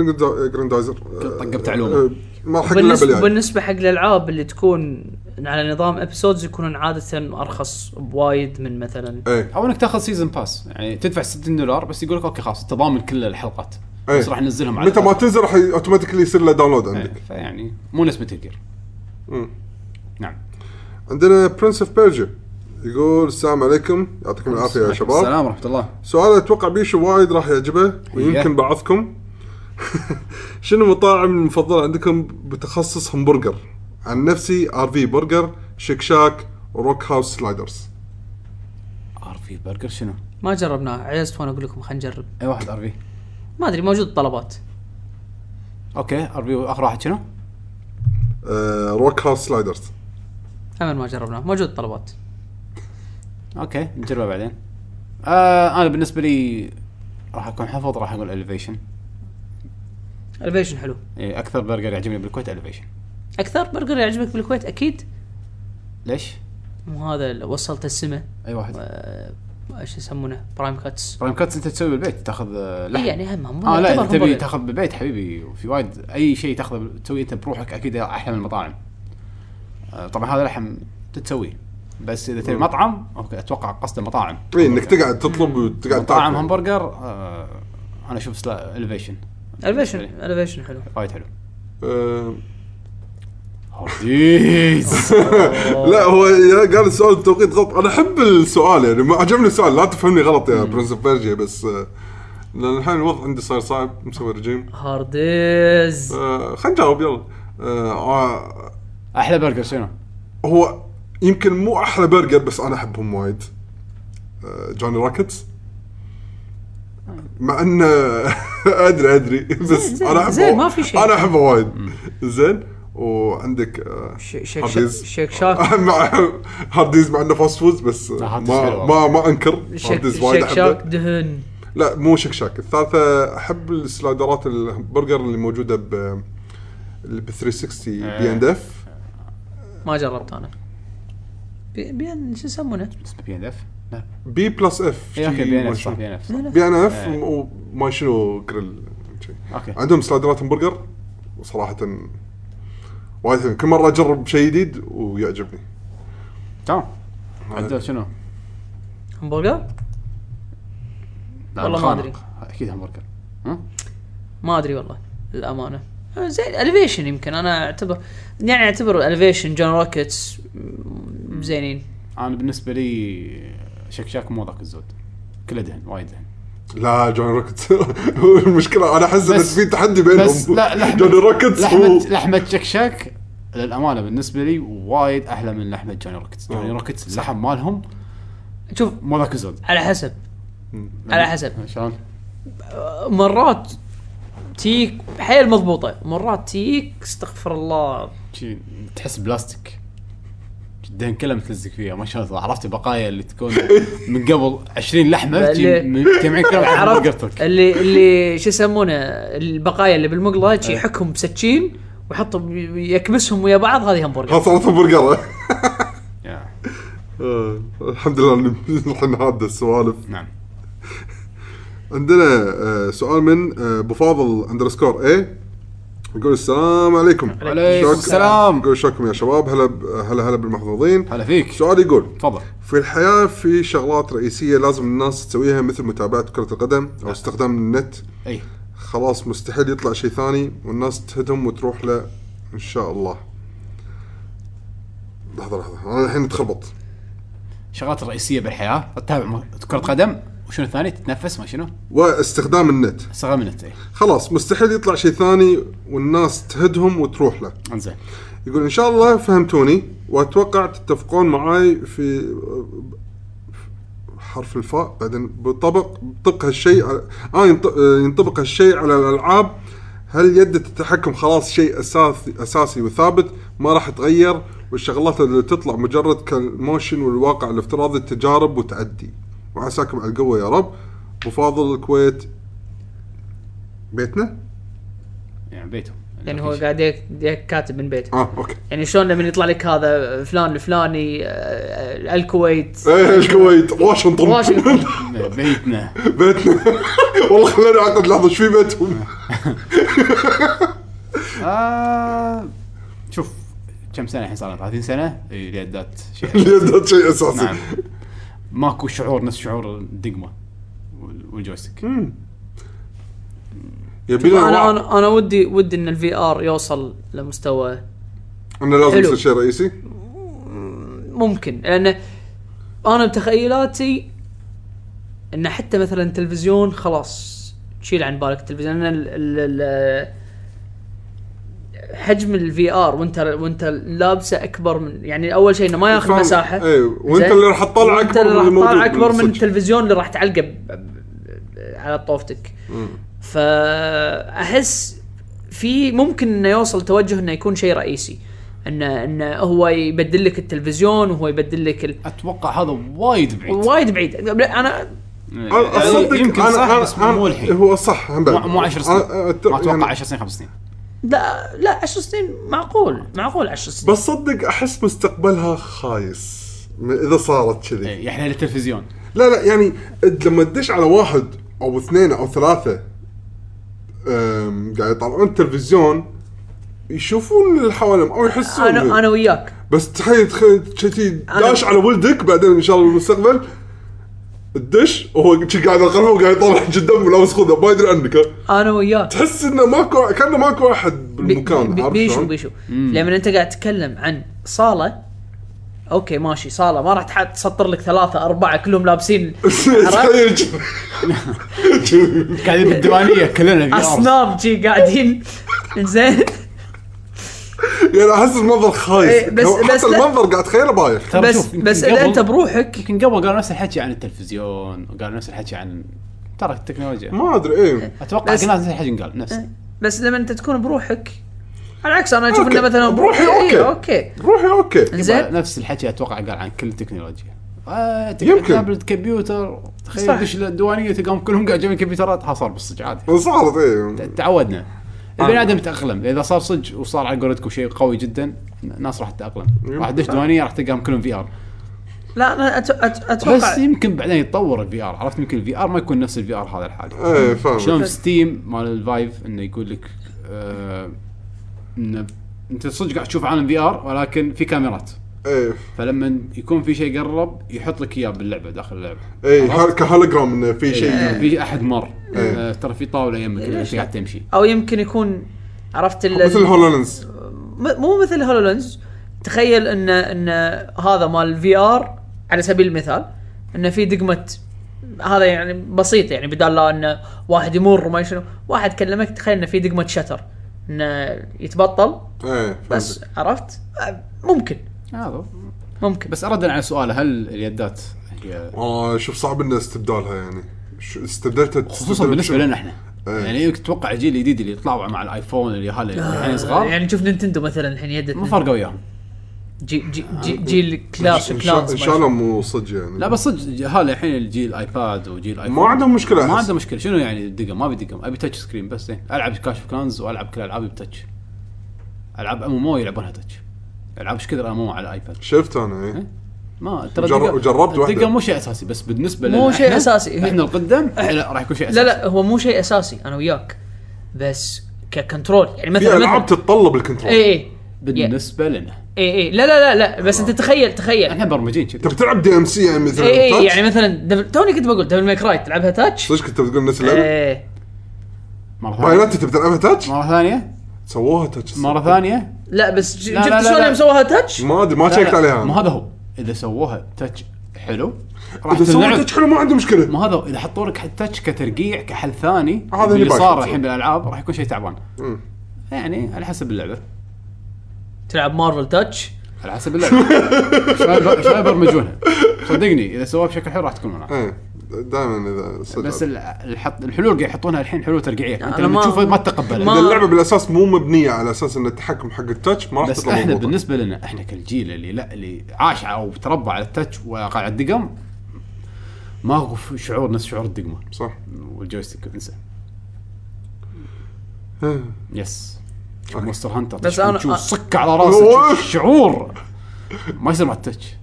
B: جراندايزر آه،
A: طقبت علومة.
B: ما راح اللعبه
C: بالنسبه
B: الجايه
C: بالنسبه حق الالعاب اللي تكون على نظام ابيسودز يكونون عاده ارخص بوايد من مثلا
B: اي
A: او انك تاخذ سيزون باس يعني تدفع 60 دولار بس يقول لك اوكي خلاص تضامن كل الحلقات
B: إيه.
A: بس راح ننزلهم على
B: متى ما
A: الأرض.
B: تنزل راح ي- اوتوماتيكلي يصير له داونلود
A: إيه،
B: عندك
A: فيعني مو نفس مثل جير
B: مم.
A: نعم
B: عندنا برنس اوف بيرجيا يقول السلام عليكم يعطيكم العافيه يا شباب
A: السلام ورحمه الله
B: سؤال اتوقع بيشو وايد راح يعجبه
A: إيه.
B: ويمكن بعضكم شنو المطاعم المفضله عندكم بتخصص همبرجر؟ عن نفسي ار في برجر، شيك شاك، روك هاوس سلايدرز.
A: ار في برجر شنو؟
C: ما جربناه عجزت وانا اقول لكم خلينا نجرب
A: اي واحد ار في
C: ما ادري موجود طلبات
A: اوكي ار في اخر واحد شنو؟
B: آه روك هاوس سلايدرز.
C: امل ما جربناه موجود طلبات
A: اوكي نجربه بعدين آه انا بالنسبه لي راح اكون حفظ راح اقول الفيشن
C: الفيشن حلو
A: اكثر إيه، برجر يعجبني بالكويت الفيشن
C: اكثر برجر يعجبك بالكويت اكيد
A: ليش؟
C: مو هذا اللي وصلت السمه
A: اي واحد
C: آه، ايش يسمونه برايم كاتس
A: برايم كاتس انت تسوي بالبيت تاخذ آه، لحم
C: إي يعني هم هم
A: اه لا
C: يعتبر
A: انت تبي
C: همبرجر.
A: تاخذ بالبيت حبيبي وفي وايد اي شيء تاخذه تسويه انت بروحك اكيد احلى من المطاعم. آه، طبعا هذا لحم تتسويه بس اذا تبي مطعم اوكي اتوقع قصد المطاعم.
B: اي انك إيه، تقعد تطلب وتقعد
A: مطاعم
B: تاكل.
A: همبرجر آه، انا اشوف سلا الفيشن
C: الفيشن الفيشن حلو
A: وايد حلو.
B: آه
A: هارديز
B: لا هو يا- قال السؤال بتوقيت غلط، انا احب السؤال يعني ما عجبني السؤال لا تفهمني غلط يا برنس اوف بيرجيا بس آه لان الحين الوضع عندي صاير صعب مسوي رجيم.
C: هارديز
B: آه خلينا نجاوب يلا. آه آه،
A: احلى برجر شنو؟
B: هو يمكن مو احلى برجر بس انا احبهم وايد آه، جوني راكتس مع انه ادري ادري بس
C: زين،
B: انا احبه
C: زين، ما في شيء.
B: انا احبه وايد زين وعندك آه،
C: ش- شيك شاك
B: هارديز.
C: شيك شاك
B: مع هارديز مع انه فاست فود بس آه،
A: لا،
B: ما
A: هارديز حلوة.
B: ما ما انكر
C: شيك
B: هارديز وايد
C: شيك شاك
B: احبه
C: دهن
B: لا مو شك شاك الثالثه احب السلايدرات البرجر اللي موجوده ب اللي ب 360 بي
A: آه.
B: اند اف
C: ما جربت انا بي- بيان شو يسمونه؟
A: اسمه بي ان اف؟ لا إيه،
B: بي بلس اف
A: إي، اوكي بي ان اف صح
B: شي-
A: بي ان اف صح.
B: بي ان اف
A: إيه.
B: وما شنو جريل شي.
A: اوكي
B: عندهم سلايدرات همبرجر وصراحة وايد حلو. كل مرة اجرب شيء جديد ويعجبني آه.
A: تمام عدل شنو؟
C: همبرجر؟
A: لا،
C: والله ما
A: الخانق.
C: أدري.
A: اكيد همبرجر ها؟
C: ما ادري والله للامانه آه، زين الفيشن يمكن انا اعتبر يعني اعتبر الفيشن جون روكيتس م- زينين
A: انا بالنسبه لي شكشاك مو ذاك الزود كله دهن وايد دهن
B: لا جون روكت هو المشكله انا احس
A: بس-
B: بس في تحدي بينهم
A: بس لا لحمة
B: جون روكت هو
A: لحمة لحمة شكشاك للامانه بالنسبه لي وايد احلى من لحمه جوني روكتس، جوني
B: أوه.
A: روكتس اللحم مالهم
C: شوف
A: مو ذاك الزود
C: على حسب على حسب.
A: شلون؟
C: مرات تيك حيل مضبوطه مرات تيك استغفر الله
A: شي تحس بلاستيك جدا كلها متلزق فيها ما شاء الله عرفت البقايا اللي تكون من قبل 20 لحمه شي
C: بلي.
A: مجتمعين كلهم على
C: عرفت
A: رقبتك
C: اللي اللي شو يسمونه البقايا اللي بالمقلاة شي
A: إيه.
C: يحكهم بسكين ويحطهم يكبسهم ويا بعض هذه همبرجر
B: ها صارت همبرجره
A: يا،
B: آه، الحمد لله إن- الحين هذا السوالف
A: نعم
B: عندنا آه، سؤال من آه، ابو فاضل اندرسكور اي يقول السلام عليكم
A: عليكم
B: شلونكم؟
A: السلام.
B: يقول شلونكم يا شباب هلا ب- هلا هلا بالمحظوظين
A: هلا فيك
B: سؤال يقول
A: تفضل
B: في الحياة في شغلات رئيسية لازم الناس تسويها مثل متابعة كرة القدم أو استخدام النت
A: اي
B: خلاص مستحيل يطلع شيء ثاني والناس تهدم وتروح له إن شاء الله لحظة لحظة أنا الحين اتخبط
A: الشغلات الرئيسيه بالحياه تتابع م- كره قدم وشنو الثاني تتنفس ما شنو؟ إيه.
B: واستخدام النت
A: استغل من التي
B: خلاص مستحيل يطلع شيء ثاني والناس تهدهم وتروح له
A: انزين
B: يقول إن شاء الله فهمتوني وأتوقع تتفقون معاي في حرف الفاء بعدين بطبق بطبق هالشيء على- اه ينط- آه، ينطبق هالشيء على الالعاب هل يد التحكم خلاص شيء اساسي اساسي وثابت ما راح يتغير والشغلات اللي تطلع مجرد كالموشن والواقع الافتراضي التجارب وتعدي وعساكم على القوه يا رب وفاضل الكويت بيتنا؟
A: يعني بيتهم
C: يعني هو قاعد يك- يك- كاتب من بيته
B: اه اوكي
C: يعني شلون لما يطلع لك هذا فلان الفلاني آه، الكويت
B: ايه الكويت واشنطن
C: واشنطن.
A: بيتنا
B: بيتنا والله خلاني اعقد لحظه ايش في بيتهم؟
A: آه شوف كم سنه الحين صار لنا؟ 30 سنه اي اليدات شيء
B: اليدات شيء اساسي
A: نعم ماكو شعور نفس شعور الدقمه وال- والجويستيك
B: يبينا أنا
C: انا انا انا ودي ودي ان الفي ار يوصل لمستوى
B: انه لازم
C: حلو.
B: يصير شيء رئيسي
C: ممكن لان انا بتخيلاتي ان حتى مثلا التلفزيون خلاص شيل عن بالك التلفزيون لان ال- ال- ال- حجم الفي ار وانت وانت لابسه اكبر من يعني اول شيء انه ما ياخذ
B: فاهم.
C: مساحه
B: إيه، وأنت
C: زين؟
B: اللي راح تطلع
C: وأنت
B: أكبر
C: اللي
B: من
C: راح
B: الموجود
C: تطلع اكبر من
B: بالصج.
C: التلفزيون اللي راح تعلقه ب- ب- على طوفتك فاحس في ممكن انه يوصل توجه انه يكون شيء رئيسي انه انه هو يبدل لك التلفزيون وهو يبدل لك ال...
A: اتوقع هذا وايد بعيد
C: وايد بعيد انا
A: يعني
B: أنا- أصدق
A: يمكن
B: أنا-
A: صح
B: أنا-
A: بس مو
B: أنا-
A: الحين
B: هو صح هم بعد.
A: مو- مو 10
B: أنا- أنا-
A: سنين ما
B: يعني
A: اتوقع 10 سنين 5 سنين
C: لا لا 10 سنين معقول معقول 10 سنين
B: بس صدق احس مستقبلها خايس م- اذا صارت كذي
A: إيه، يعني للتلفزيون
B: لا لا يعني أد- لما تدش على واحد او اثنين او ثلاثه أم، قاعد يطلعون التلفزيون يشوفون اللي حواليهم او يحسون
C: انا
B: به.
C: انا وياك
B: بس تخيل تخيل كذي داش على ولدك بعدين ان شاء الله بالمستقبل تدش وهو شي قاعد على القهوه وقاعد يطالع جدا ولابس خوذه ما يدري عنك
C: انا وياك
B: تحس انه ماكو كانه ماكو احد
C: بي-
B: بالمكان
C: بي-
B: عارف
C: بيشو
B: شلون؟
C: بيشو لما انت قاعد تتكلم عن صاله اوكي ماشي صاله ما راح تح- تسطر لك ثلاثه اربعه كلهم لابسين عرفت؟
B: تخيل جد.
A: قاعدين بالديوانيه كلنا في ار
C: اصناف جي قاعدين زين
B: يعني احس المنظر خايس
C: إيه، بس-
B: حتى
C: بس لا.
B: المنظر قاعد تخيله بايخ
A: ترى
C: بس
A: شوف، يمكن
C: بس اذا
A: قبل-
C: انت بروحك
A: يمكن قبل قالوا نفس الحكي عن التلفزيون وقالوا نفس الحكي عن ترى التكنولوجيا
B: ما ادري ايه
A: اتوقع
C: بس-
A: قلنا نفس الحكي قال نفس
C: بس لما انت تكون بروحك على العكس انا اشوف
B: أوكي.
C: انه مثلا
B: بروحي
C: إيه،
B: أوكي.
C: اوكي
B: روحي اوكي
C: زين
A: نفس الحكي اتوقع قال عن كل التكنولوجيا آه تك-
B: يمكن.
A: تابلت كمبيوتر
C: صح.
A: تخيل دش الديوانيه تلقاهم كلهم قاعد جايبين كمبيوترات ها صار بالصج عادي
B: صارت ايه
A: تعودنا
C: آه.
A: البني ادم يتاقلم اذا صار صج وصار على قولتكم شيء قوي جدا الناس راح تتاقلم راح تدش ديوانيه راح تلقاهم كلهم في ار
C: لا انا أت- أت-
A: بس
C: اتوقع
A: يمكن بعدين يتطور الفي ار عرفت يمكن الفي ار ما يكون نفس الفي ار هذا الحالي
B: ايه فاهم
A: شلون في ستيم مال الفايف انه يقول لك آه انه انت صدق قاعد تشوف عالم في ار ولكن في كاميرات
B: ايه
A: فلما يكون في
B: eh,
A: شيء قرب يحط لك اياه باللعبه داخل اللعبه Eh,
B: ايه كهولوجرام انه في شيء
A: في احد مر آه، ترى في طاوله يمك اللي قاعد تمشي
C: او يمكن يكون عرفت ال-
B: مثل هولولنز
C: م- مو مثل هولولنز تخيل ان ان هذا مال في ار على سبيل المثال انه في دقمه هذا يعني بسيط يعني بدال لا انه واحد يمر وما شنو واحد كلمك تخيل انه في دقمه شتر انه يتبطل
B: ايه
C: بس
B: فهمت.
C: عرفت آه، ممكن
A: هذا
C: ممكن
A: بس ردا على سؤاله هل اليدات هي
B: اه شوف صعب انه استبدالها يعني شو- استبدلتها
A: خصوصا
B: تستبدلها
A: بالنسبه
B: بشو؟
A: لنا احنا
B: إيه.
A: يعني تتوقع الجيل الجديد اللي يطلعوا مع الايفون اللي هلا اللي الحين صغار
C: يعني شوف نينتندو مثلا الحين يد
A: ما فرقوا وياهم
C: جي جي جي جيل كلاش
B: ان شاء-
C: كلاس
B: ان شاء الله مو صدق يعني
A: لا بس صدق هلا الحين الجيل ايباد وجيل ايفون
B: ما عندهم مشكلة
A: ما
B: أحس.
A: عندهم مشكله شنو يعني الدقم ما ابي دقم ابي تاتش سكرين بس إيه. زين العب كاش اوف كلانز والعب كل العابي بتاتش العاب ام ام او يلعبونها تاتش العاب ايش كثر ام ام على الايباد
B: شفت انا ايه
A: ما ترى
B: جر-
A: الدقم-
B: جربت واحدة.
A: الدقم مو شيء اساسي بس بالنسبه
C: مو
A: لنا
C: شيء
A: إحنا-
C: أساسي.
A: احنا القدام لا راح يكون شيء اساسي
C: لا لا هو مو شيء اساسي انا وياك بس ككنترول يعني إيه،
B: في
C: مثلا
B: العاب
C: مثلا
B: تتطلب الكنترول
C: اي اي
A: بالنسبه لنا
C: اي اي إيه، لا لا لا لا بس انت تخيل تخيل
A: احنا برمجين كذي
B: انت بتلعب دي ام سي يعني مثل
C: اي اي
B: التاتش؟
C: يعني مثلا دبل- توني كنت بقول دبل ميك رايت تلعبها تاتش
B: صدق كنت بتقول نفس اللعبه
C: ايه
A: مره ثانيه
B: بايونات انت بتلعبها تاتش
A: مره ثانيه
B: سووها تاتش
A: مره ثانيه
C: لا بس ج-
A: لا، لا،
C: شفت
A: لا،
C: شلون
A: لا.
C: يوم سووها تاتش
B: ما ادري ما
A: لا،
B: شيكت
A: لا، ما
B: عليها انا
A: هذا هو اذا سووها تاتش حلو راح
B: اذا سووها
A: تنعد.
B: تاتش حلو ما عندي مشكله
A: ما هذا هو، اذا حطوا لك تاتش كترقيع كحل ثاني
B: هذا اللي
A: اللي
B: بايخ
A: صار
B: تصير.
A: الحين بالالعاب راح يكون شيء تعبان
B: مم.
A: يعني على حسب اللعبه
C: تلعب مارفل تاتش
A: على حسب اللعبه شلون- شلون يبرمجونها صدقني اذا سووها بشكل حلو راح تكون مناسبه
B: ايه دائما اذا آه، صدق
A: بس ال- الحط الحلول اللي قاعد يحطونها الحين حلول ترقيعيه انت
C: يعني أنا
A: لما
C: ما-
A: تشوفها ما تتقبلها
B: اذا
C: ما-
B: اللعبه بالاساس مو مبنيه على اساس ان التحكم حق التاتش ما راح
A: بس
B: تطلع
A: احنا
B: مضبوطة.
A: بالنسبه لنا احنا كالجيل اللي لا اللي عاش او تربى على التاتش وقاعد على الدقم ماكو شعور نفس شعور الدقمه
B: صح
A: والجويستيك انسى
B: إيه.
A: يس
B: أوكي.
A: مونستر هانتر
C: بس
A: بس
C: أنا-
A: انا تشوف صك على راسك
B: أوه.
A: تشوف شعور ما يصير مع التتش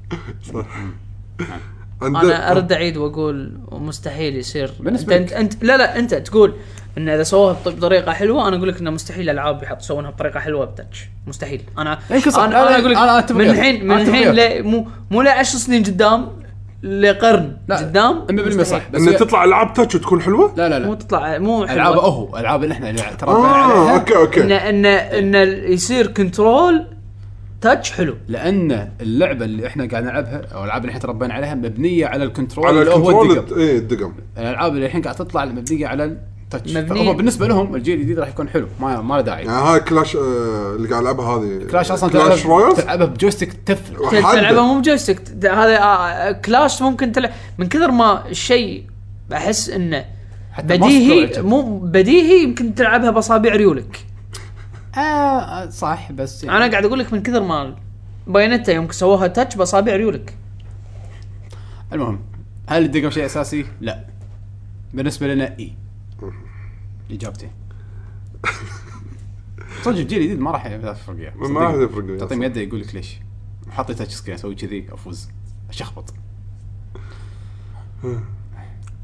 B: عند-
C: انا ارد اعيد واقول مستحيل يصير
A: بالنسبة
C: انت, انت انت لا لا انت تقول ان اذا سووها بط- بطريقه حلوه انا اقول لك انه مستحيل العاب يحط يسوونها بطريقه حلوه بتاتش مستحيل انا
A: ليش صح؟
C: انا,
A: أنا-
C: أنا اقول لك
A: أنا أتفق
C: من
A: وياك.
C: الحين من
A: أنا أتفق
C: الحين
A: وياك.
C: ل- مو مو ل 10 سنين قدام لقرن قدام
A: 100% صح بس
B: ان
A: هي-
B: تطلع العاب تاتش وتكون حلوه
A: لا لا
C: مو
A: لا
C: تطلع مو حلوة.
A: العاب اهو العاب اللي احنا اللي تربينا
B: اه
A: عليها
B: اوكي
C: ان
B: اوكي
C: ان ان يصير كنترول تاتش حلو
A: لان اللعبه اللي احنا قاعد نلعبها او الالعاب اللي احنا تربينا عليها مبنيه على الكنترول
B: على
A: اللي هو
B: الكنترول
A: الدقم
B: الد- ايه الدقم
A: الالعاب اللي الحين قاعد تطلع مبنيه على التتش
C: مبنية-
A: فهم بالنسبه لهم الجيل الجديد راح يكون حلو ما ما له داعي
B: يعني هاي كلاش آه، اللي قاعد العبها هذه
A: كلاش اصلا
B: كلاش
A: تلعب-
B: رويالز
A: تلعبها بجويستيك تفل
B: واحد. حد.
C: تلعبها مو بجويستيك ت- هذا آه، كلاش ممكن تلعب من كثر ما الشيء احس انه
A: حتى ما
C: بديهي
A: استوعب.
C: مو بديهي يمكن تلعبها باصابع ريولك
A: آه، آه صح بس يعني
C: انا قاعد اقول لك من كثر ما باينتا يوم سووها تاتش باصابع ريولك
A: المهم هل الدقم شيء اساسي؟ لا بالنسبه لنا اي اجابتي صدق الجيل الجديد ما راح يفرق يعني
B: ما راح يفرق وياه.
A: تعطيهم يده يقول لك ليش؟ حطي تاتش سكرين اسوي كذي افوز اشخبط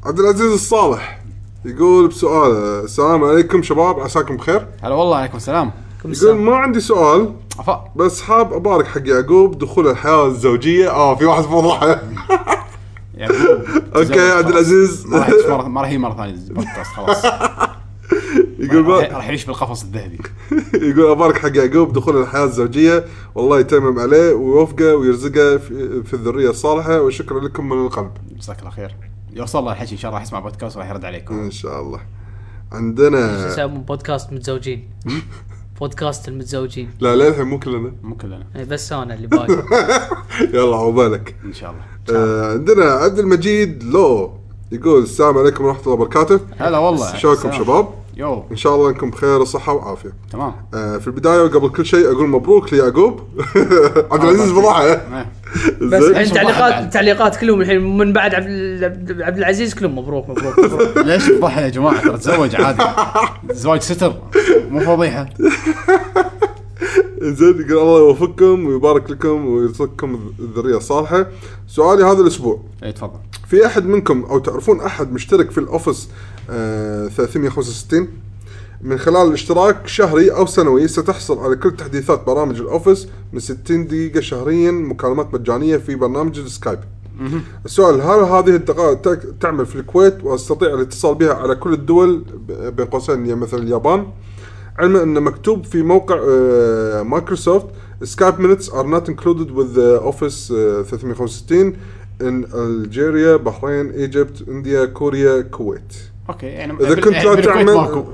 B: عبد العزيز الصالح يقول بسؤال آه، السلام عليكم شباب عساكم بخير
A: هلا والله عليكم السلام
B: يقول ما عندي سؤال
A: افا
B: بس حاب ابارك حق يعقوب دخول الحياه الزوجيه اه في واحد فضحه
A: يعني
B: اوكي يا عبد العزيز
A: ما راح يعيش مرة- ما راح يجي مره ثانيه البودكاست خلاص
B: يقول
A: راح-
B: ما
A: راح يعيش بالقفص الذهبي
B: يقول ابارك حق يعقوب دخول الحياه الزوجيه والله يتمم عليه ويوفقه ويرزقه في, في الذريه الصالحه وشكرا لكم من القلب
A: جزاك الله خير يوصل له الحكي ان شاء الله راح يسمع بودكاست وراح يرد عليكم
B: ان شاء الله عندنا
C: يسمون بودكاست متزوجين بودكاست المتزوجين
B: لا للحين مو كلنا
A: مو كلنا
C: إيه، بس انا اللي باقي
B: يلا عقبالك
A: ان شاء الله
B: آه عندنا عبد المجيد لو يقول السلام عليكم ورحمه الله وبركاته
A: هلا والله
B: شلونكم
A: السلام.
B: شباب؟
A: يو
B: ان شاء الله انكم بخير وصحه وعافيه
A: تمام
B: آه، في البدايه وقبل كل شيء اقول مبروك ليعقوب عبد العزيز فضحه
A: إيه.
C: بس
B: زين.
C: الحين
A: واحد
C: تعليقات
A: بعد.
C: تعليقات كلهم الحين من بعد عبد ال- عبد عبد العزيز كلهم مبروك مبروك, مبروك.
A: ليش فضيحه يا جماعه ترى تزوج عادي زواج ستر مو فضيحه
B: زين يقول الله يوفقكم ويبارك لكم ويرزقكم الذريه الصالحه سؤالي هذا الاسبوع
A: اي إيه، تفضل
B: في احد منكم او تعرفون احد مشترك في الاوفيس آه 365 من خلال الاشتراك شهري او سنوي ستحصل على كل تحديثات برامج الاوفيس من 60 دقيقه شهريا مكالمات مجانيه في برنامج السكايب السؤال هل هذه الدقائق تك- تعمل في الكويت واستطيع الاتصال بها على كل الدول ب- بين قوسين يعني مثلا اليابان علما ان مكتوب في موقع آه، مايكروسوفت سكايب مينتس ار نوت انكلودد وذ اوفيس 365 ان الجيريا بحرين ايجيبت انديا كوريا كويت
A: اوكي يعني
B: اذا
A: بال-
B: كنت
A: يعني
B: لا
A: بالكويت
B: تعمل
A: ماكو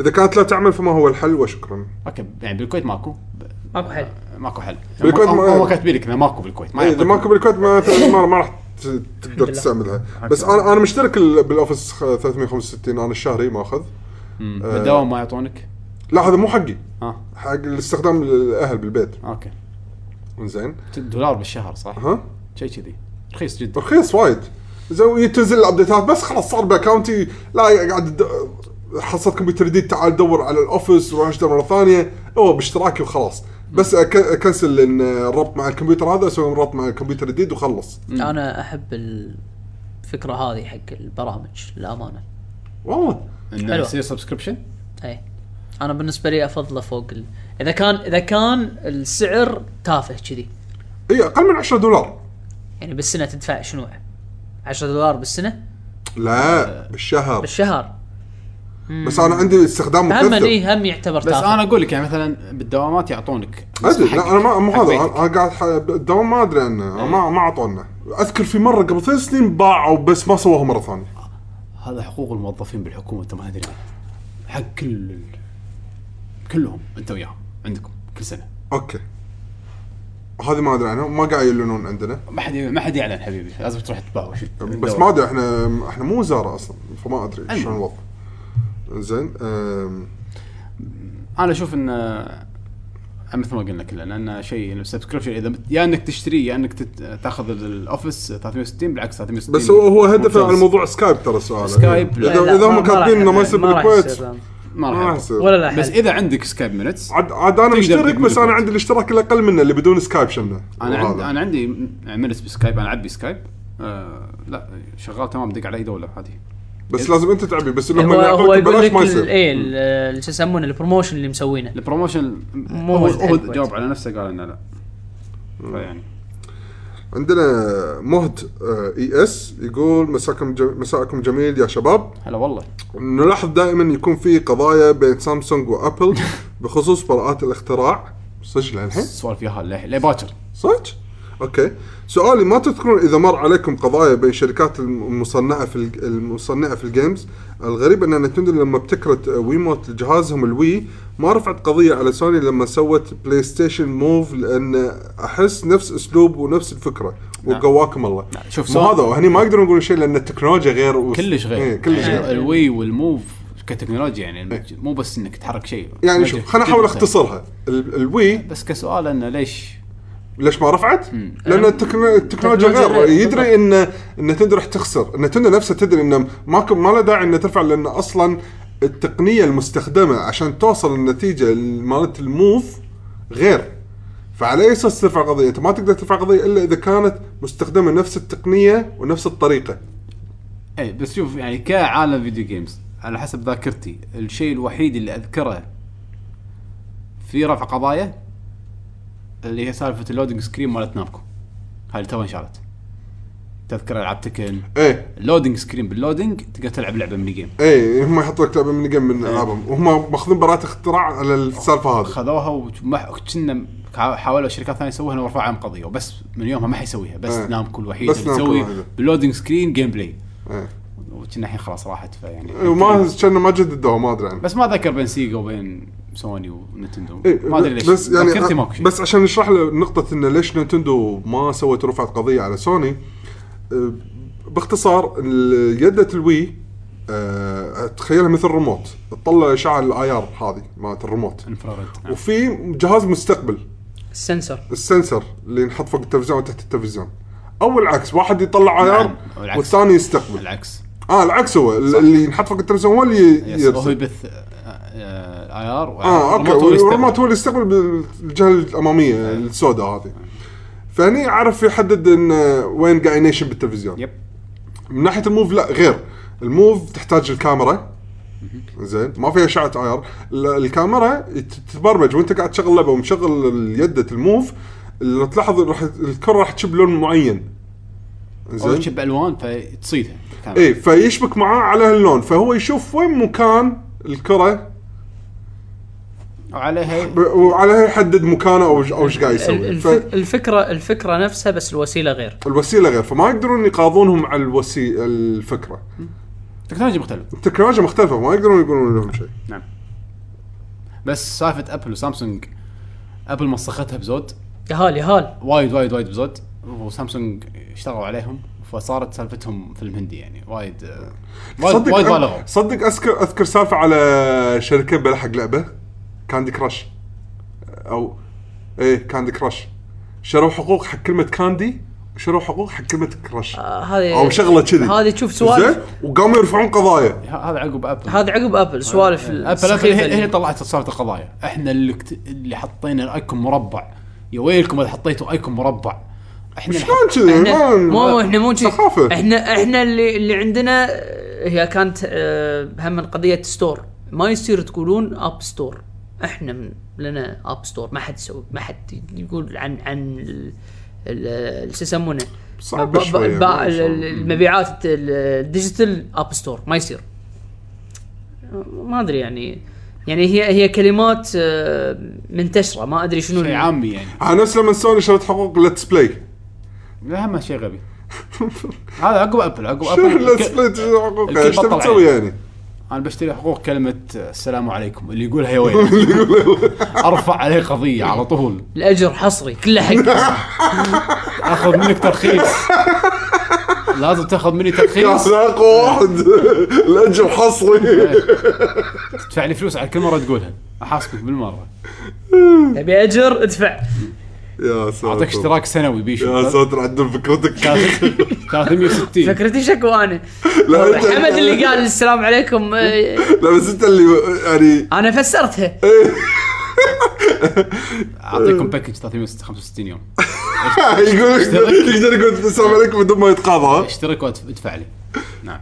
B: اذا كانت لا تعمل فما هو الحل وشكرا
A: اوكي يعني بالكويت ماكو
C: ماكو حل
A: ماكو حل يعني
B: بالكويت
A: هم-
B: ما-
A: هم كاتبين لك إنه ماكو بالكويت
B: إيه، اذا
A: يعطيك-
B: ماكو بالكويت ما ما ما راح ت- تقدر
C: لله.
B: تستعملها بس انا انا مشترك ال- بالاوفيس 365 انا الشهري ماخذ
A: مم.
B: آه.
A: بالدوام ما يعطونك آه،
B: لا هذا مو حقي
A: ها
B: حق الاستخدام للاهل بالبيت
A: اوكي
B: زين
A: دولار بالشهر صح؟
B: ها
A: شيء كذي رخيص جدا
B: رخيص وايد زين تنزل الابديتات بس خلاص صار باكاونتي لا قاعد د- حصلت كمبيوتر جديد تعال دور على الاوفيس وروح اشتغل مره ثانيه هو باشتراكي وخلاص بس أك- اكنسل إن الربط مع الكمبيوتر هذا اسوي ربط مع الكمبيوتر الجديد وخلص
C: انا احب الفكره هذه حق البرامج للامانه
B: والله
A: انه
C: حلو.
A: يصير سبسكريبشن
C: اي انا بالنسبه إيه. لي افضله فوق ال... اذا كان اذا كان السعر تافه كذي
B: اي اقل من 10 دولار
C: يعني بالسنه تدفع شنو 10 دولار بالسنه
B: لا بالشهر
C: بالشهر
B: بس انا عندي استخدام
C: هم
B: مكثف
C: اي هم يعتبر
A: بس
C: تافه
A: انا اقول لك يعني مثلا بالدوامات يعطونك
B: ادري
A: حقك،
B: لا انا ما مو
A: حق
B: هذا
A: بيتك.
B: انا أنا قاعد ح- الدوام ما ادري عنه أنا ما ما اعطونا اذكر في مره قبل ثلاث سنين باعوا بس ما سووها مره ثانيه
A: هذا حقوق الموظفين بالحكومه انت ما تدري عنها. حق كل ال- كلهم انت وياهم عندكم كل سنه
B: اوكي هذه ما ادري عنها ما قاعد يعلنون عندنا
A: ما حد ما حد يعلن حبيبي لازم تروح تباوش
B: بس ما ادري احنا احنا مو وزاره اصلا فما ادري
A: المهم.
B: شلون الوضع زين أم،
A: انا اشوف ان آه، مثل ما قلنا كلنا ان شيء سبسكريبشن اذا بت- يا انك تشتري يا انك تت- تاخذ الاوفيس 360 بالعكس 360
B: بس هو هو هدفه
A: ممتاز.
B: على موضوع سكايب ترى سؤال
A: سكايب، لا،
B: اذا اذا هم كاتبين انه ما يصير بالكويت
A: ما
B: ما راح
A: راح يصير.
B: يصير
C: ولا لا
A: بس
C: حل.
A: اذا عندك سكايب مينتس
B: عاد عاد انا
A: تقدر
B: مشترك
A: تقول
B: بس انا
A: بالكويت.
B: عندي الاشتراك الاقل منه اللي بدون سكايب شنه
A: انا عند
B: وهذا.
A: انا عندي مينتس بسكايب انا عبي سكايب آه لا شغال تمام دق على اي دوله عادي
B: بس لازم انت تعبي بس
C: هو
B: لما
C: هو
B: يعطوك
C: يقول
B: ببلاش
C: لك
B: ما
C: ال-
B: يصير
C: ايه ال- ال- شو يسمونه البروموشن اللي مسوينه
A: البروموشن
C: مو
A: هو,
C: موجود
A: هو
C: حق
A: جاوب على نفسه قال انه لا فيعني
B: عندنا مهد آه، اي اس يقول مساكم جم... مساءكم جميل يا شباب
A: هلا والله
B: نلاحظ دائما يكون في قضايا بين سامسونج وابل بخصوص براءات الاختراع سجله الحين
A: السوالف ياها ليه ليه باكر
B: صدق؟ اوكي سؤالي ما تذكرون اذا مر عليكم قضايا بين شركات الم- المصنعه في ال- المصنعه في الجيمز الغريب ان نتندو لما ابتكرت ويموت جهازهم الوي ما رفعت قضيه على سوني لما سوت بلاي ستيشن موف لان احس نفس اسلوب ونفس الفكره وقواكم الله
A: لا، نعم. شوف
B: مو
A: سو-
B: هذا هني ما يقدرون يقولون شيء لان التكنولوجيا غير و...
A: كلش غير
B: إيه كلش
A: يعني
B: غير إيه.
A: الوي والموف كتكنولوجيا يعني المج- مو بس انك تحرك شيء
B: يعني
A: مجد
B: شوف خليني احاول
A: جدا سهل.
B: اختصرها ال- الوي
A: بس كسؤال انه ليش
B: ليش ما رفعت؟ لان التكنو- التكنولوجيا غير
C: غير،
B: يدري ان ان تندر راح تخسر، ان تندر نفسها تدري ان ماكو ما له داعي ان ترفع لان اصلا التقنيه المستخدمه عشان توصل النتيجه مالت الموف غير فعلى اي اساس ترفع قضيه؟ انت ما تقدر ترفع قضيه الا اذا كانت مستخدمه نفس التقنيه ونفس الطريقه.
A: اي بس شوف يعني كعالم فيديو جيمز على حسب ذاكرتي الشيء الوحيد اللي اذكره في رفع قضايا اللي هي سالفه اللودنج سكرين مالت نامكو هاي اللي تو انشالت تذكر العاب تكن
B: ايه
A: اللودنج سكرين باللودنج تقدر تلعب لعبه ميني جيم
B: ايه هم يحطوا لك لعبه من جيم من العابهم وهم ماخذين براءه اختراع على السالفه هذه.
A: خذوها وما- كنا حاولوا شركات ثانيه يسووها ورفعوا عنهم قضيه وبس من يومها ما حيسويها بس
B: إيه.
A: نامكو الوحيد
B: بس
A: اللي
B: نامكو
A: تسوي
B: الوحيدة.
A: باللودنج سكرين جيم بلاي
B: إيه.
A: وكنا الحين خلاص راحت فيعني
B: وما كانوا ما جددوها ما ادري عنها.
A: بس ما ذكر بين سيجا وبين سوني ونتندو
B: إيه،
A: ما ادري ليش
B: بس يعني
A: ذاكرتي ماكو شيء
B: بس عشان نشرح له نقطة انه ليش نينتندو ما سوت رفعت قضية على سوني أه، باختصار ال- يدة الوي أه، تخيلها مثل الريموت تطلع اشعة الاي ار هذه مالت الريموت
A: انفراريد نعم.
B: وفي جهاز مستقبل
C: السنسور
B: السنسر اللي ينحط فوق التلفزيون وتحت التلفزيون او العكس واحد يطلع اي
A: نعم،
B: ار
A: والعكس.
B: والثاني يستقبل
A: العكس
B: اه العكس هو اللي ينحط فوق التلفزيون هو اللي
A: يس هو
B: يرسل
A: يبث آه، اي ار
B: اه اوكي والريموت هو اللي يستقبل بالجهه الاماميه
A: آه.
B: السوداء هذه فهني عرف يحدد ان وين قاعد ينيشن بالتلفزيون
A: يب
B: من ناحيه الموف لا غير الموف تحتاج الكاميرا زين ما فيها اشعه اي ار الكاميرا تت- تتبرمج وانت قاعد تشغل لعبه ومشغل يده الموف لو تلاحظ راح الكره راح تشب لون معين
A: او
B: زين إيه.
A: تشب الوان فتصيدها كامل.
B: اي فيشبك معاه على هاللون فهو يشوف وين مكان الكره
A: وعليها
B: ب- وعليها يحدد مكانه او ش- او ايش قاعد يسوي
C: الف...
B: ف-
C: الفكره الفكره نفسها بس الوسيله غير
B: الوسيله غير فما يقدرون يقاضونهم على الوسي الفكره
A: تكنولوجيا مختلفه
B: التكنولوجيا مختلفه ما يقدرون يقولون لهم شيء
A: نعم بس سالفه ابل وسامسونج ابل مسختها بزود
C: يا هال يا هال
A: وايد وايد وايد بزود وسامسونج اشتغلوا عليهم فصارت سالفتهم فيلم هندي يعني وايد آه، وايد وايد بالغوا
B: صدق صدق اذكر اذكر سالفه على شركه بلحق لعبه كاندي كراش او ايه كاندي كراش شروا حقوق حق كلمه كاندي وشروا حقوق حق كلمه كراش
C: آه، هذه
B: او شغله كذي
C: هذه تشوف سوالف
B: زين؟ وقاموا يرفعون قضايا
A: ه- هذا عقب ابل
C: هذا عقب ابل سوالف
A: ابل
C: السخيفة
A: ابل هي, هي
C: اللي-
A: طلعت سالفه القضايا احنا اللي, كت... اللي حطينا الايكون مربع يا ويلكم اذا حطيتوا ايكون مربع احنا اللي
B: شلون كذي
C: احنا
B: ما-
C: مو مو احنا مو شي-
B: إيه، سخافة.
C: احنا احنا اللي اللي عندنا آه، هي كانت آه، هم من قضيه ستور ما يصير تقولون اب ستور احنا من لنا اب ستور ما حد يسوي ما حد يقول عن عن ال- ال- شو يسمونه
B: صعبة
C: ب- ب-
B: شوية،
C: ب-
B: ما شاء الله.
C: المبيعات ال- الديجيتال اب ستور ما يصير ما ادري يعني يعني هي هي كلمات آه، منتشره ما ادري شنو
A: شيء عامي يعني
B: على نفس لما سوني شرت حقوق ليتس بلاي
A: لا هم شيء غبي هذا عقب ابل عقب
B: شو
A: ابل
B: ليتس
A: الك-
B: بلاي تشري حقوق
A: الكل
B: ايش تبي
A: بطل
B: تسوي
A: عين.
B: يعني؟
A: انا بشتري حقوق كلمه آه، السلام عليكم اللي يقولها يا ويل ارفع عليه قضيه على طول
C: الاجر حصري كله حق
A: اخذ منك ترخيص لازم تاخذ مني ترخيص
B: كان اقوى واحد الاجر حصري
A: تدفع لي فلوس على كل مره تقولها احاسبك بالمره
C: تبي اجر ادفع
B: يا ساتر
A: اعطيك اشتراك سنوي بيشو
B: يا ساتر عدل فكرتك
A: 360
C: فكرتي شكوى انا
B: إيه. لا انت
C: حمد اللي قال السلام عليكم آه،
B: لا بس انت اللي يعني
C: انا فسرتها
A: اعطيكم باكج 365 يوم
B: يقول يقدر يقول السلام عليكم بدون ما يتقاضى
A: اشترك وادفع لي نعم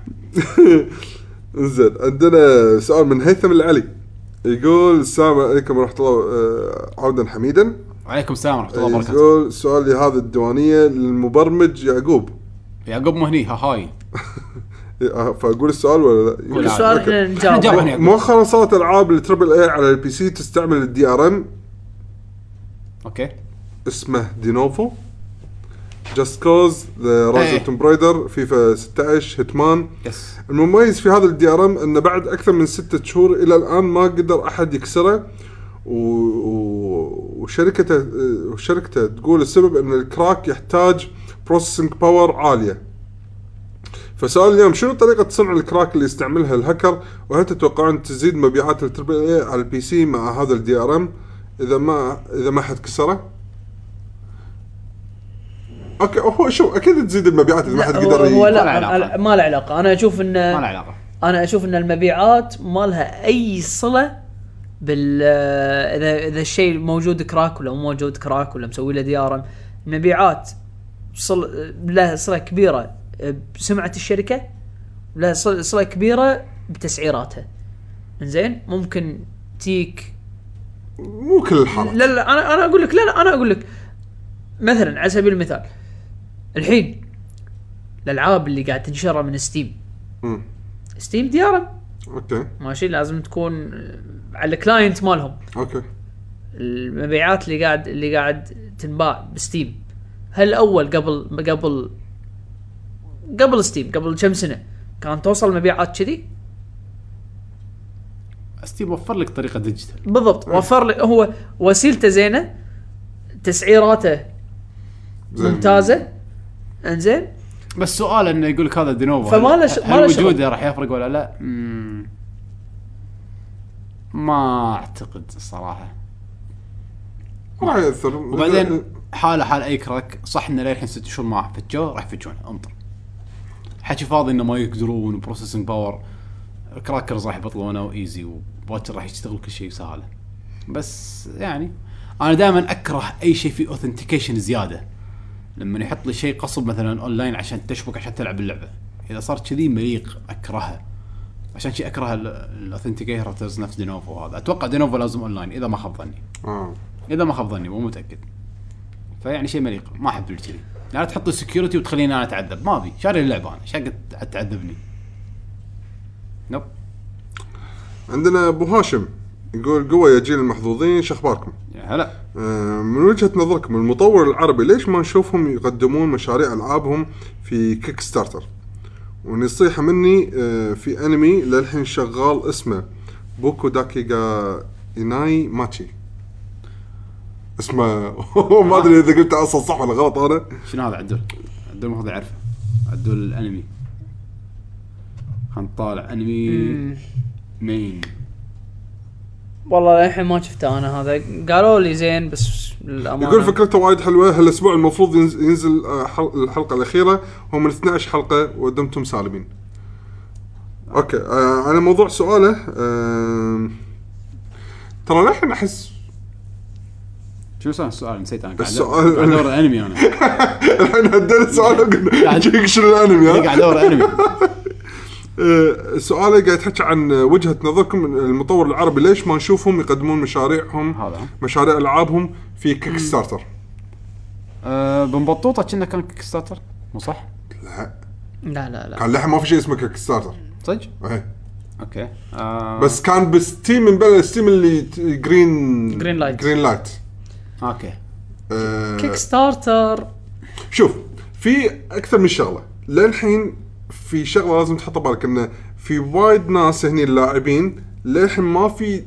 B: زين عندنا سؤال من هيثم العلي يقول السلام عليكم ورحمه الله آه، عودا حميدا
A: وعليكم السلام ورحمه الله وبركاته
B: يقول سؤالي هذا الديوانيه للمبرمج يعقوب
A: يعقوب مو هني ها هاي
B: آه، فاقول السؤال ولا لا؟ يقول
A: عادي.
C: السؤال احنا نجاوب
A: نجاوب. يعقوب.
B: مؤخرا صارت العاب التربل اي على البي سي تستعمل الدي ار ام
A: اوكي
B: اسمه دينوفو جاست كوز رايز
A: إيه.
B: اوف توم برايدر فيفا 16 هيتمان
A: يس
B: المميز في هذا الدي ار ام انه بعد اكثر من ستة شهور الى الان ما قدر احد يكسره و... و... وشركته وشركته تقول السبب ان الكراك يحتاج بروسيسنج باور عاليه فسؤال اليوم شنو طريقة صنع الكراك اللي يستعملها الهكر وهل تتوقعون تزيد مبيعات التربل اي على البي سي مع هذا الدي ار ام اذا ما اذا ما حد كسره؟ اوكي هو شوف اكيد تزيد المبيعات اذا ما حد قدر ي-
C: هو
A: ما له علاقة.
C: لا ما له علاقه انا اشوف ان
A: ما له علاقه
C: انا اشوف ان المبيعات ما لها اي صله بال اذا اذا الشيء موجود كراك ولا مو موجود كراك ولا مسوي له دي ار ام المبيعات صل... لها صله كبيره بسمعه الشركه لها صل- صله كبيره بتسعيراتها زين ممكن تيك
B: مو كل الحالات
C: لا لا انا انا اقول لك لا لا انا اقول لك مثلا على سبيل المثال الحين الالعاب اللي قاعد تنشرها من ستيم
B: مم.
C: ستيم دي ار ام
B: اوكي
C: ماشي لازم تكون على الكلاينت مالهم
B: اوكي
C: المبيعات اللي قاعد اللي قاعد تنباع بستيم هل اول قبل قبل قبل ستيم قبل كم سنه كان توصل مبيعات كذي
A: ستيف وفر لك طريقه ديجيتال
C: بالضبط
B: إيه.
C: وفر لي هو وسيلته زينه تسعيراته
B: زين.
C: ممتازه انزين
A: بس سؤال انه يقول لك هذا دينوفو
C: فما له ش- ما له شغل.
A: وجوده راح يفرق ولا لا؟ مم. ما اعتقد الصراحه
B: راح ياثر
A: وبعدين حاله حال اي كراك صح انه للحين ست شهور ما فتشوه راح يفتشونه انطر حكي فاضي انه ما يقدرون بروسيسنج باور كراكرز راح يبطلونه وايزي وبوتر راح يشتغل كل شيء بسهاله بس يعني انا دائما اكره اي شيء فيه اوثنتيكيشن زياده لما يحط لي شيء قصب مثلا اونلاين عشان تشبك عشان تلعب اللعبه اذا صارت كذي مليق اكرهها عشان شي اكره الاوثنتيكيترز نفس دينوفو هذا اتوقع دينوفو لازم اونلاين اذا ما خاب ظني
B: آه.
A: اذا ما خاب ظني مو متاكد فيعني شيء مليق ما احب الكذي لا تحط لي سكيورتي وتخليني انا اتعذب ما ابي شاري اللعبه انا ايش حق تعذبني نوب
B: عندنا ابو هاشم يقول قوة يا جيل المحظوظين شخباركم
A: يا هلا
B: آه، من وجهة نظركم المطور العربي ليش ما نشوفهم يقدمون مشاريع ألعابهم في كيك ستارتر ونصيحة مني آه، في أنمي للحين شغال اسمه بوكو داكيغا إناي ماتشي اسمه ما أدري إذا قلته أصلا صح ولا غلط أنا
A: شنو هذا عدول عدول المفروض يعرفه عدول الانمي خلينا نطالع
B: إيه.
A: انمي مين
C: والله للحين ما شفته انا هذا قالوا لي زين بس للامانه
B: يقول
A: نعم.
B: فكرته وايد حلوه هالاسبوع المفروض ينز- ينزل آه، حل- الحلقه الاخيره هو من 12 حلقه ودمتم سالمين. اوكي آه على موضوع سؤاله آه ترى للحين احس
A: شنو سؤال السؤال نسيت انا قاعد
B: السؤال-
A: قاعد ادور انمي انا
B: الحين هدينا سؤال وقلنا
A: قاعد-
B: جيك شنو الانمي ها؟
A: قاعد ادور انمي
B: آه، سؤاله قاعد يتحكى عن وجهه نظركم المطور العربي ليش ما نشوفهم يقدمون مشاريعهم
A: هذا
B: مشاريع العابهم في كيك ستارتر؟
A: أه، بن بطوطه كنا كان كيك ستارتر مو صح؟
B: لا
C: لا لا لا
B: كان للحين ما في شيء اسمه كيك ستارتر
A: صدق؟
B: إيه.
A: اوكي أه،
B: بس كان بستيم من بلا ستيم اللي ت- جرين
C: جرين لايت.
B: جرين لايت
A: اوكي
B: آه،
C: كيك ستارتر
B: شوف في اكثر من شغله للحين في شغله لازم تحطها بالك انه في وايد ناس هني اللاعبين للحين ما في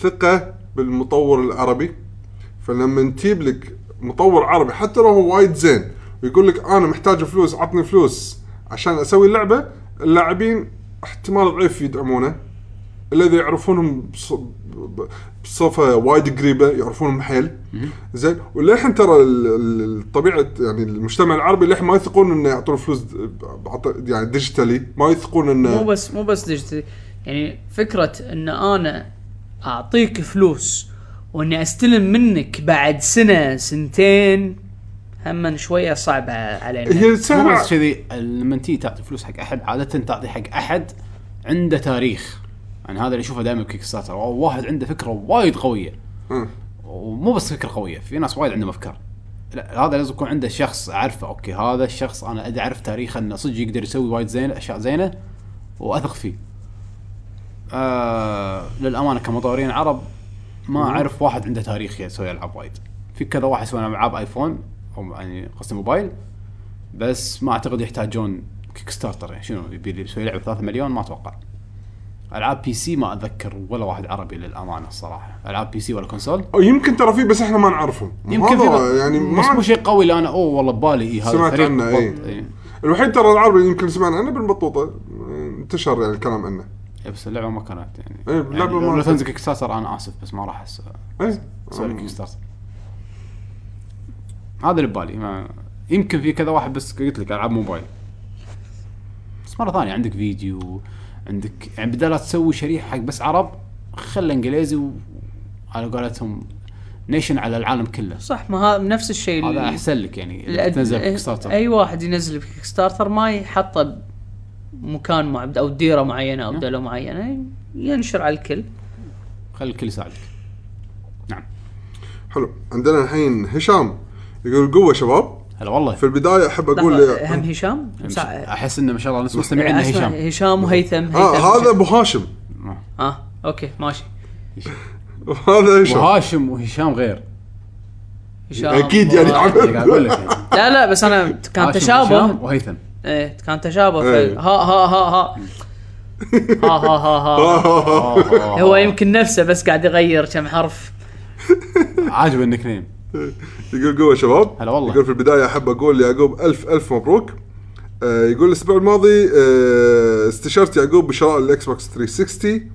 B: ثقه بالمطور العربي فلما نجيب لك مطور عربي حتى لو هو وايد زين ويقول لك انا محتاج فلوس عطني فلوس عشان اسوي اللعبه اللاعبين احتمال ضعيف يدعمونه الذي يعرفونهم بص- ب- بصفه وايد قريبه يعرفونهم حيل زين وللحين ترى ال- ال- الطبيعه يعني المجتمع العربي للحين ما يثقون انه يعطون فلوس د- بعط- يعني ديجيتالي ما يثقون
C: مو
B: انه
C: بس مو بس ديجيتالي يعني فكره ان انا اعطيك فلوس واني استلم منك بعد سنه سنتين هم شويه صعبه علينا
B: هي
A: مو
B: سهله
A: بس كذي لما تيجي تعطي فلوس حق احد عاده تعطي حق احد عنده تاريخ يعني هذا اللي اشوفه دائما بكيك ستارتر واحد عنده فكره وايد قويه
B: مم.
A: ومو بس فكره قويه في ناس وايد عندهم افكار لا هذا لازم يكون عنده شخص اعرفه اوكي هذا الشخص انا ادري اعرف تاريخه انه صدق يقدر يسوي وايد زين اشياء زينه واثق فيه. آه للامانه كمطورين عرب ما اعرف واحد عنده تاريخ يسوي العاب وايد. في كذا واحد يسوي العاب ايفون او يعني قصدي موبايل بس ما اعتقد يحتاجون كيك ستارتر يعني شنو يبي لي يسوي لعبه 3 مليون ما اتوقع. العاب بي سي ما اتذكر ولا واحد عربي للامانه الصراحه، العاب بي سي ولا كونسول
B: او يمكن ترى فيه بس احنا ما نعرفهم
A: يمكن في
B: هذا
A: بط...
B: يعني
A: بس
B: ما
A: مو شيء قوي اللي انا اوه والله ببالي إيه هذا
B: سمعت
A: الفريق
B: عنه،
A: بط-
B: إيه.
A: إيه.
B: الوحيد ترى العربي اللي يمكن سمعنا عنه بالبطوطه انتشر يعني الكلام عنه
A: إيه، بس اللعبه ما كانت يعني
B: إيه، اللعبة
A: يعني لو-
B: ما
A: لو
B: كانت.
A: تنزل كيك ستارتر انا اسف بس ما راح أس-
B: ايه
A: اسوي لك كيك ستارتر هذا اللي ببالي ما... يمكن في كذا واحد بس قلت لك العاب موبايل بس مره ثانيه عندك فيديو عندك يعني بدل لا تسوي شريحه حق بس عرب خله انجليزي و... على قولتهم نيشن على العالم كله
C: صح ما هذا نفس الشيء
A: هذا
C: اللي-
A: احسن لك يعني إذا
C: الأد-
A: تنزل كيك ستارتر
C: اي واحد ينزل بكيك ستارتر ما يحطه مكان معين او ديره معينه او
A: نعم.
C: دوله معينه ينشر على الكل
A: خلي الكل يساعدك نعم
B: حلو عندنا الحين هشام يقول قوه شباب
A: هلا والله
B: في البدايه احب اقول
C: لحظة، هم هشام سع-
A: احس انه ما شاء الله ناس مستمعين انه
C: اسمع،
A: هشام
C: هشام وهيثم هيثم
B: آه هذا ابو هاشم
C: اه اوكي ماشي
B: هذا هشام
A: وهاشم وهشام غير
C: هشام
B: اكيد يعني
C: وهيثم.
A: اللي قاعد اقول لك يعني.
C: لا لا بس انا كان
A: هاشم
C: تشابه
A: وهشام وهيثم
C: ايه كان تشابه
B: إيه.
C: في ها ها ها ها ها ها ها ها
A: آه،
C: هو يمكن نفسه بس قاعد يغير كم حرف
A: عاجب النك نيم
B: يقول قوه شباب
A: هلا والله.
B: يقول في البدايه احب اقول ليعقوب الف الف مبروك آه يقول الاسبوع الماضي آه استشرت يعقوب بشراء الاكس بوكس 360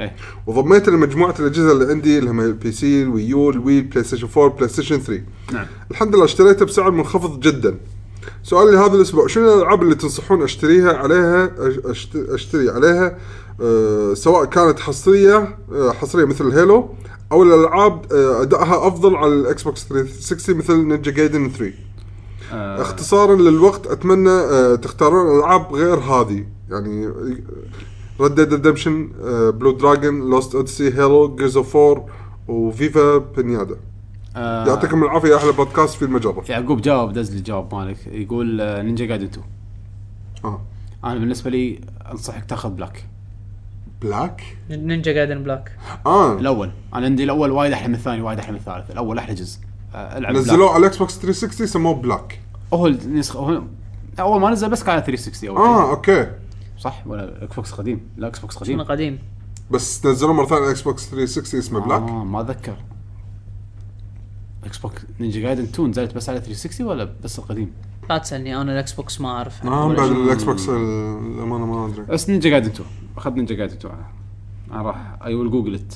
A: إيه.
B: وضميته لمجموعه الاجهزه اللي عندي اللي هم البي سي الويو الوي بلاي ستيشن 4 بلاي ستيشن 3
A: نعم
B: الحمد لله اشتريته بسعر منخفض جدا سؤالي هذا الاسبوع شنو الالعاب اللي تنصحون اشتريها عليها أش- أشت- اشتري عليها أه سواء كانت حصريه أه حصريه مثل هيلو او الالعاب أه ادائها افضل على الاكس بوكس 360 مثل نينجا جايدن 3
A: آه،
B: اختصارا للوقت اتمنى أه تختارون العاب غير هذه يعني ريد ديد ريدمشن بلو دراجون لوست اوديسي هيلو جيرز اوف 4 وفيفا بنيادا
A: آه،
B: يعطيكم العافيه احلى بودكاست في المجره
A: يعقوب جاوب دز لي الجواب مالك يقول آه، نينجا جايدن 2
B: اه
A: انا بالنسبه لي انصحك تاخذ بلاك
B: بلاك
C: نينجا جايدن بلاك
B: اه
A: الاول انا عندي الاول وايد احلى من الثاني وايد احلى من الثالث الاول احلى جزء آه، العب
B: نزلوه على الاكس بوكس 360 سموه بلاك
A: بلاك. هو النسخه هو اول ما نزل بس كان على 360 اول شيء
B: اه اوكي
A: صح ولا اكس بوكس قديم لا اكس بوكس قديم
C: شنو قديم
B: بس نزلوه مره ثانيه على الاكس بوكس 360 اسمه بلاك
A: آه ما اتذكر اكس بوكس نينجا جايدن 2 نزلت بس على 360 ولا بس القديم؟
C: لا تسالني انا الاكس بوكس ما اعرف
B: اه بعد الاكس بوكس الامانه ما ادري
A: بس نينجا جايدن 2 اخذت نينجا جايدن 2 انا انا راح اي ويل جوجل ات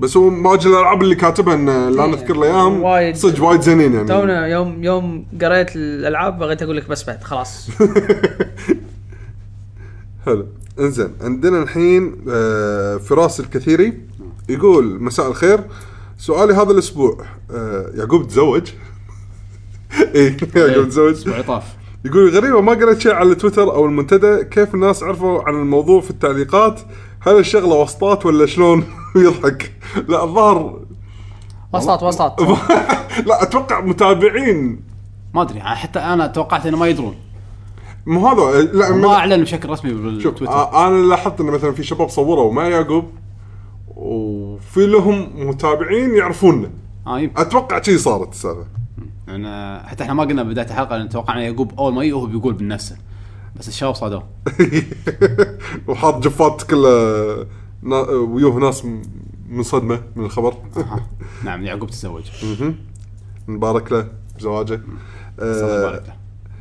B: بس هو ماجل الالعاب اللي كاتبها ان لا
C: إيه.
B: نذكر له اياهم
C: وايد.
B: صدق وايد زينين يعني
C: تونا يوم يوم قريت الالعاب بغيت اقول لك بس بعد خلاص
B: حلو انزين عندنا الحين آه، فراس الكثيري يقول مساء الخير سؤالي هذا الاسبوع آه، يعقوب تزوج ايه يعقوب تزوج
A: اسبوع إيه، طاف
B: يقول غريبه ما قريت شيء على تويتر او المنتدى كيف الناس عرفوا عن الموضوع في التعليقات هل الشغله وسطات ولا شلون يضحك لا الظاهر
C: وسطات وسطات
B: لا اتوقع متابعين
A: ما ادري أنا حتى انا توقعت انه ما يدرون
B: مو هذا لا
A: ما
B: من-
A: اعلن بشكل رسمي
B: شوف
A: بالتويتر
B: آه، انا لاحظت انه مثلا في شباب صوروا مع يعقوب وفي لهم متابعين يعرفوننا
A: اه يمكن
B: اتوقع شي صارت السالفه
A: انا حتى احنا ما قلنا بدايه الحلقه لان توقعنا يعقوب اول ما يجي هو بيقول بنفسه بس الشباب صادوه
B: وحاط جفات كلها نا- ويوه ناس م- منصدمه من الخبر
A: آه. نعم يعقوب تزوج
B: آه. نبارك له بزواجه
A: الله
B: آه،
A: يبارك له.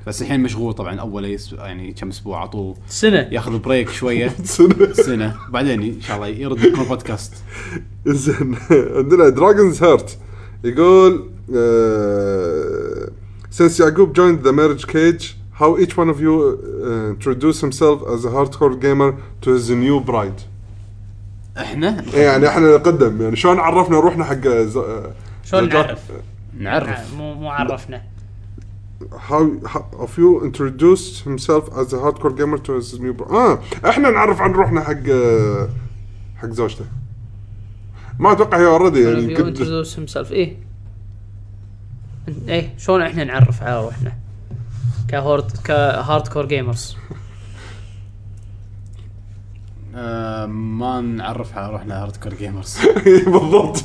A: بس الحين مشغول طبعا اول يس- يعني كم اسبوع عطوه
C: سنه
A: ياخذ بريك شويه
B: سنة.
A: سنه بعدين ان شاء الله يرد يكون بودكاست
B: زين عندنا دراجونز هيرت يقول uh, since Yaqub joined the marriage cage how each one of you uh, introduce himself as a hardcore gamer to his new bride
A: احنا
B: إيه يعني احنا اللي قدم يعني شلون عرفنا روحنا حق ز... آه،
C: شلون
B: زوجات؟
C: نعرف؟
A: نعرف
C: مو مو عرفنا
B: how, how of you introduced himself as a hardcore gamer to his new bride اه احنا نعرف عن روحنا حق آه، حق زوجته ما اتوقع هي اوريدي يعني يمكن-
C: انتروديوس هيم سيلف ايه ايه شلون احنا نعرف على روحنا كهورد كهارد كور جيمرز
A: آه ما نعرف على روحنا هاردكور جيمرز
B: إيه بالضبط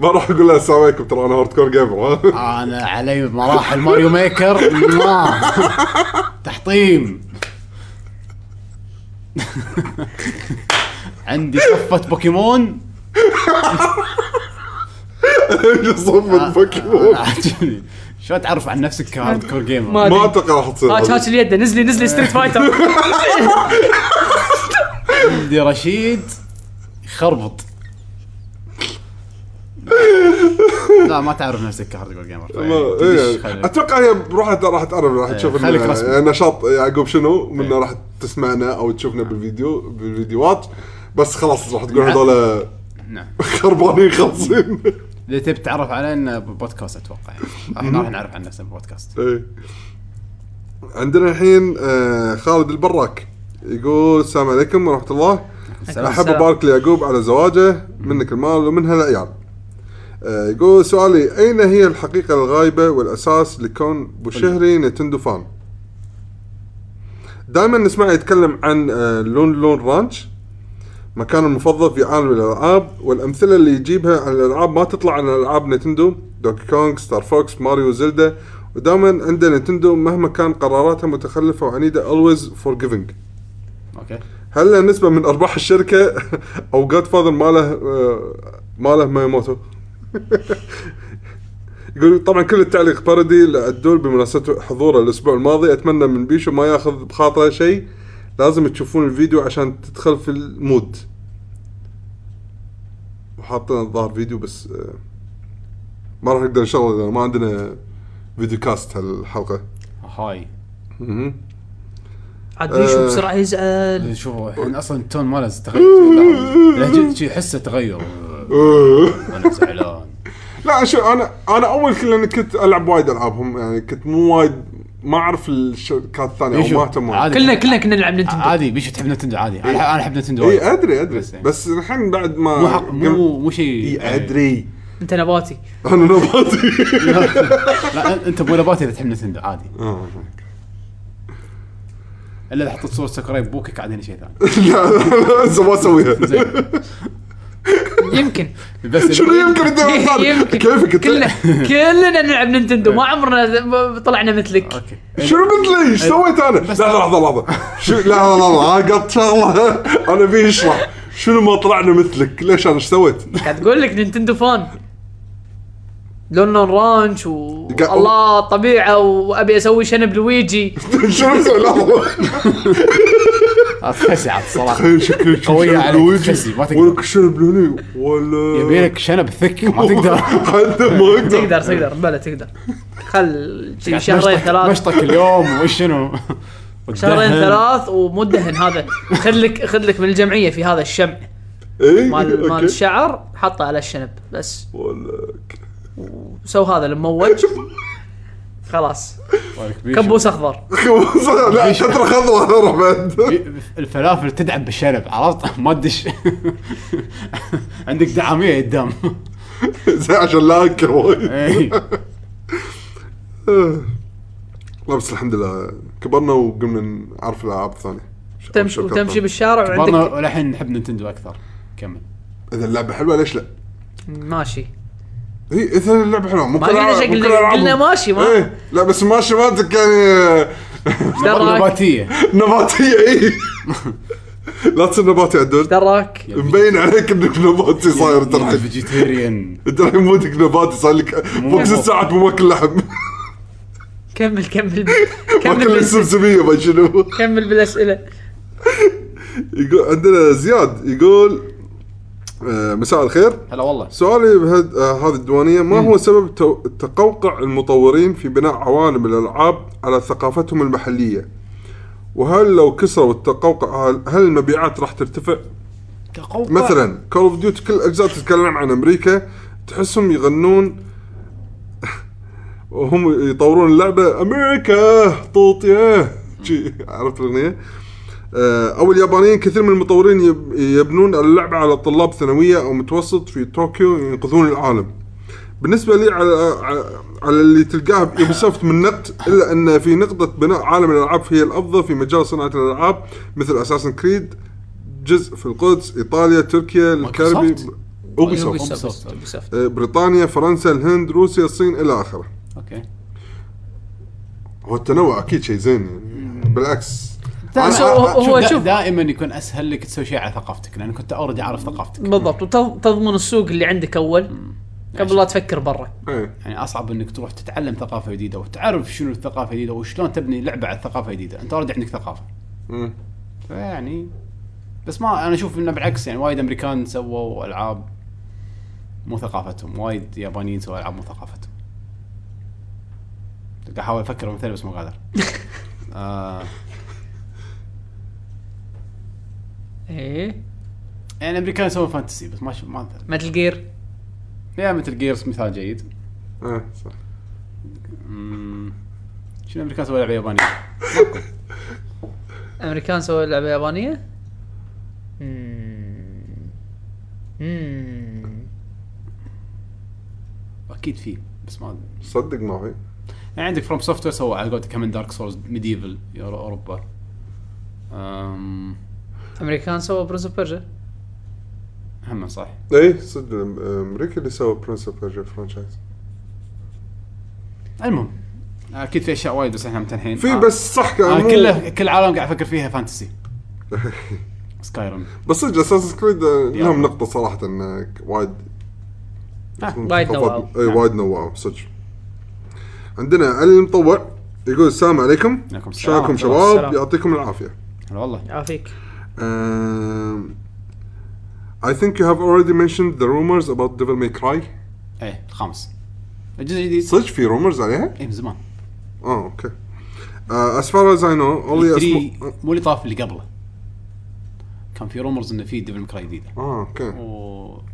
B: ما راح اقول له السلام عليكم ترى انا هارد كور جيمر ها
A: انا علي مراحل ماريو ميكر ما. تحطيم عندي صفة بوكيمون
B: إيش
A: آه،
B: صفة بوكيمون
A: عجبني شلون تعرف عن نفسك كهارد كور جيمر؟
C: ما
B: ما
C: ادري
B: اتوقع راح
A: آه،
B: تصير
C: هاتش
B: هذه.
C: هاتش آه، اليد نزلي نزلي ستريت فايتر
A: عندي رشيد يخربط لا ما تعرف نفسك كهارد كور جيمر
B: ما- إيه. اتوقع هي بروحها راح تعرف راح تشوف
A: إيه، خليك
B: إن-
A: رسمي. إيه.
B: يعني نشاط يعقوب شنو منه راح تسمعنا او تشوفنا بالفيديو بالفيديوهات بس خلاص راح تقول
A: نعم.
B: هذول
A: نعم
B: خربانين خالصين
A: اللي تبي تعرف علينا بودكاست اتوقع يعني. احنا راح نعرف عن نفسنا ببودكاست
B: إيه. عندنا الحين آه، خالد البراك يقول السلام عليكم ورحمه الله احب
C: السلام.
B: ابارك ليعقوب على زواجه منك المال ومنها العيال آه، يقول سؤالي اين هي الحقيقه الغايبه والاساس لكون بوشهري نتندو فان دائما نسمع يتكلم عن آه، لون لون رانش مكانه المفضل في عالم الالعاب والامثله اللي يجيبها عن الالعاب ما تطلع عن العاب نتندو دوكي كونغ ستار فوكس ماريو زلدا ودائما عند نتندو مهما كان قراراتها متخلفه وعنيده always forgiving
A: اوكي
B: هل له نسبة من أرباح الشركة أو جاد فاذر ماله آه، ماله ما يموتوا؟ يقول طبعا كل التعليق بارودي لعدول بمناسبة حضوره الأسبوع الماضي أتمنى من بيشو ما ياخذ بخاطره شيء لازم تشوفون الفيديو عشان تدخل في المود وحاطين الظاهر فيديو بس آه، ما راح نقدر نشغله لأن ما عندنا فيديو كاست هالحلقة
A: هاي
B: مهم.
C: عاد بيشو
B: آه.
C: بسرعه يزعل
A: شوفوا الحين اصلا التون ماله تغير لهجه شي حسه تغير وانا زعلان
B: لا شو انا انا اول كل أنا كنت العب وايد العابهم يعني كنت مو وايد ما اعرف الشركات الثانيه او
A: بيشو،
B: ما اهتم
A: عادي.
C: كلنا كلنا كنا نلعب نينتندو
A: عادي بيش تحب نتندو عادي انا
B: إيه،
A: أنا احب نتندو
B: اي ادري ادري
A: بس يعني.
B: بس الحين بعد ما إيه،
A: مو يعني. حق مو مو شيء
B: اي ادري
C: انت نباتي
B: انا نباتي
A: لا أن- انت ابو نباتي اذا تحب نتندو عادي
B: آه.
A: الا اذا حطيت صوره ساكوراي ببوكك عاد هنا شيء ثاني
B: لا لا هسه ما اسويها
A: زين
C: يمكن
A: بس
B: شنو يمكن الدوري الثاني؟
C: يمكن
B: كيفك انت؟
C: كلنا كلنا نلعب نينتندو ما عمرنا ذ- طلعنا مثلك
A: اوكي
B: شنو مثلي؟ ايش سويت انا؟
A: بس-
B: لحظه لحظه لحظه شو لا لا لا لا قط شغله انا ابي اشرح شنو ما طلعنا مثلك؟ ليش انا ايش سويت؟
C: قاعد اقول لك نينتندو فان لونن رانش و
B: قا-
C: الله طبيعه وابي اسوي شنب لويجي
B: شنو مسوي لحظه
A: اتخسي عاد الصراحه
B: تخيل شكلي
A: قوية عليك،
B: لويجي
A: تخسي، ما تقدر.
B: ولا كشرب هني ولا
A: يبيلك شنب ثك ما تقدر
B: حتى ما اقدر
C: تقدر تقدر بلا تقدر خل شي شهرين
A: مشطك-
C: ثلاث
A: مشطك اليوم وش شنو
C: شهرين
A: والدهن.
C: ثلاث ومو الدهن هذا خذ لك خذ لك من الجمعيه في هذا الشمع
B: اي
C: مال مال
B: إيه؟ أوكي.
C: الشعر حطه على الشنب بس
B: ولا
C: سو هذا المموج خلاص
A: ولا كبير شنو.
C: كبوس اخضر
B: لا شطر خضوه اروح بعد
A: إيه. الفلافل تدعم بالشنب عرفت ما تدش عندك إيه، دعاميه قدام
B: زين عشان لا اكل وايد
A: إي.
B: لا بس الحمد لله كبرنا وقمنا نعرف الالعاب الثانيه
C: تمشي
B: شكراً.
C: وتمشي بالشارع
A: برنا
C: وعندك
A: والحين نحب نينتندو اكثر كمل
B: اذا اللعبه حلوه ليش لا؟ إيه،
C: ماشي
B: اي اذا اللعبه حلوه ممكن
C: ما قلنا شيء، قلنا- قلنا ماشي، ما-
B: ايه لا بس ماشي مالتك يعني
C: ايش دراك؟
A: نباتيه
B: نباتيه اي إيه. لا تصير نباتي عدل
C: دراك
B: مبين عليك انك نباتي صاير ترى الحين.
A: فيجيتيريان
B: انت الحين مودك نباتي صار لك بوكس الساعه مو ماكل لحم
C: كمل كمل كمل
B: ماكل
C: بالس-
B: السمسميه ما شنو
C: كمل بالاسئله
B: يقول عندنا زياد يقول آه، مساء الخير
A: هلا والله
B: سؤالي بهد- آه، هذه الديوانيه ما هو سبب تو- تقوقع المطورين في بناء عوالم الالعاب على ثقافتهم المحليه؟ وهل لو كسروا التقوقع هل- هل المبيعات راح ترتفع؟ مثلا كول اوف ديوتي كل الاجزاء تتكلم عن امريكا تحسهم يغنون وهم يطورون اللعبه امريكا طوطيه شي، عرفت الاغنيه؟ آه، او اليابانيين كثير من المطورين يب- يبنون اللعبه على طلاب ثانويه او متوسط في طوكيو ينقذون العالم. بالنسبه لي على على- على اللي تلقاه بيوبيسوفت من نقد الا ان في نقده بناء عالم الالعاب هي الافضل في مجال صناعه الالعاب مثل اساسن كريد جزء في القدس ايطاليا تركيا الكاريبي
A: مايكروسوفت؟
B: اوبيسوفت
A: Ubisoft.
C: Ubisoft.
B: آه، بريطانيا فرنسا الهند روسيا الصين الى اخره.
A: اوكي
B: هو التنوع اكيد شيء زين يعني بالعكس
C: بس
B: أنا-
C: هو-
B: أنا-
C: هو
A: شوف دا-
C: شوف.
A: دائما يكون اسهل لك تسوي شيء على ثقافتك لانك كنت اوريدي عارف ثقافتك
C: بالضبط وتضمن السوق اللي عندك اول قبل لا تفكر برا
B: إيه.
A: يعني اصعب انك تروح تتعلم ثقافه جديده وتعرف شنو الثقافه الجديده وشلون تبني لعبه على ثقافه جديده انت اوريدي عندك ثقافه
B: مم.
A: فيعني بس ما انا اشوف انه بالعكس يعني وايد امريكان سووا العاب مو ثقافتهم وايد يابانيين سووا العاب مو ثقافتهم قاعد احاول افكر مثلا بس ما قادر آه
C: ايه
A: يعني الامريكان سووا فانتسي بس ما شف ما أنت-
C: متل جير
A: يا مثل جيرز مثال جيد
B: إيه، صح.
A: مم. شنو الامريكان سووا لعبه يابانيه
C: امريكان سووا لعبه يابانيه مم. مم.
A: اكيد في بس ما
B: صدق ما في
A: يعني عندك فروم سوفت وير سووا على قولتك كمان دارك سورز ميديفل اوروبا أم...
C: امريكان سووا برنس اوف بيرجا
A: هم صح
B: اي إيه، صدق أم- امريكا اللي سوى برنس اوف بيرجا فرانشايز
A: المهم اكيد في اشياء وايد بس احنا متنحين
B: في
A: آه.
B: بس صح كان
A: انا
B: مو-
A: كله كل العالم قاعد افكر فيها فانتسي سكايرم
B: بس صدق اساس كريد لهم نقطه صراحه انه وايد
A: آه،
C: وايد نوعوا.
B: اي
A: نعم.
B: وايد نوعوا صدق عندنا علي المطوع يقول السلام عليكم
A: عليكم السلام.
B: شلونكم
C: السلام.
B: شباب يعطيكم العافيه
A: هلا والله
C: يعافيك
B: Um, I think you have already mentioned the rumors about Devil May Cry
A: ايه الخامس الجزء الجديد
B: صدق في rumors عليها؟
A: ايه من زمان
B: اه اوكي Uh, as far as I know only a
A: E3
B: small
A: E مو اللي طاف اللي قبله كان في رومرز انه في ديفل مكراي جديده
B: اه اوكي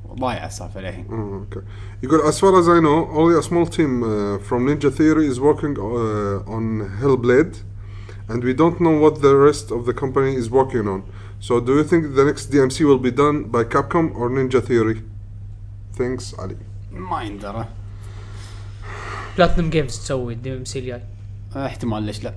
A: وضايعه السالفه للحين
B: Oh, okay. يقول as far as I know, only a small team uh, from Ninja Theory is working uh, on Hellblade, and we don't know what the rest of the company is working on. So, do you think the next DMC will be done by Capcom or Ninja Theory? Thanks, Ali.
A: ما يندرى
C: بلاتنم جيمز تسوي الدي ام سي الجاي
A: آه، احتمال ليش لا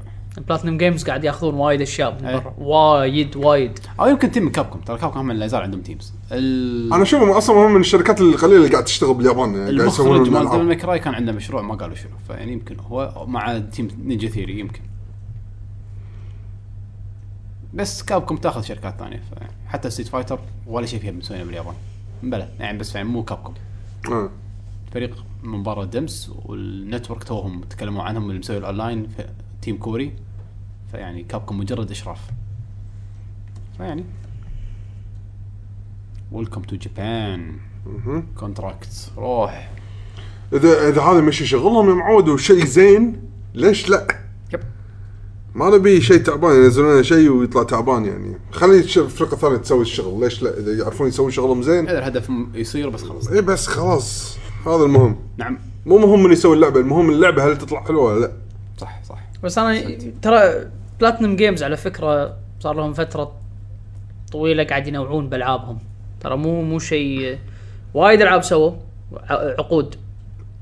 C: بلاتنم جيمز قاعد ياخذون وايد اشياء من
A: إيه.
C: برا وايد وايد
A: او يمكن تيم من كابكم ترى كابكم هم لا يزال عندهم تيمز ال...
B: انا اشوفهم اصلا هم من الشركات القليله اللي قاعد تشتغل باليابان يعني قاعد يسوون
A: المخرج مال
B: الألعاب.
A: ديفل ماكراي كان عنده مشروع ما قالوا شنو فيعني يمكن هو مع تيم نينجا ثيري يمكن بس كابكم تاخذ شركات ثانيه حتى ستيت فايتر ولا شيء فيها مسوينه باليابان بلا يعني بس يعني مو كابكم
B: آه.
A: فريق من برا دمس والنتورك توهم تكلموا عنهم اللي مسوي الاونلاين في تيم كوري فيعني كابكم مجرد اشراف فيعني ويلكم تو جابان
B: مهم.
A: كونتراكت روح
B: اذا اذا هذا مش شغلهم يا معود وشيء زين ليش لا؟
A: يب.
B: ما نبي شيء تعبان ينزلون لنا شيء ويطلع تعبان يعني خلي الش- الفرقه الثانيه تسوي الشغل ليش لا؟ اذا يعرفون يسوون شغلهم زين
A: هذا الهدف م- يصير بس خلاص
B: اي بس خلاص هذا المهم
A: نعم
B: مو مهم من يسوي اللعبه المهم اللعبه هل تطلع حلوه ولا لا؟
A: صح صح
C: بس انا ترى بلاتنم جيمز على فكره صار لهم فتره طويله قاعد ينوعون بالعابهم ترى مو مو شيء وايد العاب سووا ع- عقود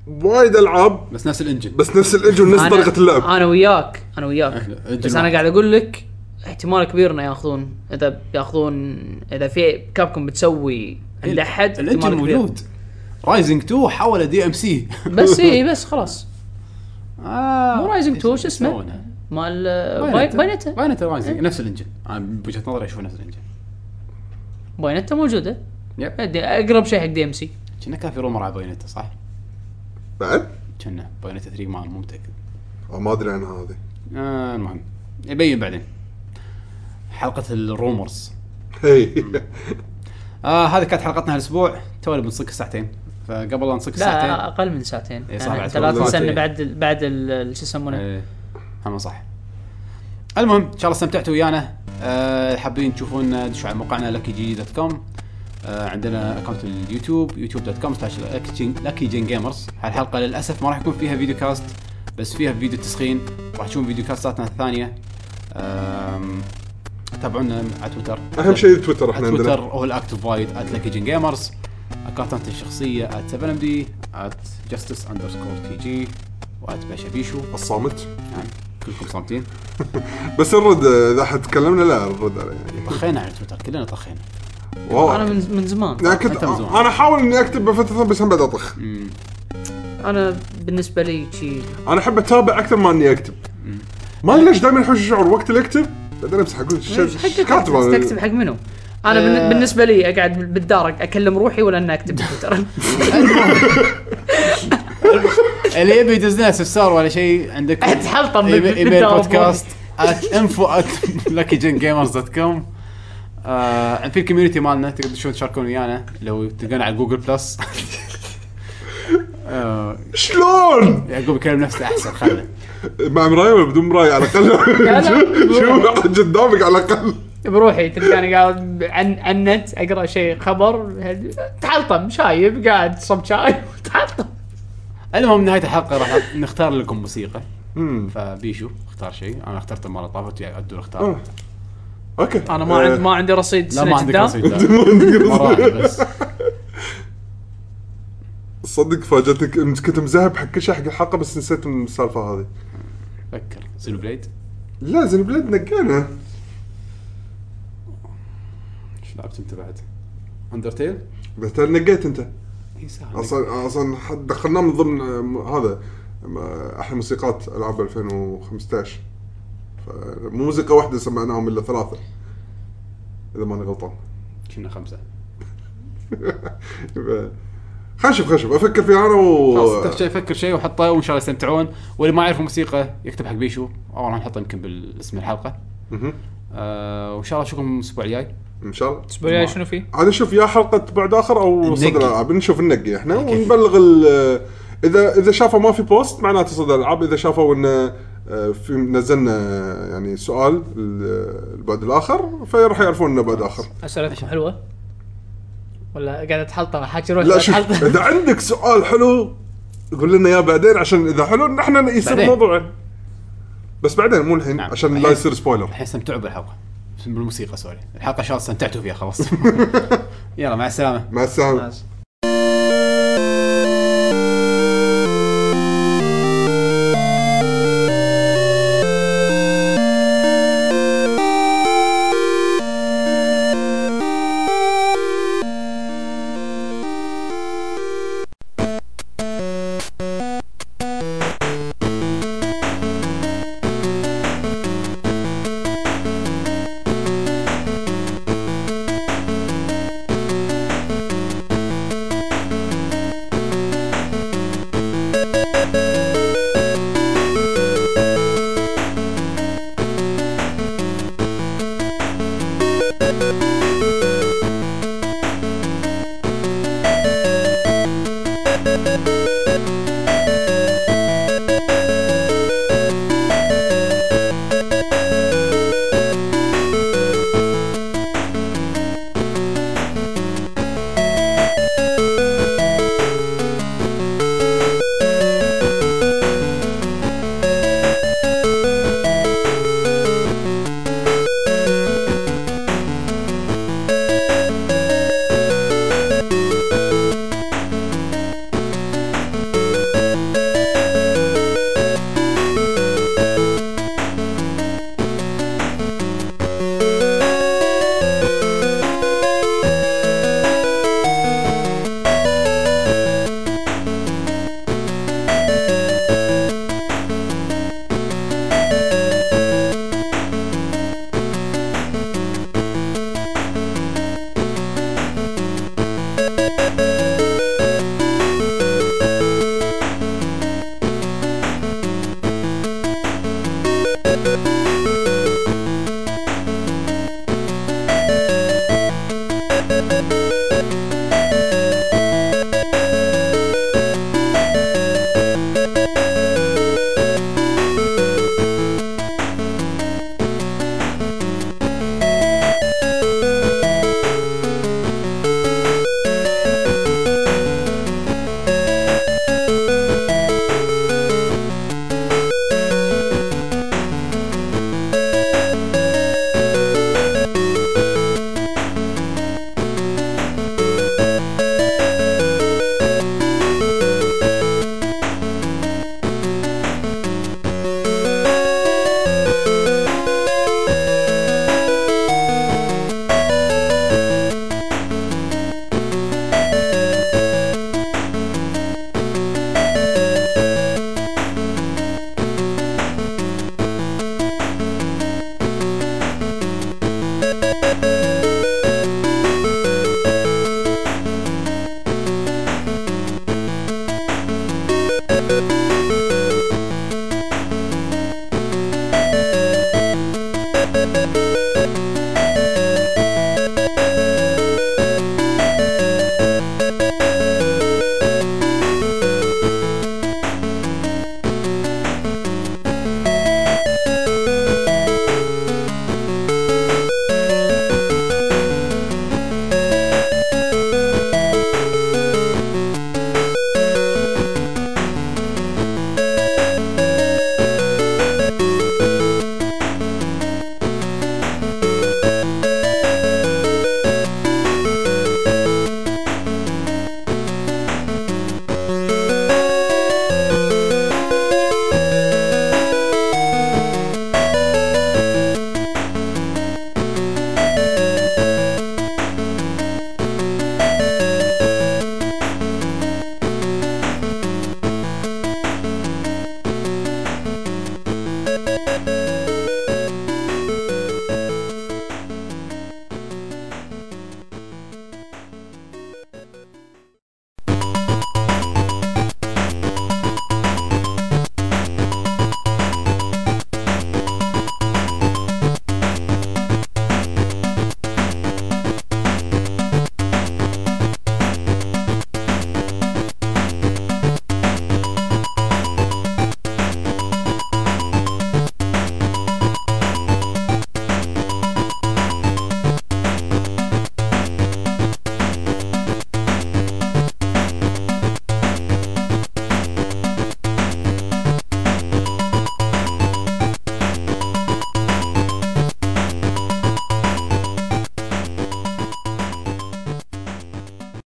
B: وايد العاب
A: بس نفس الانجن
B: بس نفس الانجن نفس
C: أنا-
B: طريقه اللعب
C: انا وياك انا وياك
A: أهلا،
C: بس
A: أجل
C: انا
A: معك.
C: قاعد اقول لك احتمال كبير انه ياخذون اذا بياخذون اذا في كابكم بتسوي عند احد
A: الانجن
C: احتمال كبير.
A: إيه، موجود رايزنج 2 حوله دي ام سي
C: بس اي بس خلاص
A: مو
C: مو رايزنج 2 شو اسمه؟ مال باي- باينتا
A: باينتا رايزنج نفس الانجن انا بوجهه نظري اشوف نفس الانجن
C: باينتا موجوده
A: يب
C: أدي- اقرب شيء حق دي ام سي
A: كنا كان في رومر على باينتا صح؟
B: بعد؟
A: كنا باينتا 3 ما مو متاكد
B: آه، ما ادري عن هذه
A: آه المهم يبين بعدين حلقه الرومرز
B: هي
A: آه هذه كانت حلقتنا هالاسبوع تونا بنصك ساعتين فقبل لا نصك
C: لا
A: ساعتين
C: اقل من ساعتين
A: إيه، صح،
C: يعني
A: بعد
C: ثلاث
A: ساعتين.
C: سنة بعد ال- بعد ال- شو يسمونه
A: إيه، هم صح المهم ان شاء الله استمتعتوا ويانا أه حابين تشوفونا دشوا على موقعنا لكي جي دوت كوم أه عندنا اكونت اليوتيوب يوتيوب دوت كوم سلاش لكي جين جيمرز هالحلقه للاسف ما راح يكون فيها فيديو كاست بس فيها فيديو تسخين راح تشوفون فيديو كاستاتنا الثانيه أم، تابعونا على تويتر
B: اهم شيء تويتر احنا
A: تويتر
B: عندنا
A: هو الاكتف وايد @لكي جين جيمرز اكونتاتي الشخصيه @7md @justice_tg و@باشابيشو
B: الصامت
A: نعم كلكم صامتين
B: بس الرد آه، اذا احد تكلمنا لا الرد عليه يعني
A: طخينا على تويتر كلنا طخينا
B: واو.
C: انا من من زمان
B: يعني كنت
A: أنت مزوم.
B: انا احاول اني اكتب بفتره بس هم بعد اطخ
C: انا بالنسبه لي شي
B: انا احب اتابع اكثر ما اني اكتب ما أدري ليش دائما يحوش شعور وقت اللي اكتب بعدين امسح اقول شو-
C: إيش
B: شو
C: حقك
B: كاتب
C: أنت
B: أنا؟
C: تكتب إيه، حق منو؟ انا بالن-
A: آه.
C: بالنسبه لي اقعد بال- بالدار اكلم روحي ولا اني اكتب تويتر
A: اللي يبي يدز لنا سفسار ولا شيء عندكم
C: أتحلطم بال-
A: إيميل- ايميل
C: بالدوام.
A: بودكاست انفو لكي جن جيمرز دوت كوم آه، في الكوميونتي مالنا تقدرون تشوفون تشاركون ويانا لو تلقون على جوجل بلس آه،
B: شلون؟
A: يعقوب يكلم نفسه احسن خله
B: مع مرايه ولا بدون مرايه على
C: لا،
B: الاقل شوف- شوف
C: بروحي.
B: احد قدامك على الاقل
C: بروحي تلقاني قاعد عن عن النت اقرا شيء خبر هد- تحلطم شايب قاعد صب شاي تحلطم
A: المهم نهايه الحلقه راح نختار لكم موسيقى
B: مم.
A: فبيشو اختار شيء انا اخترت المره اللي طافت ويا عدول اختار
B: آه. اوكي
C: انا ما
A: إيه.
C: عندي ما عندي رصيد
A: لا ما
C: سنه
A: عندك
C: قدام
A: رصيد لا. مرة واحدة
B: ما
A: بس
B: صدق فاجاتك أمس كنت مذهب حق كل شيء حق الحلقه بس نسيت من السالفه هذه
A: فكر سيلو بليد
B: لا زين بلاد نقينا
A: ايش لعبت انت بعد؟ اندرتيل؟
B: بس نقيت انت
A: اي سهل
B: اصلا اصلا حد- دخلناه من ضمن آه، م- هذا آه، احلى موسيقات العاب 2015 مو موسيقى واحده سمعناهم الا ثلاثه اذا ماني غلطان
A: كنا خمسه
B: ف- خلنا نشوف خلنا نشوف افكر فيها انا و
A: خلاص تفكر شيء فكر شيء وحطه وان شاء الله يستمتعون واللي ما يعرف موسيقى يكتب حق بيشو او راح نحطه يمكن بالاسم الحلقه
B: مهم.
A: آه وان شاء الله اشوفكم الاسبوع الجاي
B: ان شاء الله
C: الاسبوع الجاي شنو فيه؟
B: عاد نشوف يا حلقه بعد اخر او
A: ننقي.
B: صدر الالعاب نشوف ننقي احنا
A: أوكي.
B: ونبلغ ال- اذا اذا شافوا ما في بوست معناته صدر الالعاب اذا شافوا انه آه، في نزلنا يعني سؤال ال- البعد الاخر فراح يعرفون انه بعد اخر
C: اسئلتكم حلوه؟ ولا قاعد اتحلطم حاكي روحي
B: لا
C: قاعد
B: شوف
C: أتحلطم.
B: اذا عندك سؤال حلو قول لنا اياه بعدين عشان اذا حلو نحن يصير
A: بعدين.
B: موضوعه بس بعدين مو الحين
A: نعم.
B: عشان لا
A: الحين.
B: يصير سبويلر
A: الحين استمتعوا بالحلقه بالموسيقى سوري الحلقه ان شاء الله استمتعتوا فيها خلاص يلا مع السلامه
B: مع السلامه
C: ناس.